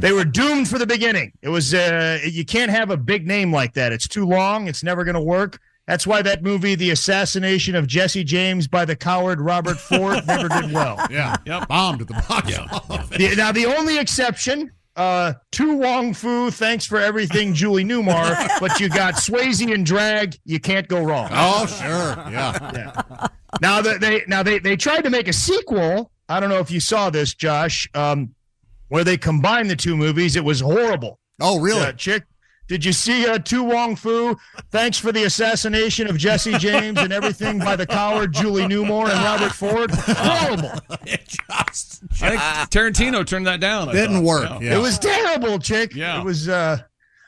S19: they were doomed for the beginning. It was uh, you can't have a big name like that. It's too long. It's never going to work. That's why that movie, The Assassination of Jesse James by the Coward Robert Ford, never did well.
S9: Yeah.
S3: Yep.
S9: Bombed at the box office.
S19: The- now, the only exception, uh, to Wong Fu, thanks for everything, Julie Newmar, but you got Swayze and drag, you can't go wrong.
S9: Oh, sure. Yeah.
S19: Now that they now they they tried to make a sequel. I don't know if you saw this, Josh, um, where they combined the two movies. It was horrible.
S9: Oh, really?
S19: Uh, chick, did you see uh, Tu Wong Fu? Thanks for the assassination of Jesse James and everything by the coward Julie Newmore and Robert Ford. Horrible.
S3: I think Tarantino turned that down. I
S19: Didn't
S3: thought.
S19: work.
S3: No.
S19: It was terrible, chick.
S3: Yeah.
S19: It was. Uh,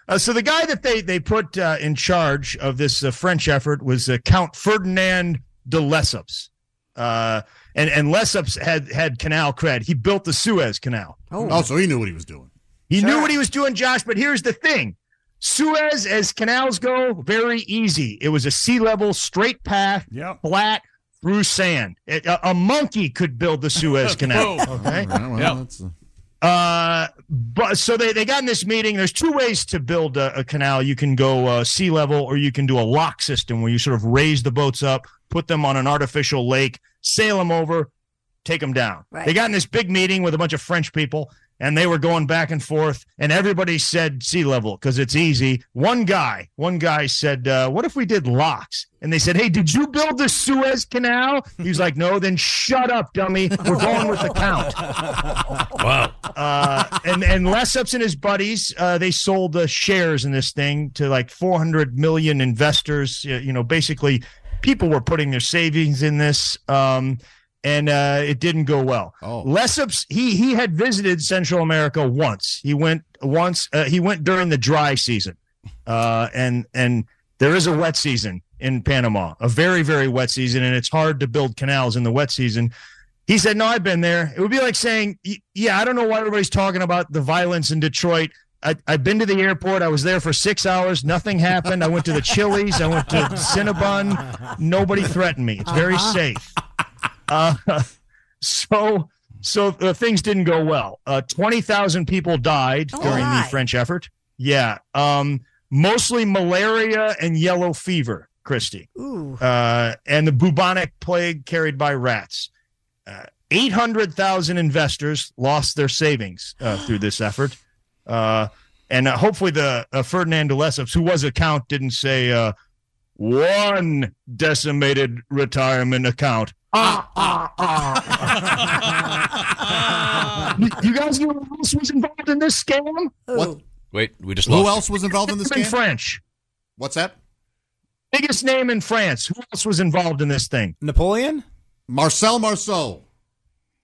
S19: uh, so the guy that they they put uh, in charge of this uh, French effort was uh, Count Ferdinand de Lesseps, uh, and and Lesseps had had canal cred. He built the Suez Canal.
S9: Oh. Oh, so he knew what he was doing.
S19: He knew what he was doing, Josh. But here's the thing: Suez, as canals go, very easy. It was a sea level, straight path, flat through sand. It- a, a monkey could build the Suez Canal.
S9: Boom.
S19: okay.
S9: All right, well,
S19: Yeah.
S9: that's, uh,
S19: Uh, but so they, they got in this meeting. There's two ways to build a, a canal. You can go uh, sea level, or you can do a lock system where you sort of raise the boats up, put them on an artificial lake, sail them over, take them down.
S2: Right.
S19: They got in this big meeting with a bunch of French people, and they were going back and forth, and everybody said sea level because it's easy. One guy, one guy said, uh, "What if we did locks?" And they said, "Hey, did you build the Suez Canal?" He was like, "No." Then shut up, dummy. We're going with the count.
S2: Wow.
S19: uh, and and Lesseps and his buddies, uh, they sold the shares in this thing to like 400 million investors. You you know, basically, people were putting their savings in this, um, and uh, it didn't go well. Oh. Lesseps, he he had visited Central America once. He went once. Uh, he went during the dry season, uh, and and there is a wet season in Panama, a very very wet season, and it's hard to build canals in the wet season. He said, "No, I've been there." It would be like saying, y- "Yeah, I don't know why everybody's talking about the violence in Detroit. I, I've been to the airport. I was there for six hours. Nothing happened. I went to the Chili's. I went to Cinnabon. Nobody threatened me. It's very
S2: Uh-huh.
S19: safe." Uh, so, so uh, things didn't go well. Uh, Twenty thousand people died during the French effort. Yeah, um, mostly malaria and yellow fever, Christy,
S6: Ooh.
S19: uh, and the bubonic plague carried by rats. Uh, 800,000 investors lost their savings uh, through this effort. Uh, and uh, hopefully, the uh, Ferdinand de Lesseps, who was a count, didn't say uh, one decimated retirement account. Ah, ah, ah. you, you guys know who else was involved in this scam?
S9: What?
S1: Wait, we just lost.
S9: Who
S1: you.
S9: else was involved in this
S19: In
S9: game?
S19: French.
S9: What's that?
S19: Biggest name in France. Who else was involved in this thing? Napoleon?
S9: Marcel Marceau.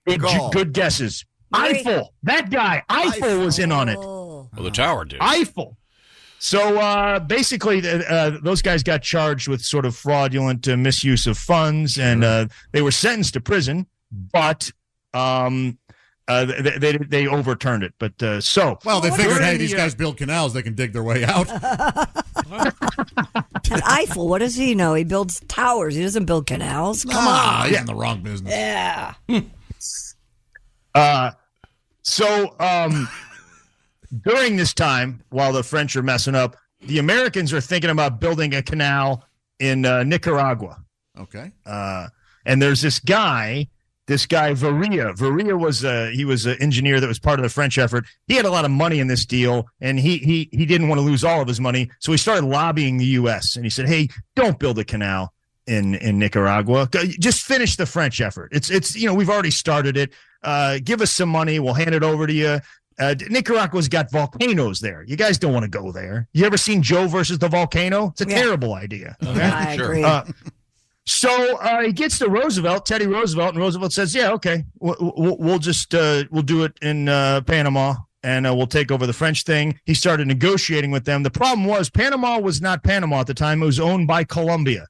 S19: Good,
S9: Gaulle.
S19: good guesses. Eiffel. That guy, Eiffel was in on it.
S1: Well, the tower did.
S19: Eiffel. So uh, basically, th- uh, those guys got charged with sort of fraudulent uh, misuse of funds, and uh, they were sentenced to prison. But um, uh, they, they they overturned it. But uh, so
S9: Well, they figured,
S19: During
S9: hey,
S19: the,
S9: these
S19: uh,
S9: guys build canals, they can dig their way out.
S6: But Eiffel, what does he know? He builds towers. He doesn't build canals. Come
S9: ah,
S6: on.
S9: he's in the wrong business.
S6: Yeah.
S3: Hmm.
S19: Uh, so um, during this time, while the French are messing up, the Americans are thinking about building a canal in uh, Nicaragua.
S9: Okay.
S19: Uh, and there's this guy, this guy Varia. Varia was a he was an engineer that was part of the French effort. He had a lot of money in this deal, and he he he didn't want to lose all of his money, so he started lobbying the U.S. and he said, "Hey, don't build a canal." In, in Nicaragua, Go- just finish the French effort. It's it's you know we've already started it. Uh, give us some money, we'll hand it over to you. Uh, Nicaragua's got volcanoes there. You guys don't want to go there. You ever seen Joe versus the volcano? It's a terrible idea.
S2: Yeah,
S19: okay?
S2: I agree.
S19: Uh, so uh, he gets to Roosevelt, Teddy Roosevelt, and Roosevelt says, "Yeah, okay, we'll, we'll, we'll just uh, we'll do it in uh, Panama, and uh, we'll take over the French thing." He started negotiating with them. The problem was Panama was not Panama at the time; it was owned by Colombia.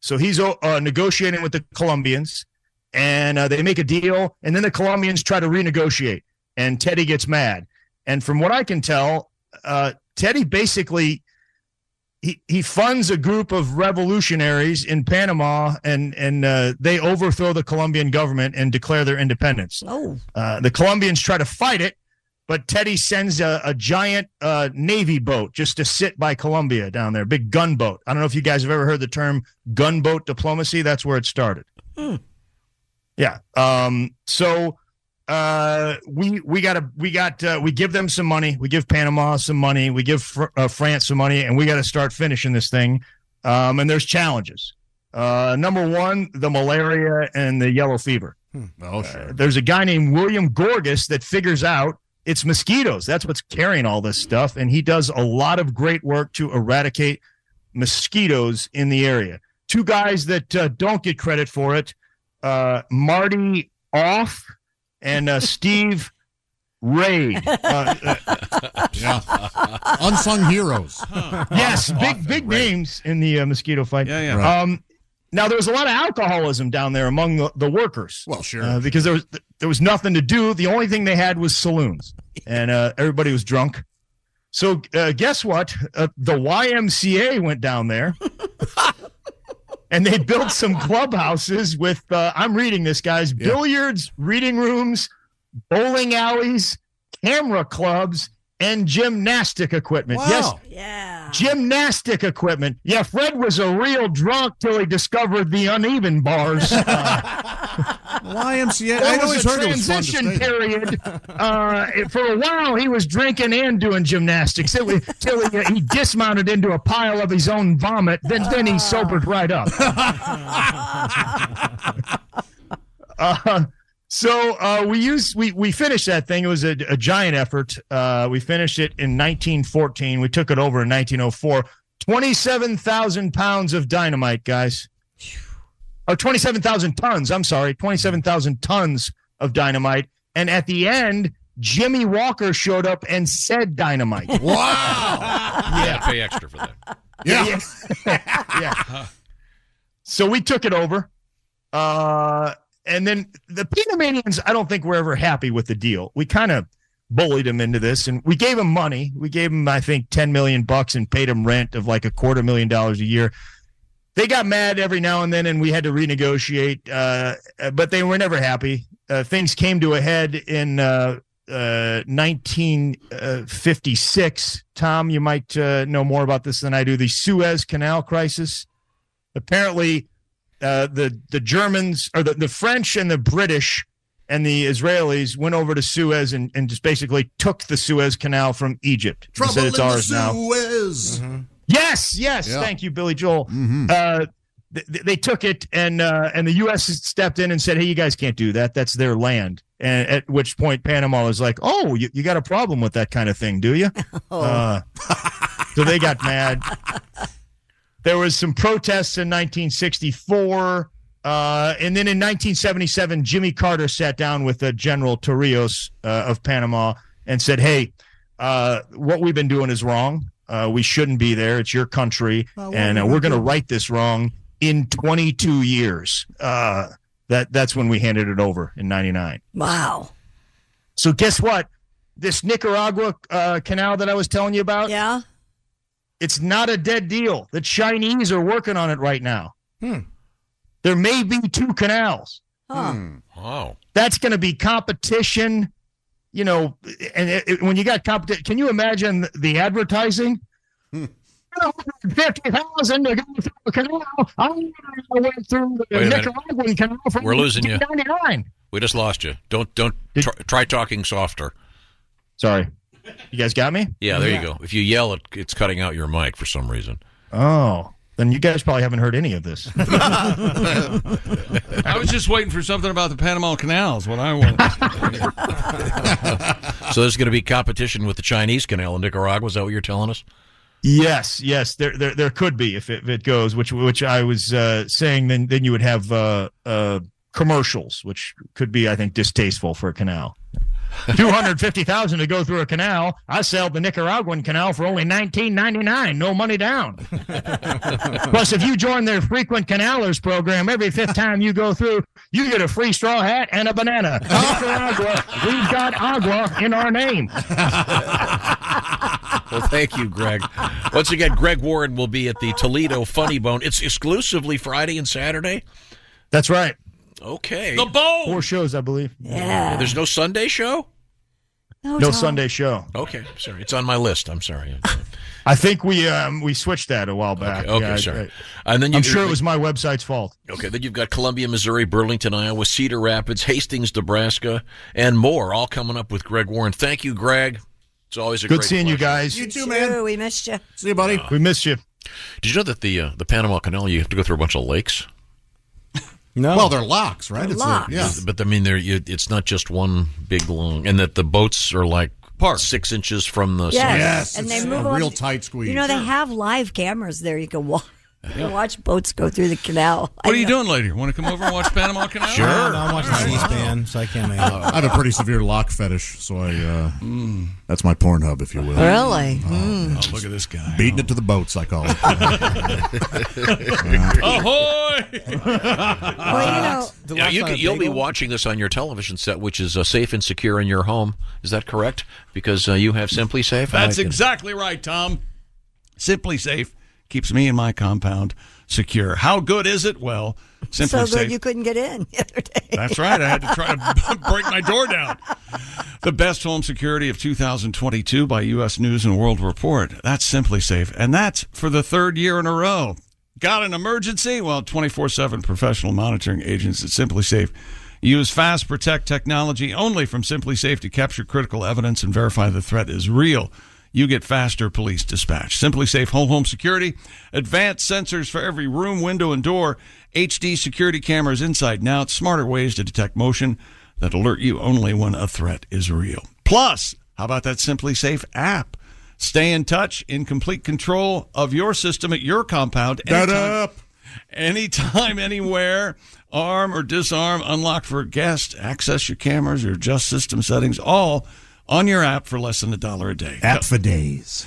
S19: So he's uh, negotiating with the Colombians, and uh, they make a deal, and then the Colombians try to renegotiate, and Teddy gets mad. And from what I can tell, uh, Teddy basically he, he funds a group of revolutionaries in Panama, and and uh, they overthrow the Colombian government and declare their independence.
S6: Oh,
S19: uh, the Colombians try to fight it, but Teddy sends a, a giant uh, navy boat just to sit by Colombia down there, big gunboat. I don't know if you guys have ever heard the term gunboat diplomacy. That's where it started. Yeah. Um, so uh, we we got to we got uh, we give them some money. We give Panama some money. We give fr- uh, France some money, and we got to start finishing this thing. Um, and there's challenges. Uh, number one, the malaria and the yellow fever. Uh,
S9: Oh, sure.
S19: There's a guy named William Gorgas that figures out it's mosquitoes. That's what's carrying all this stuff. And he does a lot of great work to eradicate mosquitoes in the area. Two guys that uh, don't get credit for it uh, Marty Off and uh, Steve Raid. Uh, uh,
S9: Unsung heroes.
S19: yes, big big names in the uh, mosquito fight. Yeah,
S9: yeah.
S19: Um, now there was a lot of alcoholism down there among the, the workers. Well, sure, because there was there was nothing to do. The only thing they had was saloons, and uh, everybody was drunk. So uh, guess what? Uh, the YMCA went down there, and they built some clubhouses with. Uh, I'm reading this, guys. Billiards, reading rooms, bowling alleys, camera clubs, and gymnastic equipment. Yes,
S2: Wow.
S19: gymnastic equipment. Yeah, Fred was a real drunk till he discovered the uneven bars.
S9: YMCA.
S19: There
S9: I'd
S19: was
S9: always
S19: a
S9: heard it was fun to
S19: transition
S9: stay there.
S19: period. Uh, for a while, he was drinking and doing gymnastics. It was, till he, he dismounted into a pile of his own vomit. Then, then he sobered right up. uh, so uh, we used we we finished that thing. It was a, a giant effort. Uh, we finished it in 1914. We took it over in 1904. 27,000 pounds of dynamite, guys or 27,000 Oh, tons, I'm sorry, 27,000 tons of dynamite. And at the end, Jimmy Walker showed up and said dynamite.
S1: You gotta pay extra for that.
S19: Yeah. yeah. So we took it over. Uh, and then the Panamanians, I don't think were ever happy with the deal. We kind of bullied them into this and we gave them money. We gave them, I think, 10 million bucks and paid them rent of like a quarter million dollars a year. They got mad every now and then and we had to renegotiate, uh, but they were never happy. Uh, things came to a head in uh, uh, 1956. Tom, you might uh, know more about this than I do. The Suez Canal crisis. Apparently, uh, the the Germans or the, the French and the British and the Israelis went over to Suez and, and just basically took the Suez Canal from Egypt. and
S9: Trouble
S19: said it's
S9: in
S19: ours
S9: the
S19: now. Mm-hmm.
S9: Suez.
S19: Yes, yes.
S9: Yeah.
S19: Thank you, Billy Joel. Uh, th- th- they took it, and uh, and the U.S. stepped in and said, "Hey, you guys can't do that. That's their land." And at which point, Panama was like, "Oh, you, you got a problem with that kind of thing, do you?" Uh, so they got mad. There was some protests in 1964. Uh, and then in 1977, Jimmy Carter sat down with uh, General Torrijos uh, of Panama and said, "Hey, uh, what we've been doing is wrong. Uh, we shouldn't be there. It's your country,
S2: Oh, well,
S19: and uh,
S2: we
S19: we're
S2: were
S19: going to
S2: good.
S19: right this wrong in 22 years." Uh, that that's when we handed it over in '99.
S6: Wow.
S19: So guess what? This Nicaragua uh, canal that I was telling you about.
S6: Yeah.
S19: It's not a dead deal. The Chinese are working on it right now. There may be two canals. Hmm.
S1: Wow.
S19: That's going to be competition. You know, and it, it- when you got competition, can you imagine the advertising? Hmm. Fifty thousand to go through the canal. I went through the
S1: Wait a minute.
S19: Nicaraguan canal from
S1: We're losing you.
S19: 1899.
S1: We just lost you. Don't don't try, try talking softer.
S19: Sorry, you guys got me.
S1: Yeah, there you go. If you yell, it, it's cutting out your mic for some reason.
S19: Oh, then you guys probably haven't heard any of this.
S3: I was just waiting for something about the Panama Canal. Is what I want.
S1: So there's going to be competition with the Chinese canal in Nicaragua. Is that what you're telling us?
S19: Yes, yes, there there, there could be if it, if it goes, which which I was uh, saying. Then then you would have uh, uh, commercials, which could be, I think, distasteful for a canal. Two hundred fifty thousand to go through a canal. I sailed the Nicaraguan canal for only nineteen ninety nine, no money down. Plus, if you join their frequent canalers program, every fifth time you go through, you get a free straw hat and a banana. Nicaragua, we've got agua in our name.
S1: Well, thank you, Greg. Once again, Greg Warren will be at the Toledo Funny Bone. It's exclusively Friday and Saturday.
S19: That's right.
S1: Okay.
S19: Four shows, I believe.
S1: Yeah, There's no Sunday show?
S19: No, Sunday show.
S1: Okay, sorry. It's on my list. I'm sorry.
S19: I think we um, we switched that a while back.
S1: Okay, okay,
S19: Yeah, I-
S1: sorry.
S19: I-
S1: And then you-
S19: I'm sure it was my website's fault.
S1: Okay, then you've got Columbia, Missouri, Burlington, Iowa, Cedar Rapids, Hastings, Nebraska, and more, all coming up with Greg Warren. Thank you, Greg. It's always a
S19: Good
S1: great
S19: seeing you
S1: pleasure.
S19: guys.
S6: You too, man. We missed you.
S19: See you, buddy. we missed you.
S1: Did you know that the uh, the Panama Canal you have to go through a bunch of lakes?
S7: No.
S9: Well, they're locks, right?
S6: They're It's a- locks. yeah.
S1: But, I mean, they're, you, it's not just one big long, and that the boats are like six inches from the.
S6: Yes,
S1: side.
S6: and they move on- You know they have live cameras there. You can watch. You can watch boats go through the canal.
S3: What are you doing later? Want to come over and watch Panama Canal?
S9: Sure. No, no, I'm
S7: watching C-SPAN, so I can't make
S9: I have a pretty severe lock fetish, so I uh, that's my porn hub, if you will.
S6: Really?
S9: Oh,
S6: Hmm.
S9: yeah,
S6: Oh,
S3: look at this guy.
S9: Beating it to the boats, I call it.
S3: Ahoy!
S9: Well,
S1: you know, you can, you'll be watching this on your television set, which is uh, safe and secure in your home. Is that correct? Because uh, you have Simply Safe.
S3: That's
S1: I can-
S3: exactly right, Tom. Simply Safe keeps me and my compound secure. How good is it? Well, Simply
S6: so good
S3: Safe.
S6: you couldn't get in the other day.
S3: That's right. I had to try to break my door down. The best home security of 2022 by U.S. News and World Report. That's Simply Safe, and that's for the third year in a row. Got an emergency? Well, 24 7 professional monitoring agents at Simply Safe use Fast Protect technology only from Simply Safe to capture critical evidence and verify the threat is real. You get faster police dispatch. Simply Safe Home Home Security, advanced sensors for every room, window, and door, HD security cameras inside and out, smarter ways to detect motion that alert you only when a threat is real. Plus, how about that Simply Safe app? Stay in touch in complete control of your system at your compound.
S9: That
S3: anytime-
S9: up.
S3: Anytime, anywhere, arm or disarm, unlock for a guest, access your cameras, your adjust system settings, all on your app for less than a dollar a day.
S9: App for days.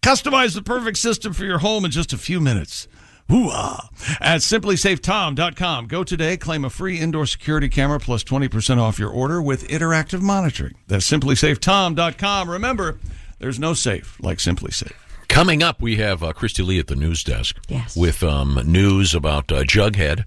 S3: Customize the perfect system for your home in just a few minutes. Hoo-ah. At simplysafetom.com. Go today, claim a free indoor security camera plus 20% off your order with interactive monitoring. That's simplysafetom.com. Remember, there's no safe like Simply Safe.
S1: Coming up, we have uh, Christy Lee at the news desk with um, news about uh, Jughead,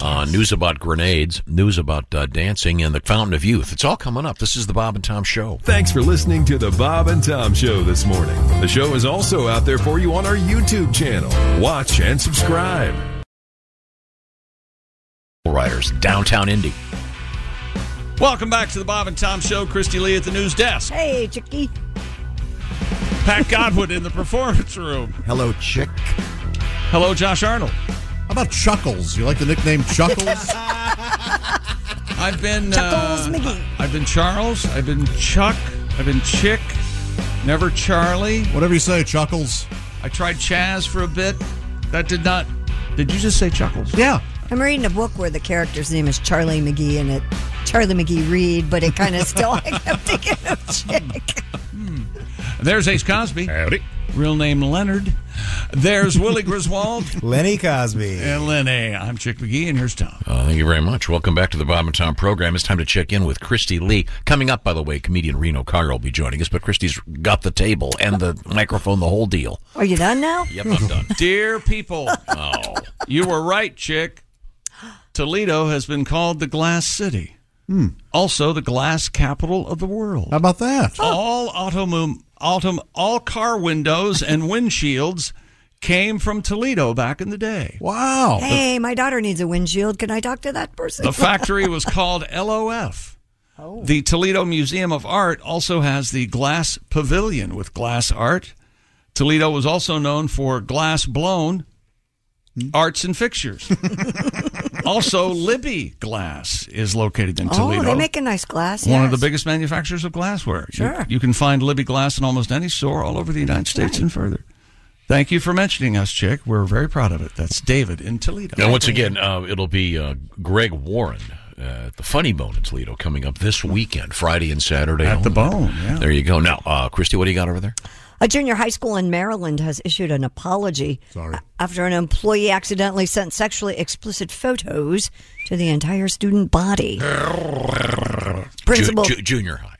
S1: uh, news about grenades, news about uh, dancing, and the Fountain of Youth. It's all coming up. This is the Bob and Tom Show.
S12: Thanks for listening to the Bob and Tom Show this morning. The show is also out there for you on our YouTube channel. Watch and subscribe.
S1: Riders, downtown Indy.
S3: Welcome back to the Bob and Tom Show. Christy Lee at the news desk.
S6: Hey, Chicky.
S3: Pat Godwin in the performance room.
S9: Hello, chick.
S3: Hello, Josh Arnold.
S9: How about Chuckles? You like the nickname Chuckles?
S3: I've been uh, I've been Charles. I've been Chuck. I've been Chick. Never Charlie.
S9: Whatever you say, Chuckles.
S3: I tried Chaz for a bit. That did not. Did you just say Chuckles?
S9: Yeah.
S6: I'm reading a book where the character's name is Charlie McGee and it Charlie McGee Reed, but it kind of still I kept thinking of Chick.
S3: There's Ace Cosby. Howdy. Real name Leonard. There's Willie Griswold.
S7: Lenny Cosby.
S3: And Lenny. I'm Chick McGee, and here's Tom.
S1: Uh, thank you very much. Welcome back to the Bob and Tom program. It's time to check in with Christy Lee. Coming up, by the way, comedian Reno Carter will be joining us, but Christy's got the table and the microphone, the whole deal.
S6: Are you done now?
S1: Yep, I'm done.
S3: Dear people, oh. you were right, Chick. Toledo has been called the Glass City.
S9: Hmm.
S3: Also, the glass capital of the world.
S9: How about that?
S3: All autom- autom- all car windows and windshields came from Toledo back in the day.
S9: Wow.
S6: Hey, my daughter needs a windshield. Can I talk to that person?
S3: The factory was called LOF.
S6: Oh.
S3: The Toledo Museum of Art also has the glass pavilion with glass art. Toledo was also known for glass blown Arts and Fixtures. also, Libby Glass is located in
S6: Oh,
S3: Toledo.
S6: they make a nice glass.
S3: One of
S6: yes.
S3: the biggest manufacturers of glassware. You-
S6: Sure.
S3: You, can find Libby Glass in almost any store all over the United States and further. Thank you for mentioning us, Chick. We're very proud of it. That's David in Toledo.
S1: Now, once again, uh, it'll be uh, Greg Warren uh, at the Funny Bone in Toledo coming up this weekend, Friday and Saturday.
S3: At the
S1: Bone, yeah. There you go. Now, uh, Christy, what do you got over there?
S6: A junior high school in Maryland has issued an apology Sorry. after an employee accidentally sent sexually explicit photos to the entire student body. Principal-
S1: Ju- ju- junior high.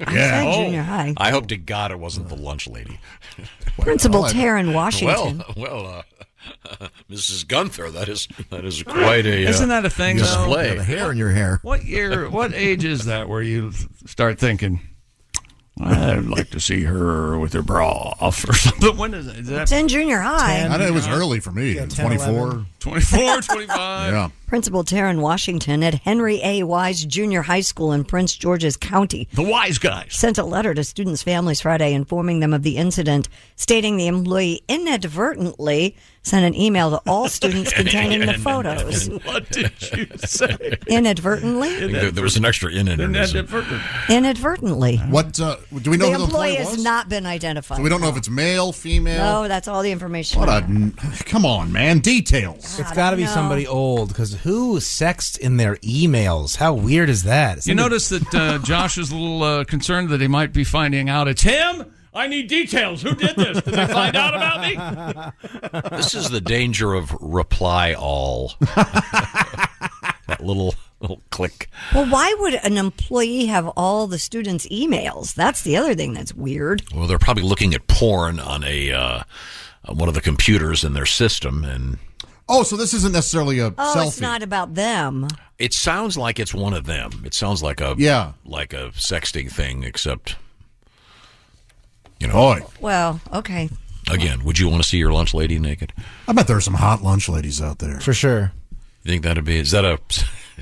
S6: I Yeah.
S3: Oh.
S6: said junior high.
S1: I hope to God it wasn't the lunch lady.
S6: Principal
S1: I-
S6: Taryn Washington.
S1: Well, well, uh, Mrs. Gunther, that is that is quite a uh,
S3: Isn't that a thing? though?
S1: Display
S3: What year? What age is that? Where you start thinking, I'd like to see her with her bra off or something. When is it? Is that
S6: It's in junior high.
S9: I know it was early for me.
S3: Yeah, 10,
S9: 24.
S3: 11. 24, 25.
S9: Yeah.
S6: Principal Taryn Washington at Henry A. Wise Junior High School in Prince George's County.
S3: The Wise Guys.
S6: Sent a letter to students' families Friday informing them of the incident, stating the employee inadvertently sent an email to all students containing the photos.
S3: What did you say?
S6: Inadvertently?
S1: There, there was an extra in it.
S6: Inadvertently.
S9: What uh, do we know?
S6: the
S9: who the
S6: employee
S9: employee
S6: has
S9: was?
S6: not been identified.
S9: So we don't know if it's male, female.
S6: No, that's all the information.
S9: What a come on, man! Details.
S7: It's got to be
S6: No.
S7: somebody old because who sexts in their emails? How weird is that?
S3: You notice that uh, Josh is a little uh, concerned that he might be finding out it's him. I need details. Who did this? Did they find out about me?
S1: This is the danger of reply all. that little little click.
S6: Well, why would an employee have all the students' emails? That's the other thing that's weird.
S1: Well, they're probably looking at porn on a uh, on one of the computers in their system, and
S9: Oh, so this isn't necessarily a
S6: Oh,
S9: selfie.
S6: it's not about them.
S1: it sounds like it's one of them. It sounds like a
S9: Yeah.
S1: like a sexting thing, except you know.
S6: Well, okay.
S1: Again, would you want to see your lunch lady naked?
S9: I bet there are some hot lunch ladies out there
S7: for sure.
S1: You think that'd be is that a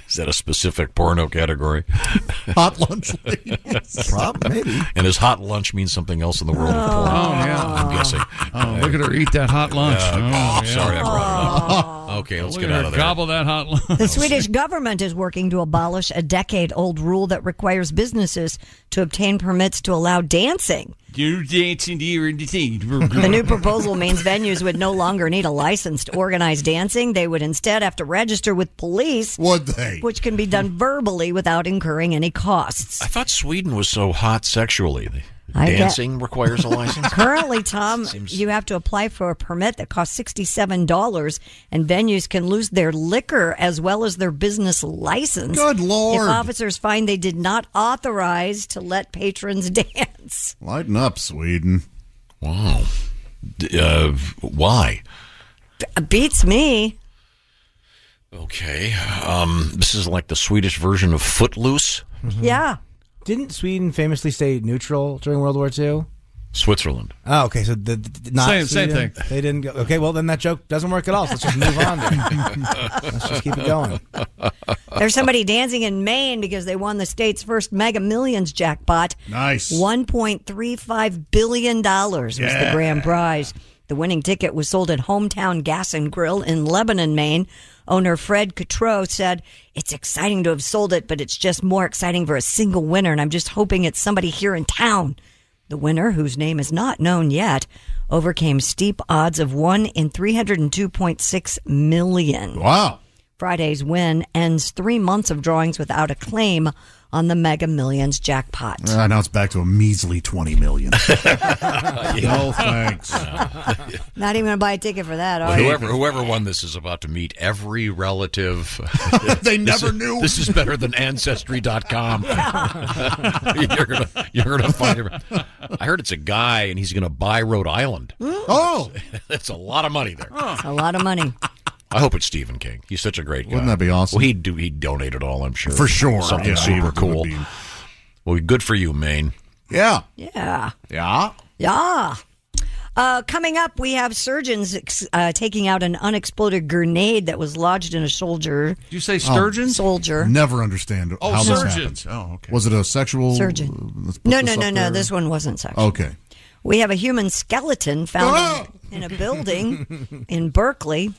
S1: is that a specific porno category?
S9: Hot lunch ladies. Prob- maybe.
S1: And does hot lunch mean something else in the world of porn?
S3: Oh, yeah.
S1: I'm guessing.
S3: Oh, look at her eat that hot lunch.
S1: Yeah,
S3: Oh,
S1: God,
S3: yeah.
S1: Sorry, I brought it up. Okay, let's
S3: Look
S1: get
S3: at
S1: out
S3: her
S1: of there.
S3: Gobble that hot lunch.
S6: The Swedish government is working to abolish a decade old rule that requires businesses to obtain permits to allow dancing.
S3: You're dancing to your thing.
S6: The new proposal means venues would no longer need a license to organize dancing. They would instead have to register with police.
S9: Would they?
S6: Which can be done verbally without incurring any costs.
S1: I thought Sweden was so hot sexually. The
S6: I get-
S1: Dancing requires a license.
S6: Currently, Tom, you have to apply for a permit that costs sixty-seven dollars, and venues can lose their liquor as well as their business license.
S9: Good Lord.
S6: If officers find they did not authorize to let patrons dance,
S9: Lighten up, Sweden.
S1: Wow. D- uh, why?
S6: beats me.
S1: Okay. Um, this is like the Swedish version of Footloose.
S6: Yeah.
S7: Mm-hmm. Didn't Sweden famously stay neutral during World War II?
S1: Switzerland.
S7: Oh, okay. So the, the- not
S1: Same- same
S7: Sweden,
S1: thing.
S7: They didn't go. Okay, well then that joke doesn't work at all. So let's just move on. Then. Let's just keep it going.
S6: There's somebody dancing in Maine because they won the state's first Mega Millions jackpot.
S9: Nice.
S6: One point three five billion dollars was the
S9: Yeah.
S6: grand prize. The winning ticket was sold at Hometown Gas and Grill in Lebanon, Maine. Owner Fred Cotreau said, "It's exciting to have sold it, but it's just more exciting for a single winner, and I'm just hoping it's somebody here in town." The winner, whose name is not known yet, overcame steep odds of 1 in 302.6 million.
S9: Wow.
S6: Friday's win ends three months of drawings without a claim on the Mega Millions jackpot.
S9: Uh, now it's back to a measly twenty million. Uh, No thanks.
S6: Not even going to buy a ticket for that,
S1: Well,
S6: are you?
S1: whoever whoever won this is about to meet every relative.
S9: they
S1: This
S9: never
S1: is-
S9: knew.
S1: This is better than Ancestry.com. you're gonna you're gonna find. every- I heard it's a guy and he's gonna buy Rhode Island.
S9: Oh,
S1: that's a lot of money there.
S6: It's a lot of money.
S1: I hope it's Stephen King. He's such a great guy.
S9: Wouldn't that be awesome?
S1: Well, he'd do he'd donate it all. I'm sure
S9: For sure,
S1: Something
S9: yeah.
S1: super
S9: It would
S1: cool.
S9: be-
S1: Well, good for you, Maine.
S9: Yeah.
S6: Yeah.
S9: Yeah.
S6: Yeah. Uh, coming up, we have surgeons ex- uh, taking out an unexploded grenade that was lodged in a soldier. Oh. Did
S3: you say
S9: sturgeon?
S6: Soldier.
S9: Oh, Never understand
S6: Oh,
S9: how this
S6: surgeons.
S9: happens. Oh, Was it a sexual
S6: Surgeon.
S9: uh, let's put
S6: No, no,
S9: this
S6: no,
S9: up
S6: no.
S9: there?
S6: This one wasn't sexual.
S9: Okay.
S6: We have a human skeleton found in, in a building in Berkeley.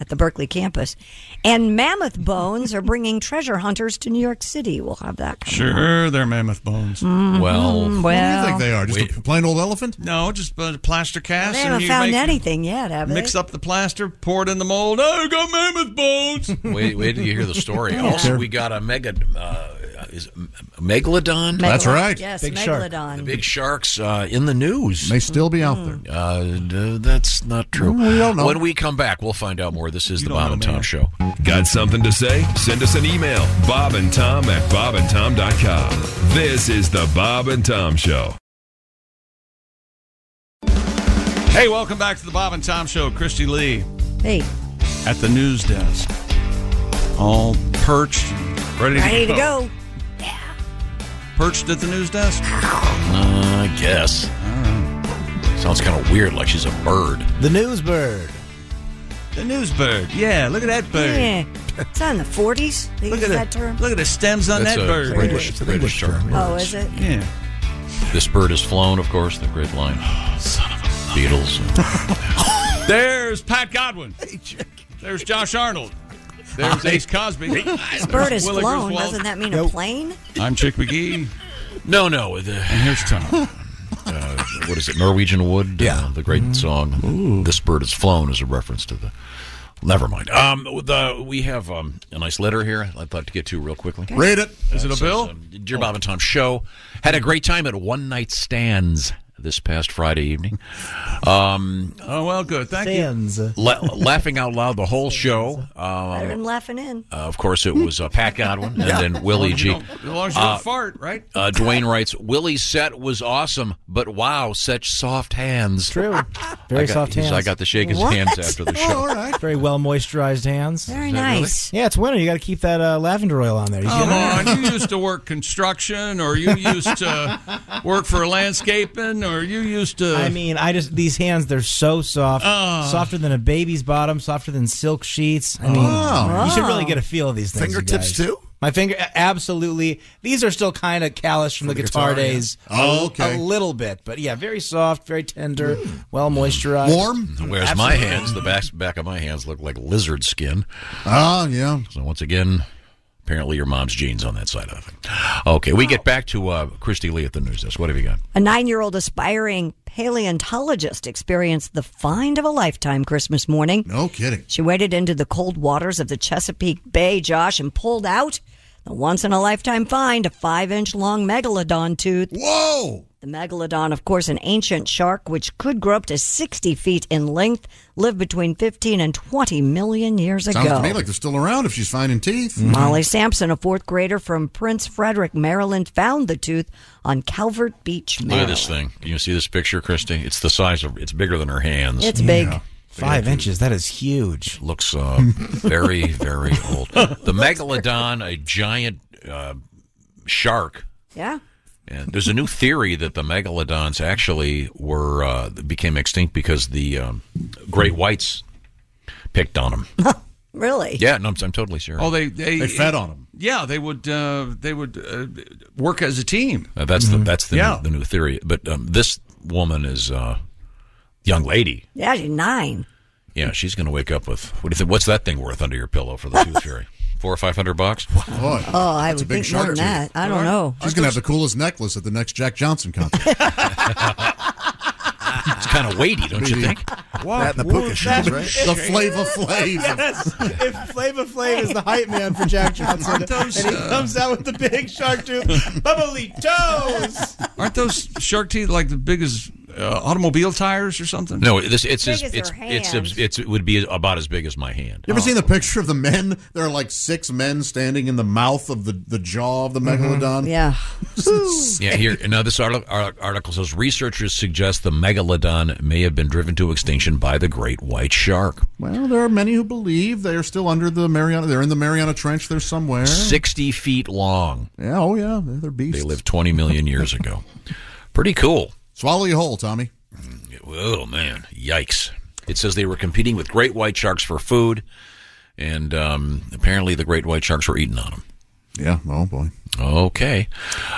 S6: at the Berkeley campus. And mammoth bones are bringing treasure hunters to New York City. We'll have that. coming up.
S3: Sure, they're mammoth bones.
S6: Mhm. Well-
S3: what do
S6: Well-
S3: you think they are? Just
S9: a plain old elephant?
S3: No, just a plaster cast.
S6: They
S3: and
S6: haven't
S3: you
S6: found
S3: make-
S6: anything yet, have they?
S3: Mix up the plaster, pour it in the mold. Oh, go mammoth bones.
S1: Wait, wait till you hear the story.
S3: Yeah.
S1: Also, we got a mega. Uh, is it megalodon?
S6: That's Megalo- right. yes, Big shark. megalodon.
S1: The big sharks uh, in the news.
S9: May still be out there.
S1: Uh, d- that's not true.
S9: Hmm. We don't know.
S1: When we come back, we'll find out more. This is the Bob and Tom Show.
S12: Got something to say? Send us an email. Bob and Tom at bobandtom.com. This is the Bob and Tom Show.
S3: Hey, welcome back to the Bob and Tom Show. Christy Lee
S6: Hey,
S3: at the news desk, all perched, ready,
S6: ready to go.
S3: Perched at the news desk.
S1: Uh, I guess. Sounds kind of weird, like she's a bird.
S7: The news bird.
S3: The news bird. Yeah, look at that bird.
S6: Yeah. It's on the 40s. They
S3: Look
S6: use
S3: at the-
S6: that term.
S3: Look at the stems on
S1: That's
S3: that
S1: a
S3: bird.
S1: British- It's an British English term, term,
S6: Oh, is it?
S3: Yeah.
S1: This bird has flown, of course, the grid line. Beatles.
S3: There's Pat Godwin. There's Josh Arnold. There's Ace Cosby.
S6: This bird is
S3: There's Willa
S6: flown.
S3: Griswold.
S6: Doesn't that mean a plane?
S3: I'm Chick McGee.
S1: No, no. The, and
S3: here's Tom.
S1: Uh, what is it? Norwegian Wood? Yeah. the great
S7: Mm-hmm.
S1: song. This bird has flown is a reference to the. Never mind. Um, the we have um, a nice letter here. I'd like to get to real quickly.
S3: Okay. Read it. Is it a
S1: says,
S3: bill?
S1: um, Dear Bob and Tom Show, had a great time at one night stands this past Friday evening. Um,
S3: oh well, good. Thank
S7: Stands. you.
S1: La- laughing out loud the whole show.
S6: I've been
S3: Oh.
S1: Um,
S6: laughing in.
S1: uh, of course, it was uh, Pat Godwin and then Willie G.
S3: As long as you don't
S1: Uh,
S3: fart, right?
S1: uh, Dwayne writes, Willie's set was awesome, but wow, such soft hands. True.
S7: Very soft hands.
S1: I got to shake his hands after the show.
S7: right. Very well moisturized hands.
S6: Very
S1: Is that really?
S7: Yeah, it's winter. You got to keep that uh, lavender oil on there. You
S3: Come
S7: gotta-
S3: on, you used to work construction, or you used to work for landscaping, or you used to.
S7: I mean, I just these hands they're so soft,
S3: Oh.
S7: softer than a baby's bottom, softer than silk sheets. I mean,
S3: Oh.
S7: you should really get a feel of these things. you
S3: Fingertips,
S7: guys.
S3: too?
S7: My finger, a- absolutely. These are still kind of callous from the, guitar,
S9: guitar, yeah.
S7: days.
S9: Oh,
S7: A-
S9: okay. Hmm.
S7: A little bit, but yeah, very soft, very tender, well moisturized,
S1: Warm? Whereas my
S7: Absolutely.
S1: hands, the back, back of my hands look like lizard skin.
S9: Oh, yeah.
S1: So once again, apparently your mom's jeans on that side of it. Okay, we get back to uh, Christy Lee at the news desk. What have you got?
S6: A nine year old aspiring paleontologist experienced the find of a lifetime Christmas morning.
S9: No kidding.
S6: She waded into the cold waters of the Chesapeake Bay, Josh, and pulled out the once in a lifetime find a five inch long megalodon tooth.
S9: Whoa!
S6: The megalodon, of course, an ancient shark which could grow up to 60 feet in length, lived between 15 and 20 million years
S9: Sounds
S6: ago. Mm-hmm.
S9: to me like they're still around if she's finding teeth.
S6: Molly Sampson, a fourth grader from Prince Frederick, Maryland, found the tooth on Calvert Beach,
S1: Look at this thing. Can you see this picture, Christy? It's the size of, it's bigger than her hands.
S6: It's big. Yeah.
S7: five inches. That is huge.
S1: Looks uh, very, very old. The megalodon, a giant uh, shark.
S6: Yeah.
S1: And there's a new theory that the megalodons actually were uh, became extinct because the um, great whites picked on them.
S6: Really?
S1: Yeah, no, I'm, I'm totally serious.
S3: Oh, they they,
S1: They fed on 'em.
S3: Yeah, they would uh, they would uh, work as a team.
S1: Uh, that's the that's the,
S3: Yeah.
S1: new, the new theory. But um, this woman is uh, young lady.
S6: Yeah, she's nine.
S1: Yeah, she's going to wake up with what do you think? What's that thing worth under your pillow for the tooth fairy? Four or five hundred bucks.
S9: Boy,
S6: Oh, I
S9: that's a
S6: would
S9: big
S6: think more than
S9: shark
S6: that.
S9: tooth.
S6: I don't know.
S9: She's going to have the coolest necklace at the next Jack Johnson concert.
S1: it's kind of weighty, don't you think?
S9: That and the puka shells, right? The Flavor Flav.
S7: Yes. If Flavor Flav is the hype man for Jack Johnson, and he comes out with the big shark tooth, bubbly toes.
S3: Aren't those shark teeth like the biggest uh, automobile tires or something?
S1: No, this it's
S3: Big
S1: it's
S3: as
S1: it's,
S3: her
S1: it's,
S3: hand.
S1: it's it would be about as big as my hand.
S9: You ever seen the picture of the men? There are like six men standing in the mouth of the, the jaw of the megalodon.
S6: Mm-hmm. Yeah.
S1: Yeah, here. Now, this article, article says researchers suggest the megalodon may have been driven to extinction by the great white shark.
S9: Well, there are many who believe they are still under the Mariana. They're in the Mariana Trench. They're somewhere.
S1: 60 feet long.
S9: Yeah, oh, yeah. They're, they're beasts.
S1: They lived 20 million years ago. Pretty cool.
S9: Swallow your whole, Tommy.
S1: Oh, man. Yikes. It says they were competing with great white sharks for food, and um, apparently the great white sharks were eating on them.
S9: Yeah, oh, boy.
S1: Okay.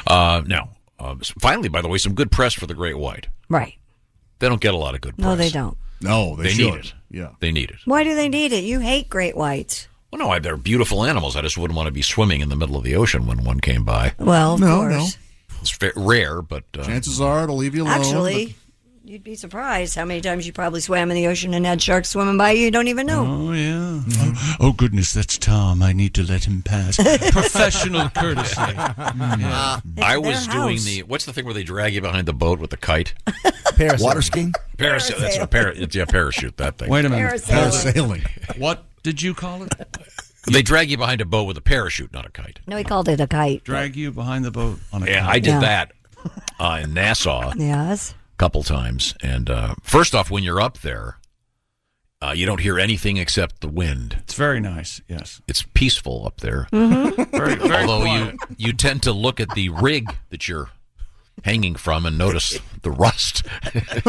S1: Uh, now, uh, finally, by the way, some good press for the great white.
S6: Right.
S1: They don't get a lot of good press.
S6: No, they don't.
S9: No,
S1: they,
S9: should.
S1: need it.
S9: Yeah.
S1: They need it.
S6: Why do they need it? You hate great whites.
S1: Well, no, I- they're beautiful animals. I just wouldn't want to be swimming in the middle of the ocean when one came by.
S6: Well, of
S9: No,
S6: course.
S1: It's fa- rare, but uh,
S9: Chances are it'll leave you alone.
S6: Actually, you'd be surprised how many times you probably swam in the ocean and had sharks swimming by you. You don't even know.
S3: Oh yeah. Oh goodness, that's Tom. I need to let him pass. Professional courtesy.
S1: Yeah.
S3: It's
S1: I
S3: their
S1: was doing
S3: house.
S1: the what's the thing where they drag you behind the boat with the kite?
S7: Parasailing.
S1: Water skiing? Parasailing. That's a para- it's, yeah, parachute. That thing.
S3: Wait a minute.
S6: Parasailing.
S3: What did you call it?
S1: They drag you behind a boat with a parachute, not a kite.
S6: No, he called it a kite.
S3: Drag you behind the boat on a.
S1: Yeah, I did
S6: Yeah.
S1: that uh, in Nassau.
S6: Yes.
S1: couple times. And uh, first off, when you're up there, uh, you don't hear anything except the wind.
S3: It's very nice. Yes,
S1: it's peaceful up there.
S3: Mhm. Very- very
S1: Although
S3: quiet.
S1: you you tend to look at the rig that you're hanging from and notice the rust.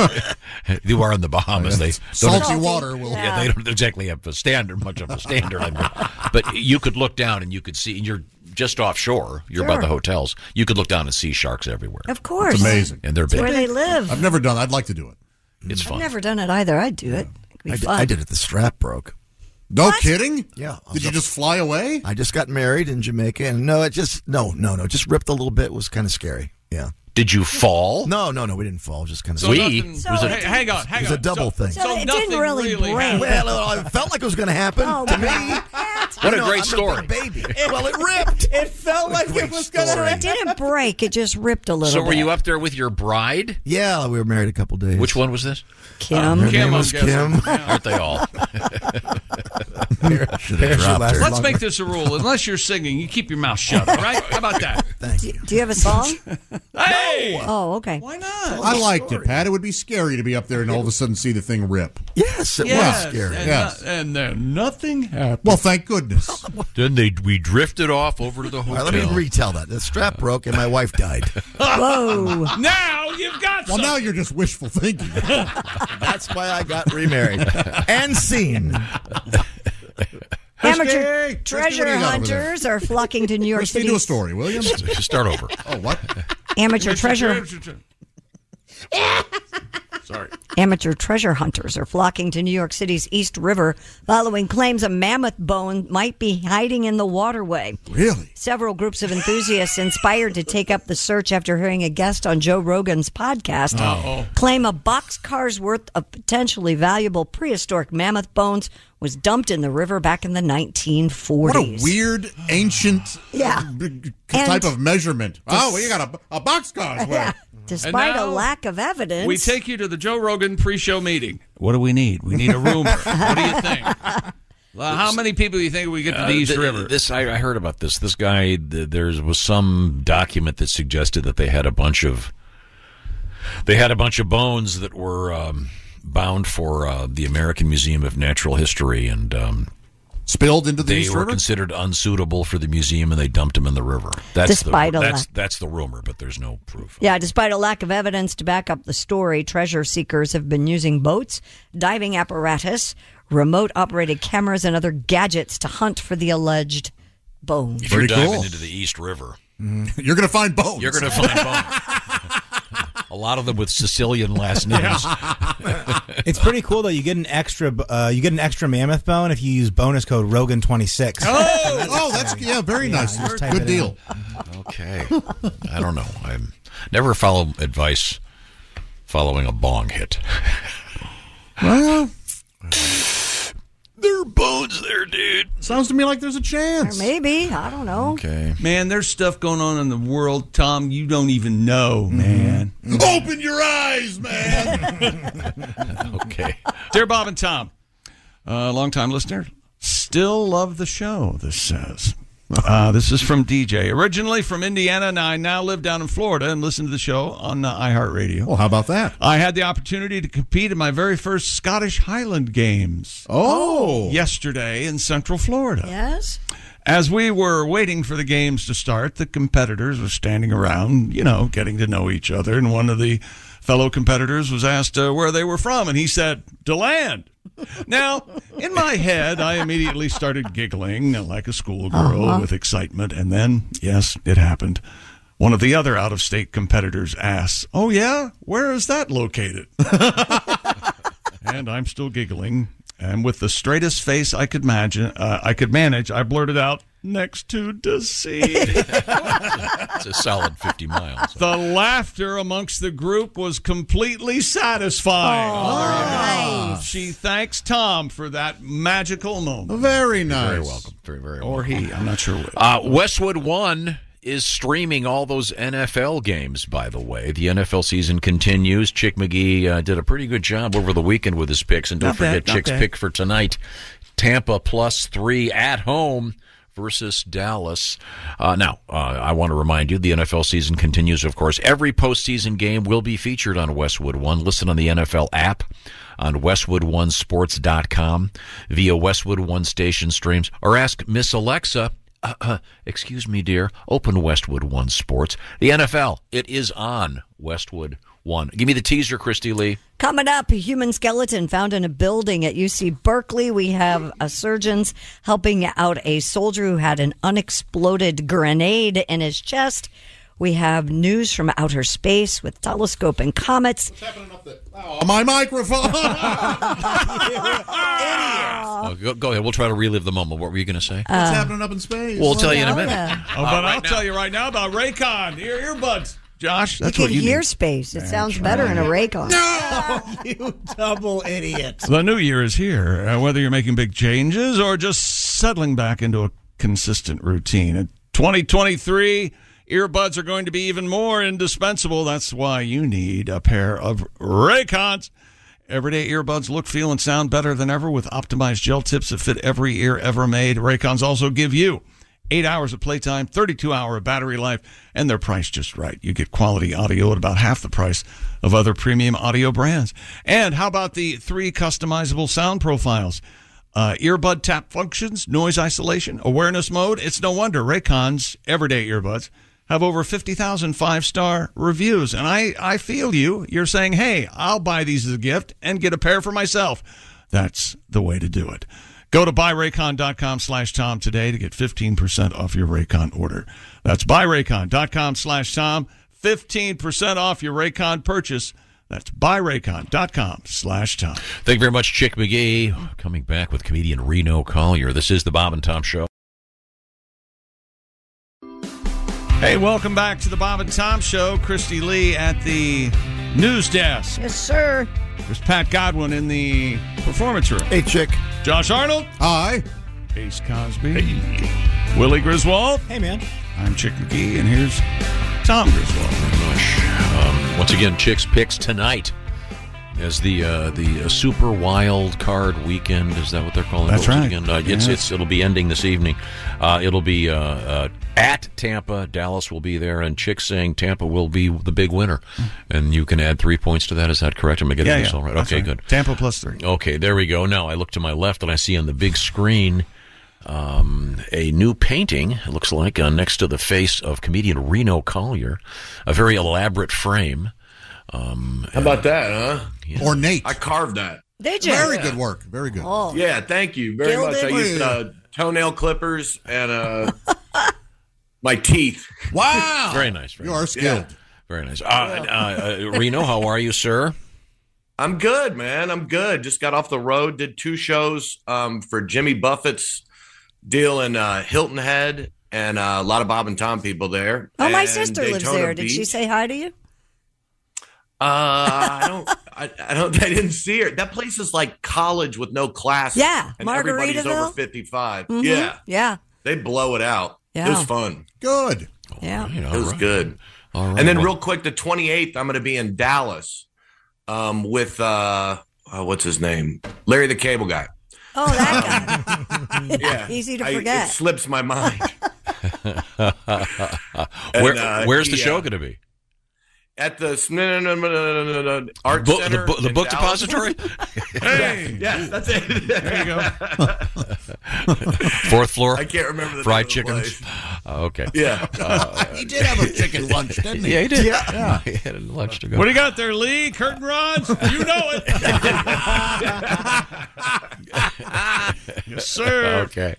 S1: you are in the Bahamas. They don't-
S9: Salty water will-
S1: Yeah, they don't exactly have a standard, much of a standard. I mean, but you could look down and you could see. You're just offshore. You're by
S6: Sure.
S1: the hotels. You could look down and see sharks everywhere.
S6: Of course.
S1: and they're
S6: It's
S1: big.
S6: where they live.
S9: I've never done. I'd like to do it.
S1: It's fun.
S6: I've never done it either. I'd do it. It'd be
S18: I did,
S6: fun.
S18: I did it. The strap broke.
S9: No kidding?
S18: Yeah.
S9: Did you just fly away?
S18: I just got married in Jamaica, and no, it just no, no, no, just ripped a little bit. It was kind of scary. Yeah.
S1: Did you fall?
S18: No, no, no. We didn't fall. Just kind of.
S1: So We? nothing- So Was it-
S3: Hey, hang on, hang
S18: it was
S3: on.
S18: a double
S3: So-
S18: thing.
S3: so So it didn't nothing really really break. happened.
S18: Well, it felt like it was going to happen to me.
S1: What a
S18: You know, I'm
S1: great
S18: big
S1: story.
S18: baby. well, it ripped.
S7: It felt like
S18: it was
S6: So it didn't break. It just ripped a little
S1: So were
S6: bit.
S1: you up there with your bride?
S18: Yeah, we were married a couple days.
S1: Which one was this?
S6: Kim.
S18: Her
S1: Kim,
S18: name
S1: I'm
S18: was
S1: guessing.
S18: Kim.
S1: Yeah. Aren't they all?
S18: Should have dropped her.
S3: Let's make this a rule. Unless you're singing, you keep your mouth shut. All right? How about that?
S6: do, you- do you have a song?
S3: Hey!
S6: Oh, okay. Why not?
S9: I liked it, Pat. It would be scary to be up there and all of a sudden see the thing rip.
S18: Yes,
S9: it was Yes, scary.
S3: And,
S9: Yes.
S3: no- and then nothing happened.
S9: Well, thank goodness.
S1: Then they we drifted off over to the
S18: All
S1: hotel.
S18: right, let me retell that. The strap broke and my wife died.
S6: Whoa!
S3: now you've got.
S9: Well, now you're just wishful thinking.
S18: That's why I got remarried and seen.
S6: Amateur
S9: what do
S6: treasure
S9: you got over there?
S6: hunters are flocking to New York
S9: Christy,
S6: City.
S9: do a story, will you?
S1: Start over.
S9: Oh, what?
S6: Amateur treasure
S3: Sorry.
S6: Amateur treasure hunters are flocking to New York City's East River following claims a mammoth bone might be hiding in the waterway.
S9: Really?
S6: Several groups of enthusiasts inspired to take up the search after hearing a guest on Joe Rogan's podcast
S2: Uh-oh.
S6: claim a boxcar's worth of potentially valuable prehistoric mammoth bones was dumped in the river back in the 1940s.
S9: What a weird, ancient uh,
S6: Yeah.
S9: b- b-
S6: And-
S9: type of measurement. Oh, well, you got a, a boxcar.
S6: Yeah. Despite a
S3: now-
S6: lack of evidence,
S3: We take you to the Joe Rogan pre-show meeting. What do we need? We need a rumor. what do you think? Well, how many people do you think we get to
S1: Uh,
S3: the East
S1: th-
S3: River?
S1: This I, I heard about this. This guy, th- there was some document that suggested that they had a bunch of they had a bunch of bones that were um, bound for uh, the American Museum of Natural History and um,
S9: spilled into the
S1: they
S9: East
S1: were
S9: River?
S1: considered unsuitable for the museum and they dumped them in the river. That's
S6: Despite
S1: the,
S6: a
S1: that's,
S6: lack-
S1: that's the rumor, but there's no proof.
S6: Yeah, despite a lack of evidence to back up the story, treasure seekers have been using boats, diving apparatus, remote operated cameras, and other gadgets to hunt for the alleged bones.
S1: If
S9: Pretty
S1: you're diving
S9: cool. Mm-hmm.
S1: into the East River,
S9: You're going to find bones.
S1: you're going to find bones. a lot of them with Sicilian last names.
S7: it's pretty cool though. You get an extra, uh, you get an extra mammoth bone if you use bonus code Rogan twenty six.
S9: Oh, oh, that's yeah, very nice.
S7: just type
S9: Good
S7: it
S9: deal.
S1: Okay. I don't know. I'm never follow advice following a bong hit.
S9: Well,
S1: there are bones there, dude.
S9: Sounds to me like there's a chance.
S6: Maybe. I don't know.
S1: Okay.
S3: Man, there's stuff going on in the world, Tom, you don't even know,
S9: Mm-hmm.
S3: man.
S9: Open your eyes, man.
S1: okay.
S3: Dear Bob and Tom, uh, long-time listener, still love the show, this says. Uh, this is from DJ. Originally from Indiana, and I now live down in Florida and listen to the show on uh, iHeartRadio.
S9: well, Oh, how about that?
S3: I had the opportunity to compete in my very first Scottish Highland Games.
S9: Oh.
S3: Yesterday in Central Florida.
S6: Yes?
S3: As we were waiting for the games to start, the competitors were standing around, you know, getting to know each other. And one of the fellow competitors was asked uh, where they were from, and he said, DeLand. Now, in my head, I immediately started giggling like a schoolgirl with excitement. And then, yes, it happened. One of the other out of state competitors asked, Oh, yeah? Where is that located? and I'm still giggling. and with the straightest face I could imagine, uh, I could manage, I blurted out, "Next to deceit."
S1: It's a solid 50 miles.
S3: The laughter amongst the group was completely satisfying.
S9: Oh,
S3: She thanks Tom for that magical moment.
S9: Very
S3: nice.
S1: Very welcome. Very, very
S3: Or he. I'm not sure.
S1: Uh, Westwood One is streaming all those NFL games. By the way, the NFL season continues. Chick McGee uh, did a pretty good job over the weekend with his picks, and
S3: Not
S1: don't
S3: bad,
S1: forget
S3: not
S1: Chick's
S3: bad.
S1: pick for tonight: Tampa plus three at home. Versus Dallas. Uh, now, uh, I want to remind you the NFL season continues, of course. Every postseason game will be featured on Westwood One. Listen on the NFL app, on WestwoodOneSports.com, via Westwood One station streams, or ask Miss Alexa uh, excuse me, dear. Open Westwood One Sports. The NFL. It is on Westwood One. Give me the teaser, Christy Lee.
S6: Coming up, a human skeleton found in a building at UC Berkeley. We have a surgeons helping out a soldier who had an unexploded grenade in his chest. We have news from outer space with telescope and comets.
S9: Oh, my microphone.
S1: Oh, go, go ahead. We'll try to relive the moment. What were you going to say?
S3: Uh,
S9: What's happening up in space?
S1: Uh, We'll tell you in a minute. Uh,
S3: Oh, but I'll tell you right now about Raycon ear earbuds. Josh,
S6: You
S3: that's
S6: can
S3: what you
S6: hear
S3: need.
S6: space. It
S3: That's
S6: sounds better in a Raycon.
S7: you double idiot.
S3: The new year is here. Uh, whether you're making big changes or just settling back into a consistent routine, in 2023 earbuds are going to be even more indispensable. That's why you need a pair of Raycons. Everyday earbuds look, feel, and sound better than ever with optimized gel tips that fit every ear ever made. Raycons also give you eight hours of playtime, 32 hour of battery life, and they're priced just right. You get quality audio at about half the price of other premium audio brands. And how about the three customizable sound profiles? Uh, earbud tap functions, noise isolation, awareness mode. It's no wonder Raycons everyday earbuds have over 50,000 five star reviews. And I, I feel you. You're saying, hey, I'll buy these as a gift and get a pair for myself. That's the way to do it. Go to buyraycon.com slash Tom today to get 15% off your Raycon order. That's buyraycon.com slash Tom, 15% off your Raycon purchase. That's buyraycon.com slash Tom.
S1: Thank you very much, Chick McGee. Coming back with comedian Reno Collier. This is the Bob and Tom Show.
S3: Hey, welcome back to the Bob and Tom Show. Christy Lee at the news desk.
S6: Yes, sir.
S3: There's Pat Godwin in the performance room.
S18: Hey, chick.
S3: Josh Arnold.
S9: Hi.
S3: Ace Cosby. Willie Griswold.
S7: Hey, man.
S3: I'm Chick McGee, and here's Tom Griswold.
S1: Um, once again, Chick's picks tonight as the uh, the uh, Super Wild Card Weekend. Is that what they're calling
S3: That's
S1: it? Once
S3: right.
S1: again, uh, it's,
S3: Yeah.
S1: it's it'll be ending this evening. Uh, it'll be uh, uh, at Tampa. Dallas will be there, and Chick's saying Tampa will be the big winner, and you can add three points to that. Is that correct? Am I getting
S3: Yeah,
S1: this
S3: yeah.
S1: all right?
S3: That's
S1: Okay,
S3: right.
S1: good.
S3: Tampa plus three.
S1: Okay, there we go. Now I look to my left and I see on the big screen um, a new painting, it looks like, uh, next to the face of comedian Reno Collier. A very elaborate frame. Um,
S20: How about that, huh?
S9: Ornate.
S20: I carved that.
S6: Did Oh,
S9: you? Very good work. Very good.
S20: Yeah, thank you very
S9: Gilded?
S20: much. I used uh, toenail clippers and uh, my teeth.
S9: Wow.
S1: Very nice. Very
S20: You are
S1: nice.
S20: skilled.
S1: Yeah. Very nice. Uh, uh, uh, Reno, how are you, sir?
S20: I'm good, man. I'm good. Just got off the road, did two shows um, for Jimmy Buffett's deal in uh, Hilton Head and uh, a lot of Bob and Tom people there.
S6: Oh, my
S20: And
S6: sister lives
S20: Daytona
S6: there. Did she
S20: Beach.
S6: say hi to you?
S20: Uh, I don't. I, I don't. I didn't see her. That place is like college with no classes.
S6: Yeah,
S20: and everybody's over
S6: Margaritaville.
S20: fifty-five.
S6: Mhm.
S20: Yeah,
S6: Yeah.
S20: they blow it out.
S6: Yeah.
S20: It was fun.
S9: Good.
S6: Yeah.
S20: it was good.
S1: All right.
S20: and then,
S1: well-
S20: real quick, the twenty-eighth, I'm going to be in Dallas um, with uh, uh, what's his name, Larry the Cable Guy.
S6: Oh, that guy.
S20: Yeah,
S6: Easy to
S20: I- it
S6: forget.
S20: slips my mind.
S1: Where,
S20: uh,
S1: where's the
S20: he,
S1: show
S20: uh,
S1: going to be?
S20: At the s- no, no, no, no, no, no, no, art
S1: Book- the
S20: center,
S1: bo- the
S20: in
S1: book
S20: Dallas.
S1: depository?
S20: hey, yes, that's it. There you go.
S1: Fourth floor?
S20: I can't remember the
S1: Fried
S20: name of the
S1: chickens? Uh, okay. Uh,
S20: Yeah.
S9: He did have a chicken lunch, didn't he?
S1: Yeah, he did.
S9: Yeah. Yeah.
S1: he had a lunch to go.
S3: What do you got there, Lee? Curtain rods? You know it. yes, sir.
S1: Okay.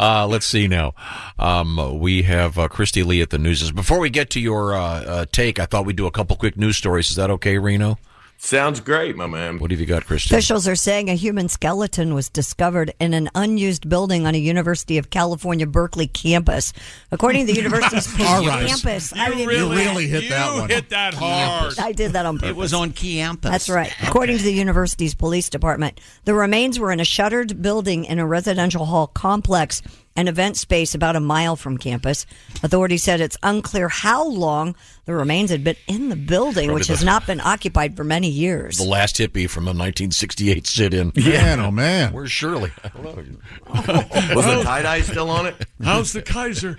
S1: Uh, let's see now. Um, we have uh, Christy Lee at the news. Before we get to your uh, uh, take, I thought we'd do a couple quick news stories. Is that okay, Reno?
S20: Sounds great, my man.
S1: What have you got, Christian?
S6: Officials are saying a human skeleton was discovered in an unused building on a University of California Berkeley campus. According to the university's
S2: All right.
S6: campus, I
S2: You
S6: didn't
S2: really-
S6: do that.
S2: really hit that You one. hit that hard.
S6: I did that on purpose.
S2: It was on
S6: campus. That's right. According to the university's police department, the remains were in a shuttered building in a residential hall complex, an event space about a mile from campus. Authorities said it's unclear how long the remains had been in the building,
S1: Probably
S6: which has
S1: the-
S6: not been occupied for many years.
S1: The last hippie from a 1968 sit-in.
S11: Yeah. Man, oh, man.
S1: Where's Shirley? I don't know.
S20: Was the tie dye still on it?
S11: How's the Kaiser?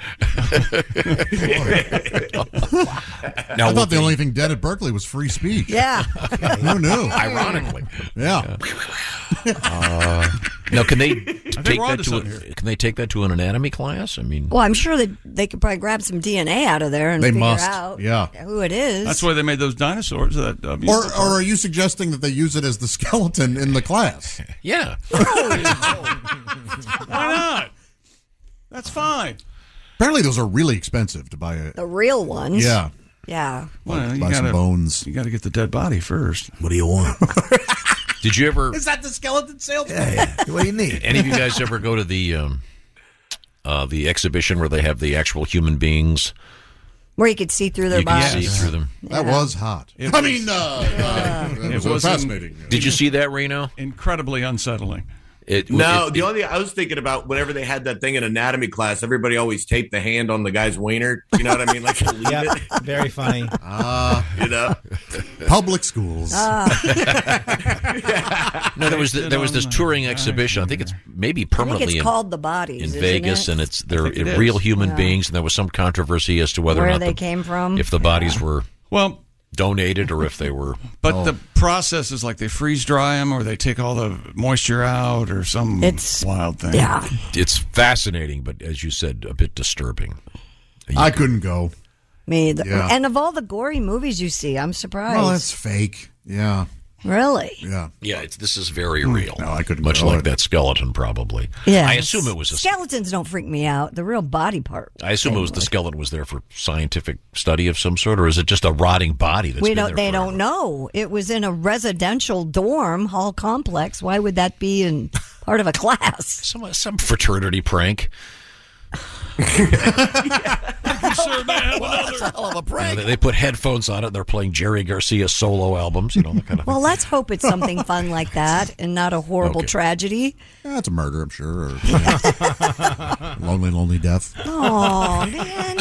S9: I
S11: what
S9: thought the
S11: they-
S9: only thing dead at Berkeley was free speech.
S6: Yeah.
S9: Who knew?
S1: Ironically.
S9: Yeah.
S1: Uh, now, can they take
S6: we're on to
S1: that to?
S6: something
S1: A, can they take that to an anatomy class? I mean,
S6: Well, I'm sure that they could probably grab some DNA out of there and
S1: They
S6: figure
S1: must,
S6: out
S9: yeah.
S6: who it is.
S3: That's why they made those dinosaurs. That uh,
S9: Or, or are you suggesting that they use it as the skeleton in the class?
S1: Yeah.
S3: Why not? That's fine.
S9: Apparently, those are really expensive to buy. A,
S6: the real ones.
S9: Yeah.
S6: Yeah.
S3: Well, you
S9: Buy some
S3: gotta,
S9: bones.
S3: You got to get the dead body first.
S18: What do you want?
S1: did you ever?
S7: Is that the skeleton salesman?
S18: What do you need?
S1: Any of you guys ever go to the um, uh, the exhibition where they have the actual human beings?
S6: Where you could see through their
S1: You can
S6: bodies.
S1: see through them.
S9: That was hot. I mean, uh,
S3: It
S9: it was
S3: wasn't-
S9: fascinating.
S1: Did you see that, Reno?
S3: Incredibly unsettling.
S1: It,
S20: No,
S1: it-
S20: the only thing I was thinking about whenever they had that thing in anatomy class, everybody always taped the hand on the guy's wiener. You know what I mean? Like, leave it.
S7: Very funny.
S20: Ah, you know,
S9: public schools.
S6: Ah.
S1: no, there was the, there was this touring exhibition. I think it's maybe
S6: I think
S1: permanently
S6: it's
S1: in,
S6: called the bodies
S1: in
S6: isn't
S1: Vegas,
S6: it?
S1: and it's they're
S3: think it
S1: real
S3: is.
S1: human
S6: Yeah.
S1: beings, and there was some controversy as to whether
S6: Where
S1: or not
S6: they
S1: the-
S6: came from.
S1: if the bodies were
S3: well
S1: donated or if they were.
S3: But the process is like they freeze dry them, or they take all the moisture out, or some wild thing.
S6: Yeah,
S1: it's fascinating, but as you said, a bit disturbing.
S9: I couldn't go.
S6: Me either.
S9: Yeah.
S6: And of all the gory movies you see, I'm surprised.
S9: Well, that's fake. Yeah.
S6: really?
S9: Yeah.
S1: Yeah, it's, this is very real.
S9: No, Hmm. I couldn't.
S1: Much
S9: go.
S1: like that skeleton, probably.
S6: Yeah.
S1: I assume it was a
S6: Skeletons don't freak me out. The real body part.
S1: I assume it was the skeleton was there for scientific study of some sort, or is it just a rotting body that's
S6: we
S1: been
S6: don't.
S1: there
S6: They
S1: for-
S6: don't know. It was in a residential dorm hall complex. Why would that be in part of a class?
S1: Some some fraternity prank?
S18: Hell of a
S1: You
S18: prank.
S1: know, they, they put headphones on it. and They're playing Jerry Garcia solo albums. You know that kind of.
S6: Well, let's hope it's something fun like that and not a horrible
S1: Okay.
S6: tragedy.
S9: That's a murder, I'm sure. Or, lonely, lonely death.
S6: Oh man.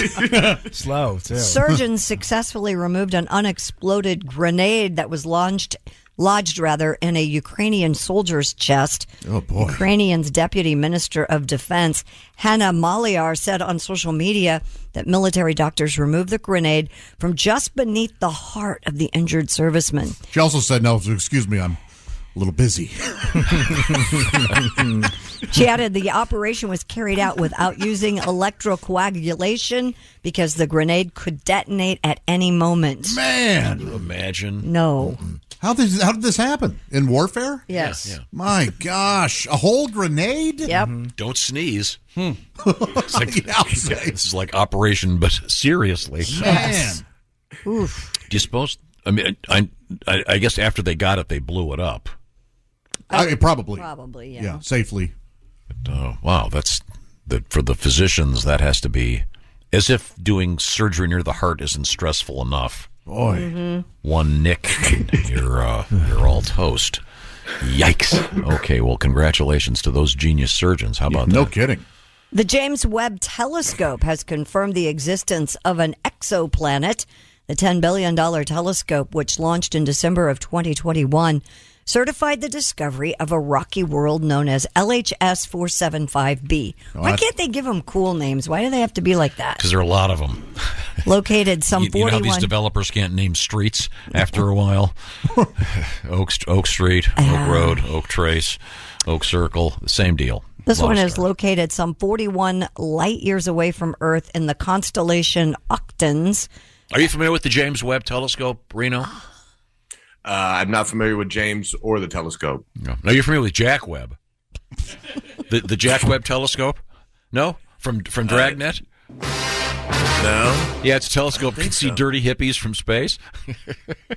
S7: Slow, too.
S6: Surgeons successfully removed an unexploded grenade that was launched lodged rather in a Ukrainian soldier's chest.
S9: Oh boy.
S6: Ukrainian's deputy minister of defense, Hanna Maliar, said on social media that military doctors removed the grenade from just beneath the heart of the injured serviceman.
S9: She also said, "No, excuse me, I'm a little busy."
S6: She added the operation was carried out without using electrocoagulation because the grenade could detonate at any moment.
S1: Can
S9: Man,
S1: you imagine?
S6: No.
S9: how did how did this happen in warfare?
S6: Yes.
S1: Yeah. Mm-hmm.
S9: My gosh, Um, hmm. a whole grenade?
S6: Yep.
S1: Don't sneeze. It's like- this is like Operation, but seriously.
S9: Man,
S6: Oof.
S1: Do you suppose? I mean, I, I, I guess after they got it, they blew it up.
S9: I- probably.
S6: Probably,
S9: yeah. safely.
S1: Oh, wow, that's that for the physicians. That has to be as if doing surgery near the heart isn't stressful enough. Mm-hmm.
S9: Boy,
S1: One nick, and you're uh, you're all toast. Yikes! Okay, well, congratulations to those genius surgeons. How about
S9: no
S1: that?
S9: kidding.
S6: The James Webb Telescope has confirmed the existence of an exoplanet. The $10 billion telescope, which launched in December of 2021, certified the discovery of a rocky world known as LHS 475b. Why
S9: Oh,
S1: that's-
S6: can't they give them cool names? Why do they have to be like that?
S1: Because there are a lot of them.
S6: Located some
S1: You, you know how
S6: 41
S1: these developers can't name streets after a while. Oak Oak Street, Oak Road, Oak Trace, Oak Circle. Same deal.
S6: This
S1: Love
S6: one is located some 41 light years away from Earth in the constellation Octans.
S1: Are you familiar with the James Webb Telescope, Reno?
S20: Ah. Uh, I'm not familiar with James or the telescope.
S1: No. No, you're familiar with Jack Webb. the the Jack Webb Telescope? No, from from Dragnet.
S20: Uh, No.
S1: Yeah, it's a telescope. Can see dirty hippies from space.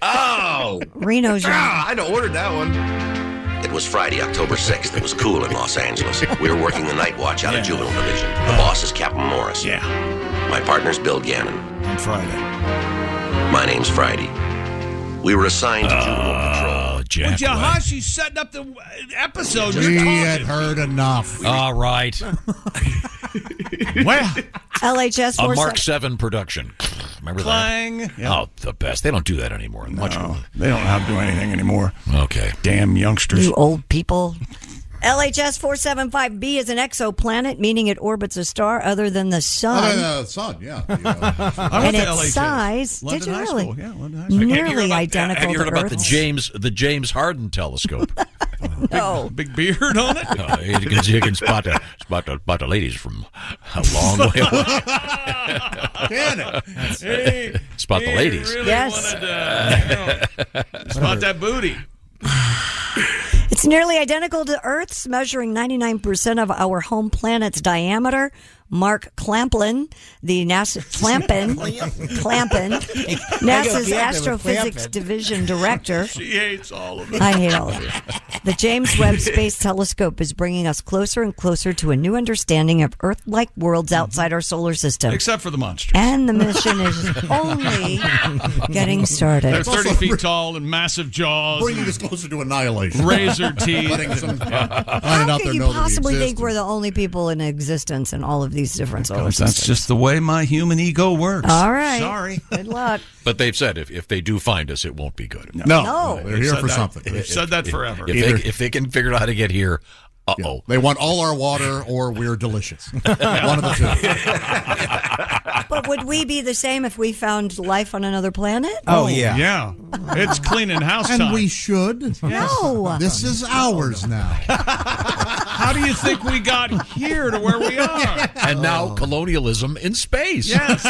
S20: Oh,
S6: Reno's.
S20: Ah, I'd have ordered that one.
S21: It was Friday, October 6th. It was cool in Los Angeles. We were working the night watch out of juvenile division. The boss is Captain Morris. Yeah. My partner's Bill Gannon.
S9: On Friday.
S21: My name's Friday. We were assigned to
S1: Oh,
S21: juvenile patrol.
S3: Would you hush? He's setting up the uh, episode.
S9: We
S3: You're talking.
S9: had heard enough.
S1: All right. well,
S6: LHS
S1: a
S6: four
S1: Mark
S6: seven-
S1: Seven production. Remember
S3: Clang.
S1: that? Oh, the best. They don't do that anymore. Much.
S3: They don't have to do anything anymore.
S1: Okay.
S3: Damn youngsters.
S6: You old people. LHS 475b is an exoplanet, meaning it orbits a star other than the sun.
S9: Other than the sun, Uh, yeah.
S6: Oh, I went And to its LHS. size- London did you High really? School, yeah, London High School. Nearly identical
S1: Have you
S6: to
S1: heard about the
S6: Earth's.
S1: James the James Harden telescope?
S6: no.
S3: Big beard on it.
S1: Uh, you can, you can spot the spot the, spot the ladies from a long way away.
S3: Can it? He-
S1: spot the
S3: he
S1: ladies.
S3: really Yes. wanted, uh, you know, spot that booty.
S6: It's nearly identical to Earth's, measuring 99% of our home planet's diameter. Mark Clamplin, the NASA Clampin, Clampin,
S2: There you go,
S6: NASA's
S2: Clampin with
S6: astrophysics
S2: Clampin.
S6: division director.
S2: She hates all of it.
S6: I hate all of it. The James Webb Space Telescope is bringing us closer and closer to a new understanding of Earth-like worlds outside our solar system.
S3: Except for the monsters.
S6: And the mission is only getting started.
S3: They're 30 feet tall and massive jaws.
S9: Bringing us closer to annihilation.
S3: Razor teeth.
S9: Letting some
S3: How
S6: How can you possibly think we're the only people in existence in all of these different solar
S3: Because
S6: systems?
S3: that's just the way my human ego works.
S6: All right.
S3: Sorry.
S6: Good luck.
S1: But they've said if, if they do find us, it won't be good.
S9: No. No. They're
S1: They've
S9: here
S1: said
S9: for
S1: that.
S9: something.
S1: If-
S9: They've
S1: if-
S9: said that forever.
S1: If,
S9: Either-
S1: they, if they can figure out how to get here, uh oh.
S9: They want all our water or we're delicious. One of the two.
S6: But would we be the same if we found life on another planet?
S3: Oh, Yeah. It's cleaning house
S9: Oh, and
S3: time.
S9: we should.
S6: No.
S9: This is ours now.
S3: How do you think we got here to where we are?
S1: And
S20: Oh.
S1: now colonialism in space.
S3: Yes.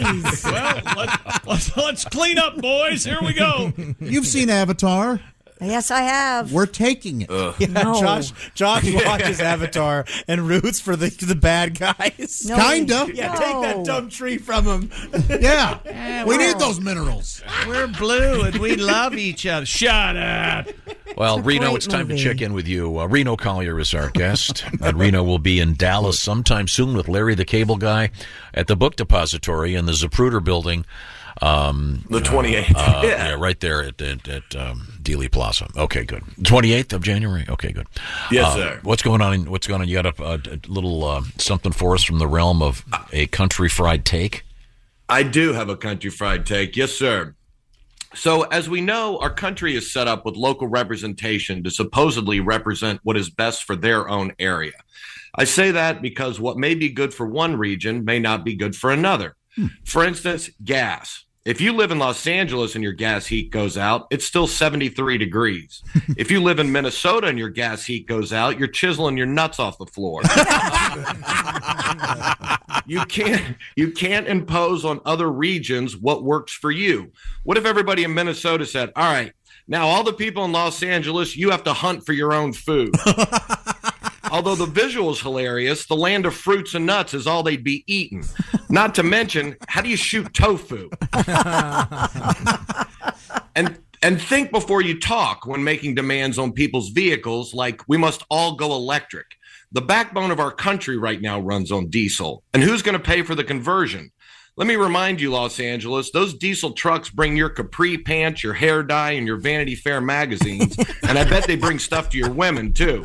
S3: well, let's, let's, let's clean up, boys. Here we go.
S9: You've seen Avatar.
S6: Yes, I have.
S9: We're taking it.
S7: Yeah,
S6: No.
S7: Josh, Josh watches Avatar and roots for the the bad guys.
S6: No. Kinda.
S7: Yeah,
S6: No.
S7: take that dumb tree from him.
S9: yeah, we need those minerals.
S3: We're blue and we love each other. Shut up.
S1: Well,
S3: It's a
S1: Reno,
S3: great
S1: it's time
S3: movie.
S1: to check in with you. Uh, Reno Collier is our guest. and Reno will be in Dallas sometime soon with Larry the Cable Guy at the Book Depository in the Zapruder building. Um,
S20: The
S1: uh,
S20: 28th.
S1: uh,
S20: Yeah.
S1: yeah. right there at, at, at um, Dealey Plaza. Okay, good. 28th of January? Okay, good.
S20: Yes,
S1: Uh,
S20: sir.
S1: What's going on? What's going on? You got a, a, a little uh, something for us from the realm of a country fried take?
S20: I do have a country fried take. Yes, sir. So, as we know, our country is set up with local representation to supposedly represent what is best for their own area. I say that because what may be good for one region may not be good for another. For instance, gas. If you live in Los Angeles and your gas heat goes out, it's still 73 degrees. if you live in Minnesota and your gas heat goes out, you're chiseling your nuts off the floor. you can't you can't impose on other regions what works for you. What if everybody in Minnesota said, "All right, now all the people in Los Angeles, you have to hunt for your own food." Although the visual is hilarious, the land of fruits and nuts is all they'd be eating. Not to mention, how do you shoot tofu? and and think before you talk when making demands on people's vehicles like we must all go electric the backbone of our country right now runs on diesel and who's going to pay for the conversion let me remind you los angeles those diesel trucks bring your capri pants your hair dye and your vanity fair magazines and i bet they bring stuff to your women too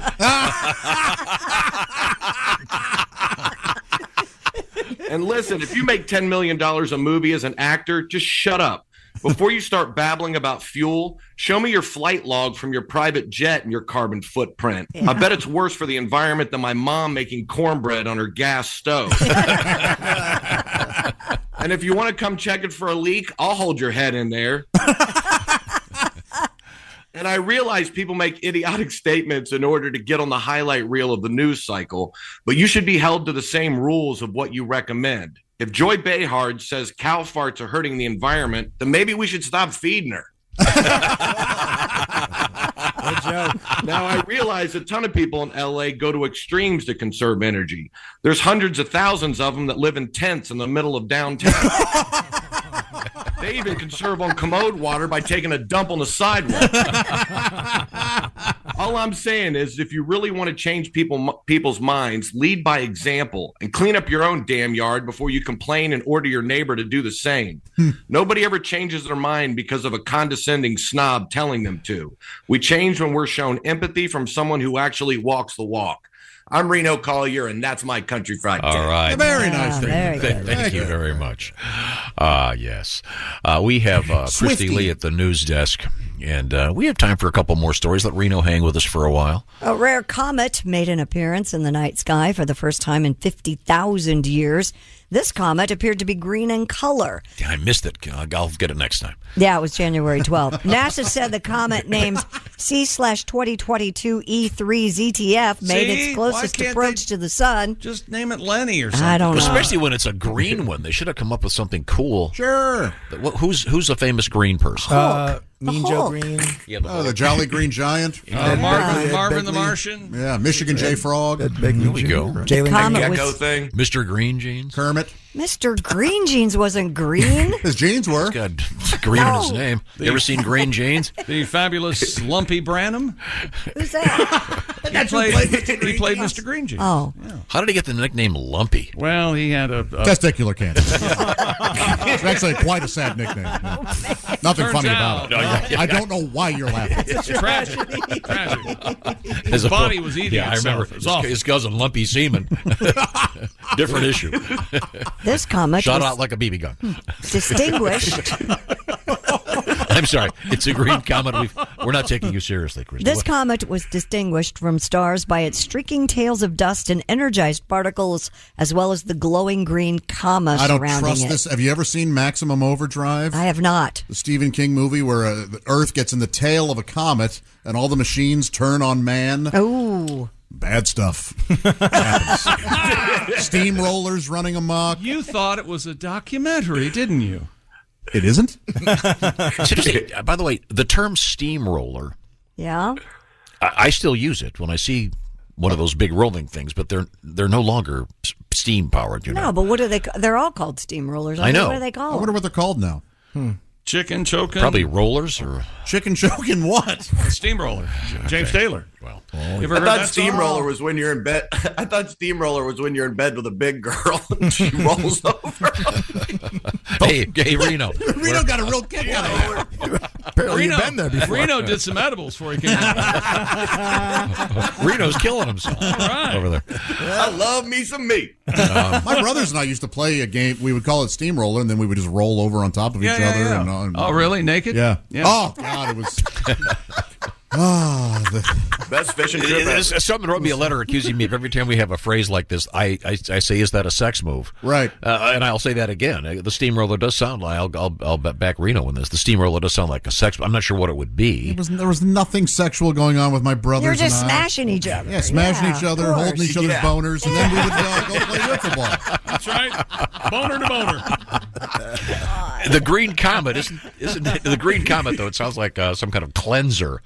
S20: And listen, if you make $10 million a movie as an actor, just shut up. Before you start babbling about fuel, show me your flight log from your private jet and your carbon footprint. I bet it's worse for the environment than my mom making cornbread on her gas stove. and if you want to come check it for a leak, I'll hold your head in there. And I realize people make idiotic statements in order to get on the highlight reel of the news cycle, but you should be held to the same rules of what you recommend. If Joy Behard says cow farts are hurting the environment, then maybe we should stop feeding her. now I realize a ton of people in LA go to extremes to conserve energy. There's hundreds of thousands of them that live in tents in the middle of downtown. they even conserve on commode water by taking a dump on the sidewalk. All I'm saying is, if you really want to change people people's minds, lead by example and clean up your own damn yard before you complain and order your neighbor to do the same. Nobody ever changes their mind because of a condescending snob telling them to. We change when we're shown empathy from someone who actually walks the walk. I'm Reno Collier, and that's my country fried.
S1: All
S20: Tip.
S1: right.
S20: Very nice.
S1: Thank- Thank, thank you very much. Ah, yes. Uh, we have uh, Christy
S20: Swifty.
S1: Lee at the news desk, and uh, we have time for a couple more stories. Let Reno hang with us for a while.
S6: A rare comet made an appearance in the night sky for the first time in 50,000 years. This comet appeared to be green in color.
S1: Damn, I missed it. I'll I'll get it next time.
S6: Yeah, it was January 12th. NASA said the comet named C slash E 2022 E3 ZTF made
S3: See?
S6: its closest
S3: Why can't
S6: approach to the sun.
S3: Just name it Lenny or
S6: I don't know.
S1: Especially when it's a green one. They should have come up with something cool.
S3: Sure.
S1: Who's who's a famous green person?
S9: Uh,
S7: mean Joe Green.
S1: Yeah,
S9: oh, the Jolly Green Giant.
S7: Uh,
S1: Oh, Marvin-
S9: Ed
S1: Marvin the
S9: Begley.
S1: Martian.
S9: Yeah, Michigan J Frog.
S1: There we go.
S6: Jalen Comet Gecko was-
S1: thing. Mr. Green Jeans.
S9: Kermit.
S6: Mr. Green Jeans wasn't green.
S9: His jeans were.
S1: God, green in his
S6: No.
S1: name. You ever seen Green Jeans?
S3: The fabulous Lumpy Branham.
S6: Who's that?
S3: He played, he played Mr. Green Jeans.
S6: Oh.
S1: How did he get the nickname Lumpy?
S3: Well, he had a, a
S9: Testicular cancer. it's actually quite a sad nickname. yeah. Nothing
S3: Turns
S9: funny
S3: out-
S9: about it.
S3: No, yeah, yeah.
S9: I don't know why you're laughing.
S3: It's tragic. tragic.
S1: As
S3: His
S1: a-
S3: body was eating
S1: Yeah, I
S3: itself.
S1: remember.
S3: It was
S1: His-
S3: awful.
S1: his cousin Lumpy Seaman. Different issue.
S6: This comet
S1: Shot
S6: was-
S1: out like a BB gun.
S6: Distinguished.
S1: I'm sorry. It's a green comet. We've, we're not taking you seriously, Chris.
S6: This comet was distinguished from stars by its streaking tails of dust and energized particles, as well as the glowing green comma
S9: I don't
S6: surrounding
S9: trust
S6: it.
S9: this. Have you ever seen Maximum Overdrive?
S6: I have not.
S9: The Stephen King movie where uh, the Earth gets in the tail of a comet and all the machines turn on man.
S6: Oh.
S9: Bad stuff. Happens. Steamrollers running amok.
S3: You thought it was a documentary, didn't you?
S9: It isn't?
S1: It's interesting. Uh, By the way, the term steamroller,
S6: Yeah.
S1: I, I still use it when I see one of those big rolling things, but they're they're no longer steam powered. You know,
S6: No, but what are they? ca- They're all called steamrollers.
S1: I know.
S6: What are they
S9: I
S6: called?
S9: wonder what they're called now.
S3: Chicken choking.
S1: probably rollers or
S9: Chicken choking what?
S3: Steamroller. James Taylor.
S1: Well,
S20: I
S9: Oh,
S3: you ever
S20: thought
S3: heard that song?
S20: steamroller was when you're in bed. I thought steamroller was when you're in bed with a big girl and she rolls over.
S3: Oh,
S1: hey, hey Reno.
S9: Reno got a real kick out of it.
S18: Apparently,
S3: Reno,
S18: you've been there before.
S3: Reno did some edibles before he came. out.
S1: Reno's killing himself over there.
S20: I love me some meat.
S3: Um,
S9: My brothers and I used to play a game. We would call it steamroller, and then we would just roll over on top of
S3: Yeah,
S9: each
S3: yeah,
S9: other.
S3: yeah.
S9: And, uh, and,
S3: oh, really? Naked?
S9: Yeah.
S3: yeah.
S9: Oh God, it was. Ah, the-
S20: Best fishing trip ever.
S1: There's- Someone wrote me a letter accusing me of every time we have a phrase like this, I, I, I say, is that a sex move?
S9: right.
S1: Uh, and I'll say that again. Uh, The steamroller does sound like, I'll, I'll, I'll bet back Reno on this. The steamroller does sound like a sex I'm not sure what it would be.
S9: It was there was nothing sexual going on with my brothers.
S6: You're just
S9: and I.
S6: smashing each other.
S9: Yeah, smashing
S6: Yeah,
S9: each
S6: of
S9: other, holding
S6: course.
S9: each other's
S20: Yeah.
S9: boners, and then we would uh, go play wiffle ball.
S3: That's right. Boner to boner.
S1: The green comet, isn't, isn't it? The green comet, though, it sounds like uh, some kind of cleanser.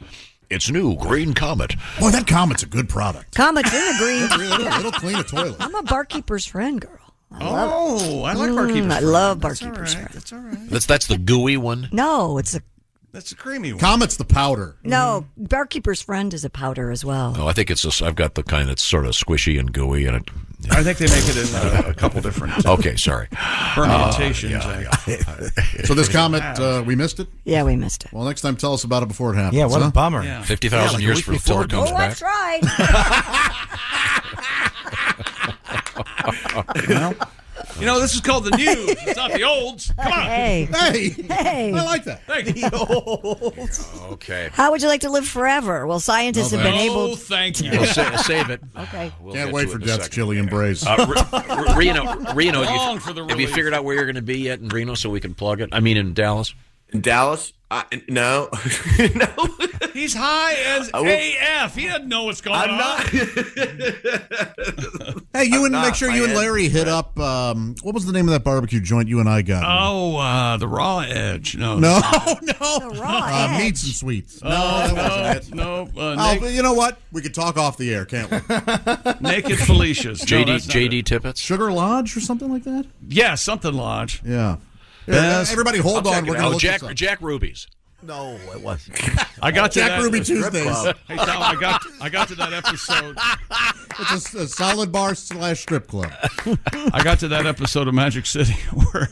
S1: It's new, green comet.
S9: Boy, that comet's a good product.
S6: Comets in the green.
S9: Really, it'll, it'll clean a toilet.
S6: I'm a barkeeper's friend, girl. I love it.
S3: Oh, I like
S6: Mm,
S3: barkeepers.
S6: I love
S3: That's all
S6: barkeepers'
S3: right,
S6: friend.
S3: That's all right.
S1: That's, that's the gooey one.
S6: No, it's a
S3: That's a creamy one.
S9: Comet's the powder.
S6: no. Barkeeper's friend is a powder as well.
S1: No, Oh, I think it's this. I've got the kind that's sort of squishy and gooey, and it.
S3: I think they make it in uh, a couple different
S1: Okay, sorry. Uh,
S3: permutations.
S9: Oh,
S3: eh?
S9: So this comet, uh, we missed it.
S6: Yeah, we missed it.
S9: Well, next time, tell us about it before it happens.
S7: Yeah, what
S9: huh?
S7: a bummer.
S3: Yeah.
S1: Fifty thousand
S9: Yeah, like a
S1: years
S9: week
S1: for before
S9: before.
S1: it comes
S6: oh, I
S1: back.
S6: tried.
S3: You know, this is called the news. It's not the olds. Come on.
S6: hey,
S9: Hey,
S6: hey.
S9: I like that.
S3: Thank you.
S1: Okay,
S6: How would you like to live forever? Well, scientists have been
S3: No,
S6: able.
S3: thank you.
S1: we'll sa- save it.
S6: Okay.
S1: We'll
S9: Can't
S1: get
S9: wait
S1: to it
S9: for
S1: in a
S9: death's
S1: second.
S9: chilly embrace.
S1: Uh, R- R- Reno, Reno,
S3: Long
S1: you,
S3: for the
S1: have you
S3: relief.
S1: figured out where you're going to be yet in Reno so we can plug it? I mean, in Dallas.
S20: In Dallas? I, no, no.
S3: He's high as
S2: I will-
S3: AF. He doesn't know what's going
S2: I'm
S3: on.
S9: Hey, you and
S3: not,
S9: make sure you
S3: my
S9: and
S3: head
S9: Larry
S3: is
S9: hit
S3: red.
S9: up. Um, what was the name of that barbecue joint you and I got?
S3: Oh, uh, the raw edge. No,
S9: No,
S3: no,
S9: uh, meats and sweets. No,
S3: Oh,
S9: that wasn't it.
S3: no, no. Uh,
S9: Oh,
S3: Nick-
S9: but you know what? We could talk off the air, can't we?
S3: Naked Felicia's.
S1: JD JD Tippett.
S9: Sugar Lodge or something like that.
S3: Yeah, something lodge.
S9: Yeah.
S3: Yes.
S9: Everybody, hold
S1: I'll
S9: on.
S1: check
S9: We're
S1: it
S9: gonna
S1: out.
S9: look
S1: Jack
S9: this up.
S1: Jack Ruby's.
S18: No, it wasn't.
S3: I got to
S9: Jack
S3: that-
S9: Ruby
S3: Strip
S9: Tuesdays.
S3: club. Hey, Sal, I got I got to that episode.
S9: It's a, a solid bar slash strip club.
S3: I got to that episode of Magic City where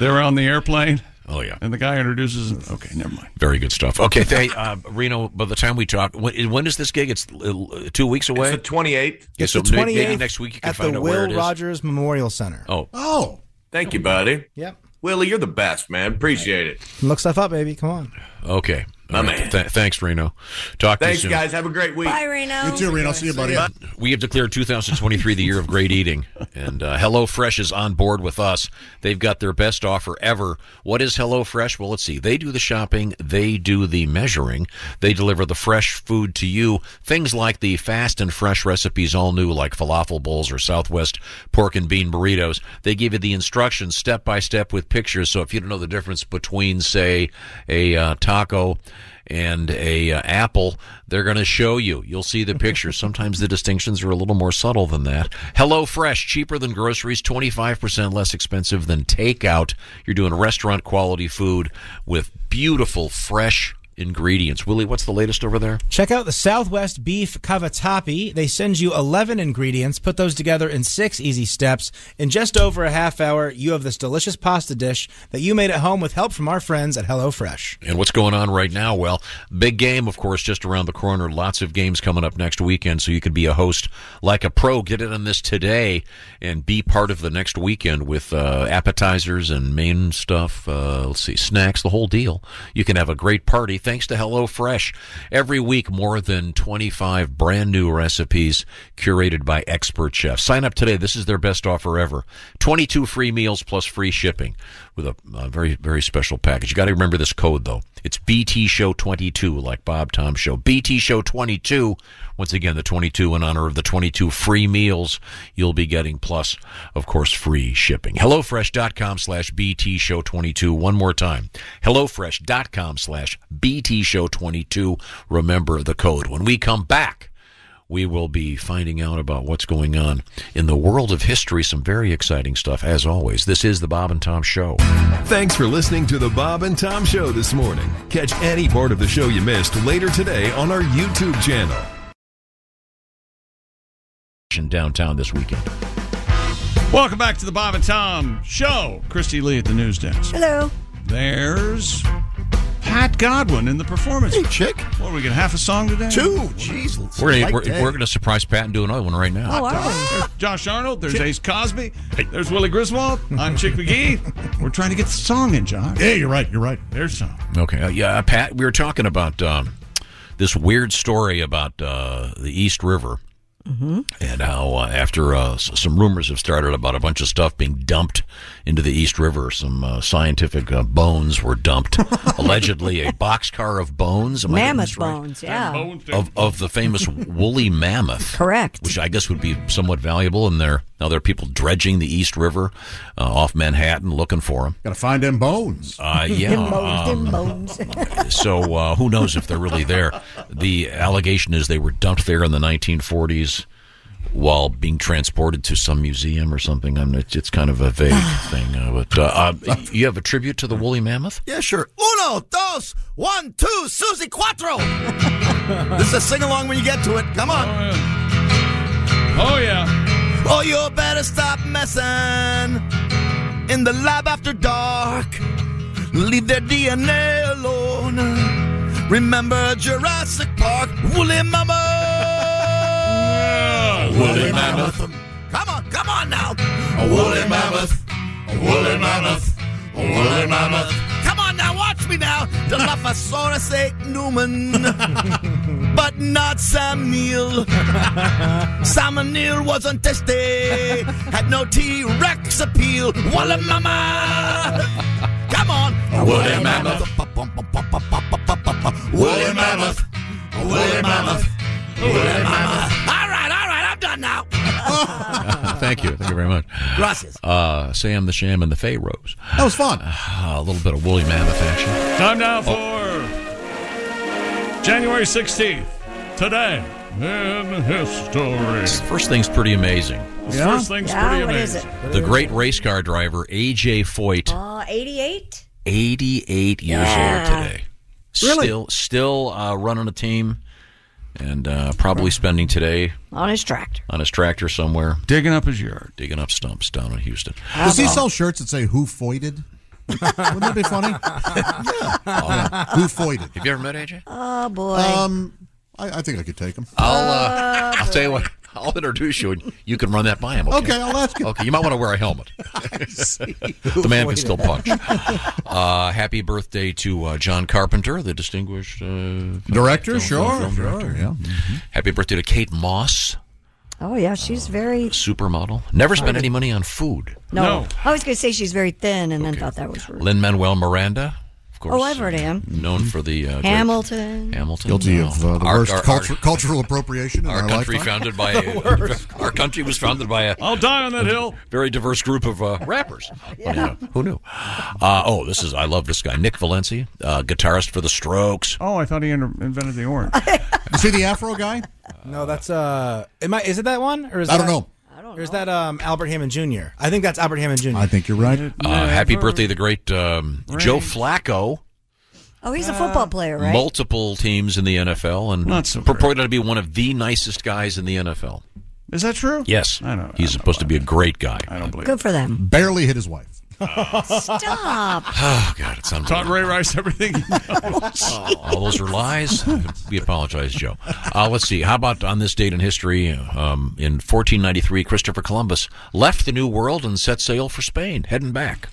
S3: they were on the airplane.
S1: Oh yeah,
S3: and the guy introduces. Okay, never mind.
S1: Very good stuff. Okay, they, uh, Reno. By the time we talk, when, when is this gig? It's uh, two weeks away.
S20: It's the twenty eighth.
S1: Yeah,
S7: It's
S1: so
S7: the
S1: may-
S7: 28th
S1: maybe next week you can
S7: at
S1: find
S7: the
S1: out
S7: Will
S1: where it is.
S7: Rogers Memorial Center.
S1: Oh,
S9: Oh,
S20: thank you, buddy.
S7: Yep.
S20: Willie, you're the best, man. Appreciate it.
S7: Look stuff up, baby. Come on.
S1: okay.
S20: My
S1: All right.
S20: man.
S1: Th- thanks, Reno. Talk
S20: Thanks,
S1: to you soon.
S20: guys. Have a great week.
S6: Bye, Reno.
S9: You too, Reno. See you, buddy.
S1: We have declared 2023 the year of great eating, and uh, HelloFresh is on board with us. They've got their best offer ever. What is HelloFresh? Well, let's see. They do the shopping, they do the measuring, they deliver the fresh food to you. Things like the fast and fresh recipes, all new, like falafel bowls or Southwest pork and bean burritos. They give you the instructions step by step with pictures. So if you don't know the difference between, say, a uh, taco and a uh, apple they're going to show you you'll see the pictures sometimes the distinctions are a little more subtle than that hello fresh cheaper than groceries 25% less expensive than takeout you're doing restaurant quality food with beautiful fresh ingredients willie what's the latest over there
S7: Check out the Southwest Beef Cavatappi. They send you 11 ingredients, put those together in six easy steps. In just over a half hour, you have this delicious pasta dish that you made at home with help from our friends at HelloFresh.
S1: And what's going on right now? Well, big game, of course, just around the corner. Lots of games coming up next weekend, so you could be a host like a pro. Get in on this today and be part of the next weekend with uh, appetizers and main stuff. Uh, let's see, snacks, the whole deal. You can have a great party thanks to HelloFresh. Every week, more than 25 brand new recipes curated by expert chefs. Sign up today. This is their best offer ever. 22 free meals plus free shipping with a, a very, very special package. You got to remember this code, though. It's BT Show 22, like Bob Tom Show. BT Show 22. Once again, the 22 in honor of the 22 free meals you'll be getting, plus, of course, free shipping. HelloFresh.com slash BT Show 22. One more time. HelloFresh.com slash BT Show 22. Remember the code. When we come back, we will be finding out about what's going on in the world of history. Some very exciting stuff, as always. This is the Bob and Tom Show.
S12: Thanks for listening to the Bob and Tom Show this morning. Catch any part of the show you missed later today on our YouTube channel.
S1: In downtown this weekend.
S3: Welcome back to the Bob and Tom Show. Christy Lee at the news desk.
S6: Hello.
S3: There's Pat Godwin in the performance. Hey, chick. What are we gonna half a song today?
S18: Two. Jeez.
S1: We're gonna, we're, we're gonna surprise Pat and do another one right
S6: Oh,
S1: now.
S3: Hot dog. There's Josh Arnold. There's Ace Cosby. There's Willie Griswold. I'm Chick McGee. We're trying to get the song in, Josh.
S9: Yeah, you're right. You're right.
S3: There's some.
S1: Okay, uh, yeah, Pat. We were talking about um, this weird story about uh, the East River
S6: Mm-hmm.
S1: and how uh, after uh, s- some rumors have started about a bunch of stuff being dumped into the East River, some uh, scientific uh, bones were dumped. Allegedly, a boxcar of bones. Am I getting
S6: Mammoth
S1: this right?
S6: bones, yeah.
S1: of of the famous woolly mammoth.
S6: Correct.
S1: Which I guess would be somewhat valuable. And there now there are people dredging the East River uh, off Manhattan looking for them.
S9: Got to find them bones.
S1: Uh, yeah. um, so uh, who knows if they're really there? The allegation is they were dumped there in the 1940s while being transported to some museum or something. I'm it's, it's kind of a vague thing. Uh, but uh, uh, you have a tribute to the woolly mammoth.
S18: Yeah, sure. Uno, dos, one, two, Susie Quattro. this is a sing along when you get to it. Come on.
S3: Oh, yeah.
S18: Oh, you better stop messing in the lab after dark. Leave their DNA alone. Remember Jurassic Park, Woolly Mammoth.
S2: Woolly mammoth.
S18: Come on, come on now.
S2: A woolly mammoth. A woolly mammoth. A woolly mammoth.
S18: Come on now, watch me now. Dilophosaurus ate Newman, but not Sam Neill. Sam Neill was untested, had no T Rex appeal. Walla mama! Come on!
S2: A woolly mammoth. Woolly
S18: mammoth.
S2: mammoth.
S18: A woolly mammoth. A woolly mammoth. All right, all right, I'm done now.
S1: Thank you. Thank you very much.
S18: Gracias.
S1: Uh, Sam the Sham and the Pharaohs. That was fun. a little bit of woolly mammoth action.
S22: Time now for
S1: Oh.
S22: January 16th. Today in history.
S1: First thing's pretty amazing.
S22: First thing's
S6: Oh, Yeah,
S22: pretty
S6: what
S22: amazing.
S6: is it?
S1: The great race car driver A.J. Foyt,
S6: Uh, 88?
S1: 88 years
S6: Yeah.
S1: old today.
S6: Really?
S1: Still, still uh, running a team and uh, probably spending today
S6: On his tractor.
S1: on his tractor somewhere.
S3: Digging up his yard.
S1: Digging up stumps down in Houston.
S9: Does he sell shirts that say "Who foided"? Wouldn't that be funny? yeah. Who foided?
S1: Have you ever met AJ?
S6: Oh, boy.
S9: Um, I, I think I could take him.
S1: I'll, uh, I'll tell you what. I'll introduce you, and you can run that by him. Okay,
S9: Okay, I'll ask him.
S1: Okay, you might want to wear a helmet. the man can still punch. Uh, happy birthday to uh, John Carpenter, the distinguished uh,
S9: Director,
S1: film-
S9: sure,
S1: film
S9: sure,
S1: director. Mm-hmm.
S9: yeah.
S1: Happy birthday to Kate Moss,
S6: Oh, yeah, she's very.
S1: supermodel. Never spent
S6: Right.
S1: any money on food.
S6: No. I was going to say she's very thin and then thought that was rude.
S1: Lin Manuel Miranda, of course.
S6: Oh, I've heard of him.
S1: Known for the uh, great-
S6: Hamilton.
S1: Hamilton.
S9: Guilty
S1: No.
S9: of uh, the
S1: Our-
S9: worst
S1: our-
S9: culture,
S1: our-
S9: cultural appropriation in
S1: Our
S9: our,
S1: country
S9: lifetime.
S1: founded by a, our country was founded by a
S22: I'll die on that hill.
S1: Very diverse group of uh, rappers. Yeah. Who knew? Uh, oh, this is I love this guy Nick Valencia, uh, guitarist for the Strokes.
S3: Oh, I thought he inter- invented the orange.
S9: You see the Afro guy?
S7: No, that's uh, am I? Is it that one? Or is
S9: I
S7: that,
S9: don't know.
S7: I don't know. Or is that um Albert Hammond Jr.? I think that's Albert Hammond Jr.
S9: I think you're right.
S1: Uh, happy birthday, the great um, Joe Flacco.
S6: Oh, he's a football player, right?
S1: Multiple teams in the NFL, and
S6: Not so
S1: purported to be one of the nicest guys in the NFL.
S3: Is that true?
S1: Yes, I know. He's supposed to be a great guy.
S3: I don't believe.
S6: Good for them.
S9: Barely hit his wife.
S6: Stop.
S1: Oh God, it's unbelievable. Oh,
S22: Taught Ray Rice everything.
S1: All those are lies. We apologize, Joe. Uh, let's see. How about on this date in history, um, in 1493, Christopher Columbus left the New World and set sail for Spain, heading back.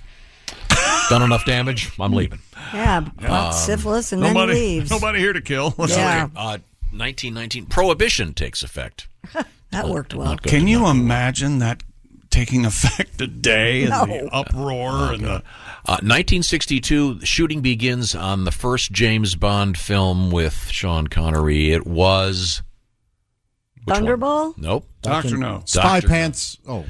S1: Done enough damage. I'm leaving.
S6: Yeah, got
S1: Um,
S6: syphilis and
S1: nobody-
S6: then leaves.
S22: Nobody here to kill.
S6: Yeah.
S1: Uh, 1919, Prohibition takes effect.
S6: That worked well.
S3: Can you imagine that taking effect today and
S6: No.
S3: the uproar and the
S1: Uh, 1962, the shooting begins on the first James Bond film with Sean Connery. It was. which one?
S6: Thunderball?
S1: Nope.
S3: Doctor No.
S9: Spy
S1: Doctor No.
S9: pants. Oh,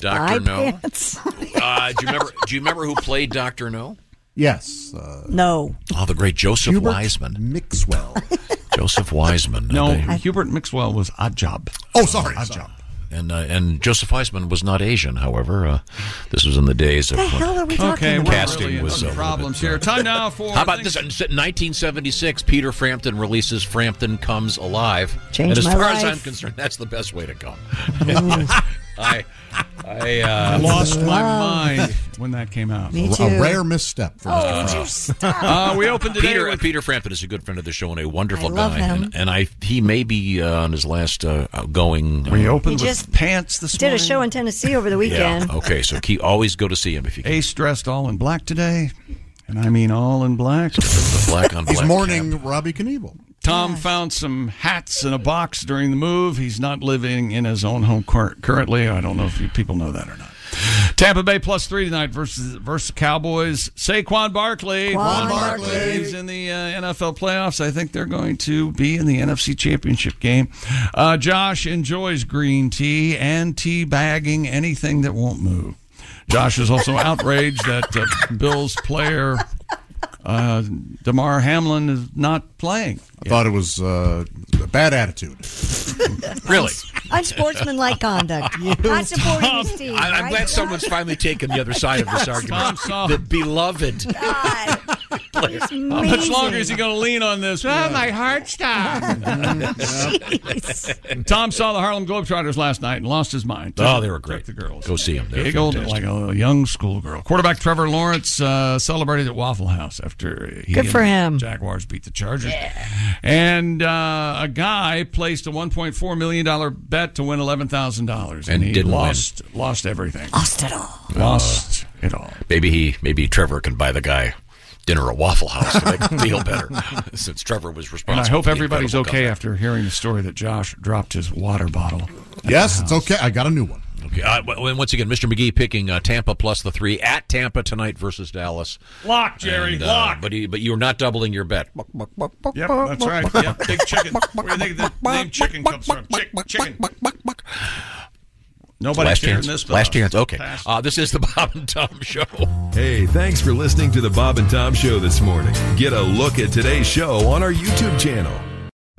S1: Doctor No.
S6: Pants.
S1: Uh, do you remember? Do you remember who played Doctor No?
S9: yes. Uh,
S6: No.
S1: Oh, the great Joseph
S9: Hubert
S1: Wiseman.
S9: Mixwell.
S1: Joseph Wiseman.
S3: No,
S1: They-
S3: Hubert Mixwell was odd job.
S9: Oh, sorry. sorry.
S1: and uh, and Joseph Wiseman was not Asian. However, uh, this was in the days of uh,
S6: What the hell are we talking
S3: Okay,
S6: about?
S3: we're
S1: casting
S3: really
S1: was
S3: was
S1: a little
S3: problems
S1: bit,
S3: here.
S1: uh,
S3: Time now for
S1: How about
S3: things-
S1: this? In 1976, Peter Frampton releases "Frampton Comes Alive,"
S6: Changed
S1: and as
S6: my
S1: far as
S6: life.
S1: I'm concerned, that's the best way to go. Uh, I, I uh,
S3: Lost my mind when that came out.
S6: Me too.
S9: A rare misstep. For
S6: Oh, would you stop?
S3: Uh, we opened today
S1: Peter
S3: with
S1: Peter Frampton is a good friend of the show and a wonderful
S6: I love
S1: guy,
S6: him.
S1: And, and I he may be uh, on his last uh, going. uh,
S3: we
S6: He
S3: opened
S6: just
S3: with pants this
S6: did a
S3: morning.
S6: show in Tennessee over the
S1: yeah.
S6: weekend.
S1: Okay, so keep always go to see him if you can.
S3: Ace dressed all in black today, and I mean all in black.
S1: The black on black.
S9: He's mourning
S1: cap.
S9: Robbie Knievel.
S3: Tom found some hats in a box during the move. He's not living in his own home cur- currently. I don't know if you people know that or not. Tampa Bay plus three tonight versus versus Cowboys. Saquon Barkley.
S6: Quan
S9: Barkley.
S3: He's in the uh, NFL playoffs. I think they're going to be in the NFC Championship game. Uh, Josh enjoys green tea and tea bagging anything that won't move. Josh is also outraged that uh, Bills player uh, Damar Hamlin is not playing.
S9: I thought it was uh, a bad attitude.
S1: Really,
S6: Unsportsmanlike conduct. Not supporting his team.
S1: I, I'm
S6: right?
S1: glad someone's finally taken the other side of this argument.
S3: Tom
S1: The beloved.
S6: God. He's
S3: How much longer
S6: amazing.
S3: is he going to lean on this? Oh, my heart stopped.
S6: Jeez.
S3: Tom saw the Harlem Globetrotters last night and lost his mind.
S1: Oh, they were great.
S3: Took the girls.
S1: Go see them. They're
S3: Giggled
S1: fantastic.
S3: like a young schoolgirl. Quarterback Trevor Lawrence uh, celebrated at Waffle House after he
S6: Good for
S3: and the
S6: him.
S3: Jaguars beat the Chargers. And uh, a guy placed a 1.4 million dollar bet to win eleven thousand dollars,
S1: And
S3: he
S1: didn't win. Uh,
S3: lost lost everything,
S6: Lost it all.
S3: lost it all.
S1: Maybe he, maybe Trevor can buy the guy dinner at Waffle House to make him feel better, since Trevor was responsible.
S3: And I hope
S1: for the
S3: everybody's
S1: incredible
S3: okay after hearing the story that Josh dropped his water bottle.
S9: Yes, it's okay. I got a new one.
S1: comeback. Okay. Uh, w- and once again, Mr. McGee picking uh, Tampa plus the three at Tampa tonight versus Dallas.
S6: Lock, Jerry,
S1: And, uh,
S6: lock.
S1: But he, but you're not doubling your bet.
S6: Yep, that's right. Yep, big chicken. Where do you think the name chicken comes from? Chick, chicken. Nobody
S1: last
S6: cared
S1: chance.
S6: in this, but
S1: Last chance. Okay.
S6: Pass.
S1: Uh, this is the Bob and Tom Show.
S12: Hey, thanks for listening to the Bob and Tom Show this morning. Get a look at today's show on our YouTube channel.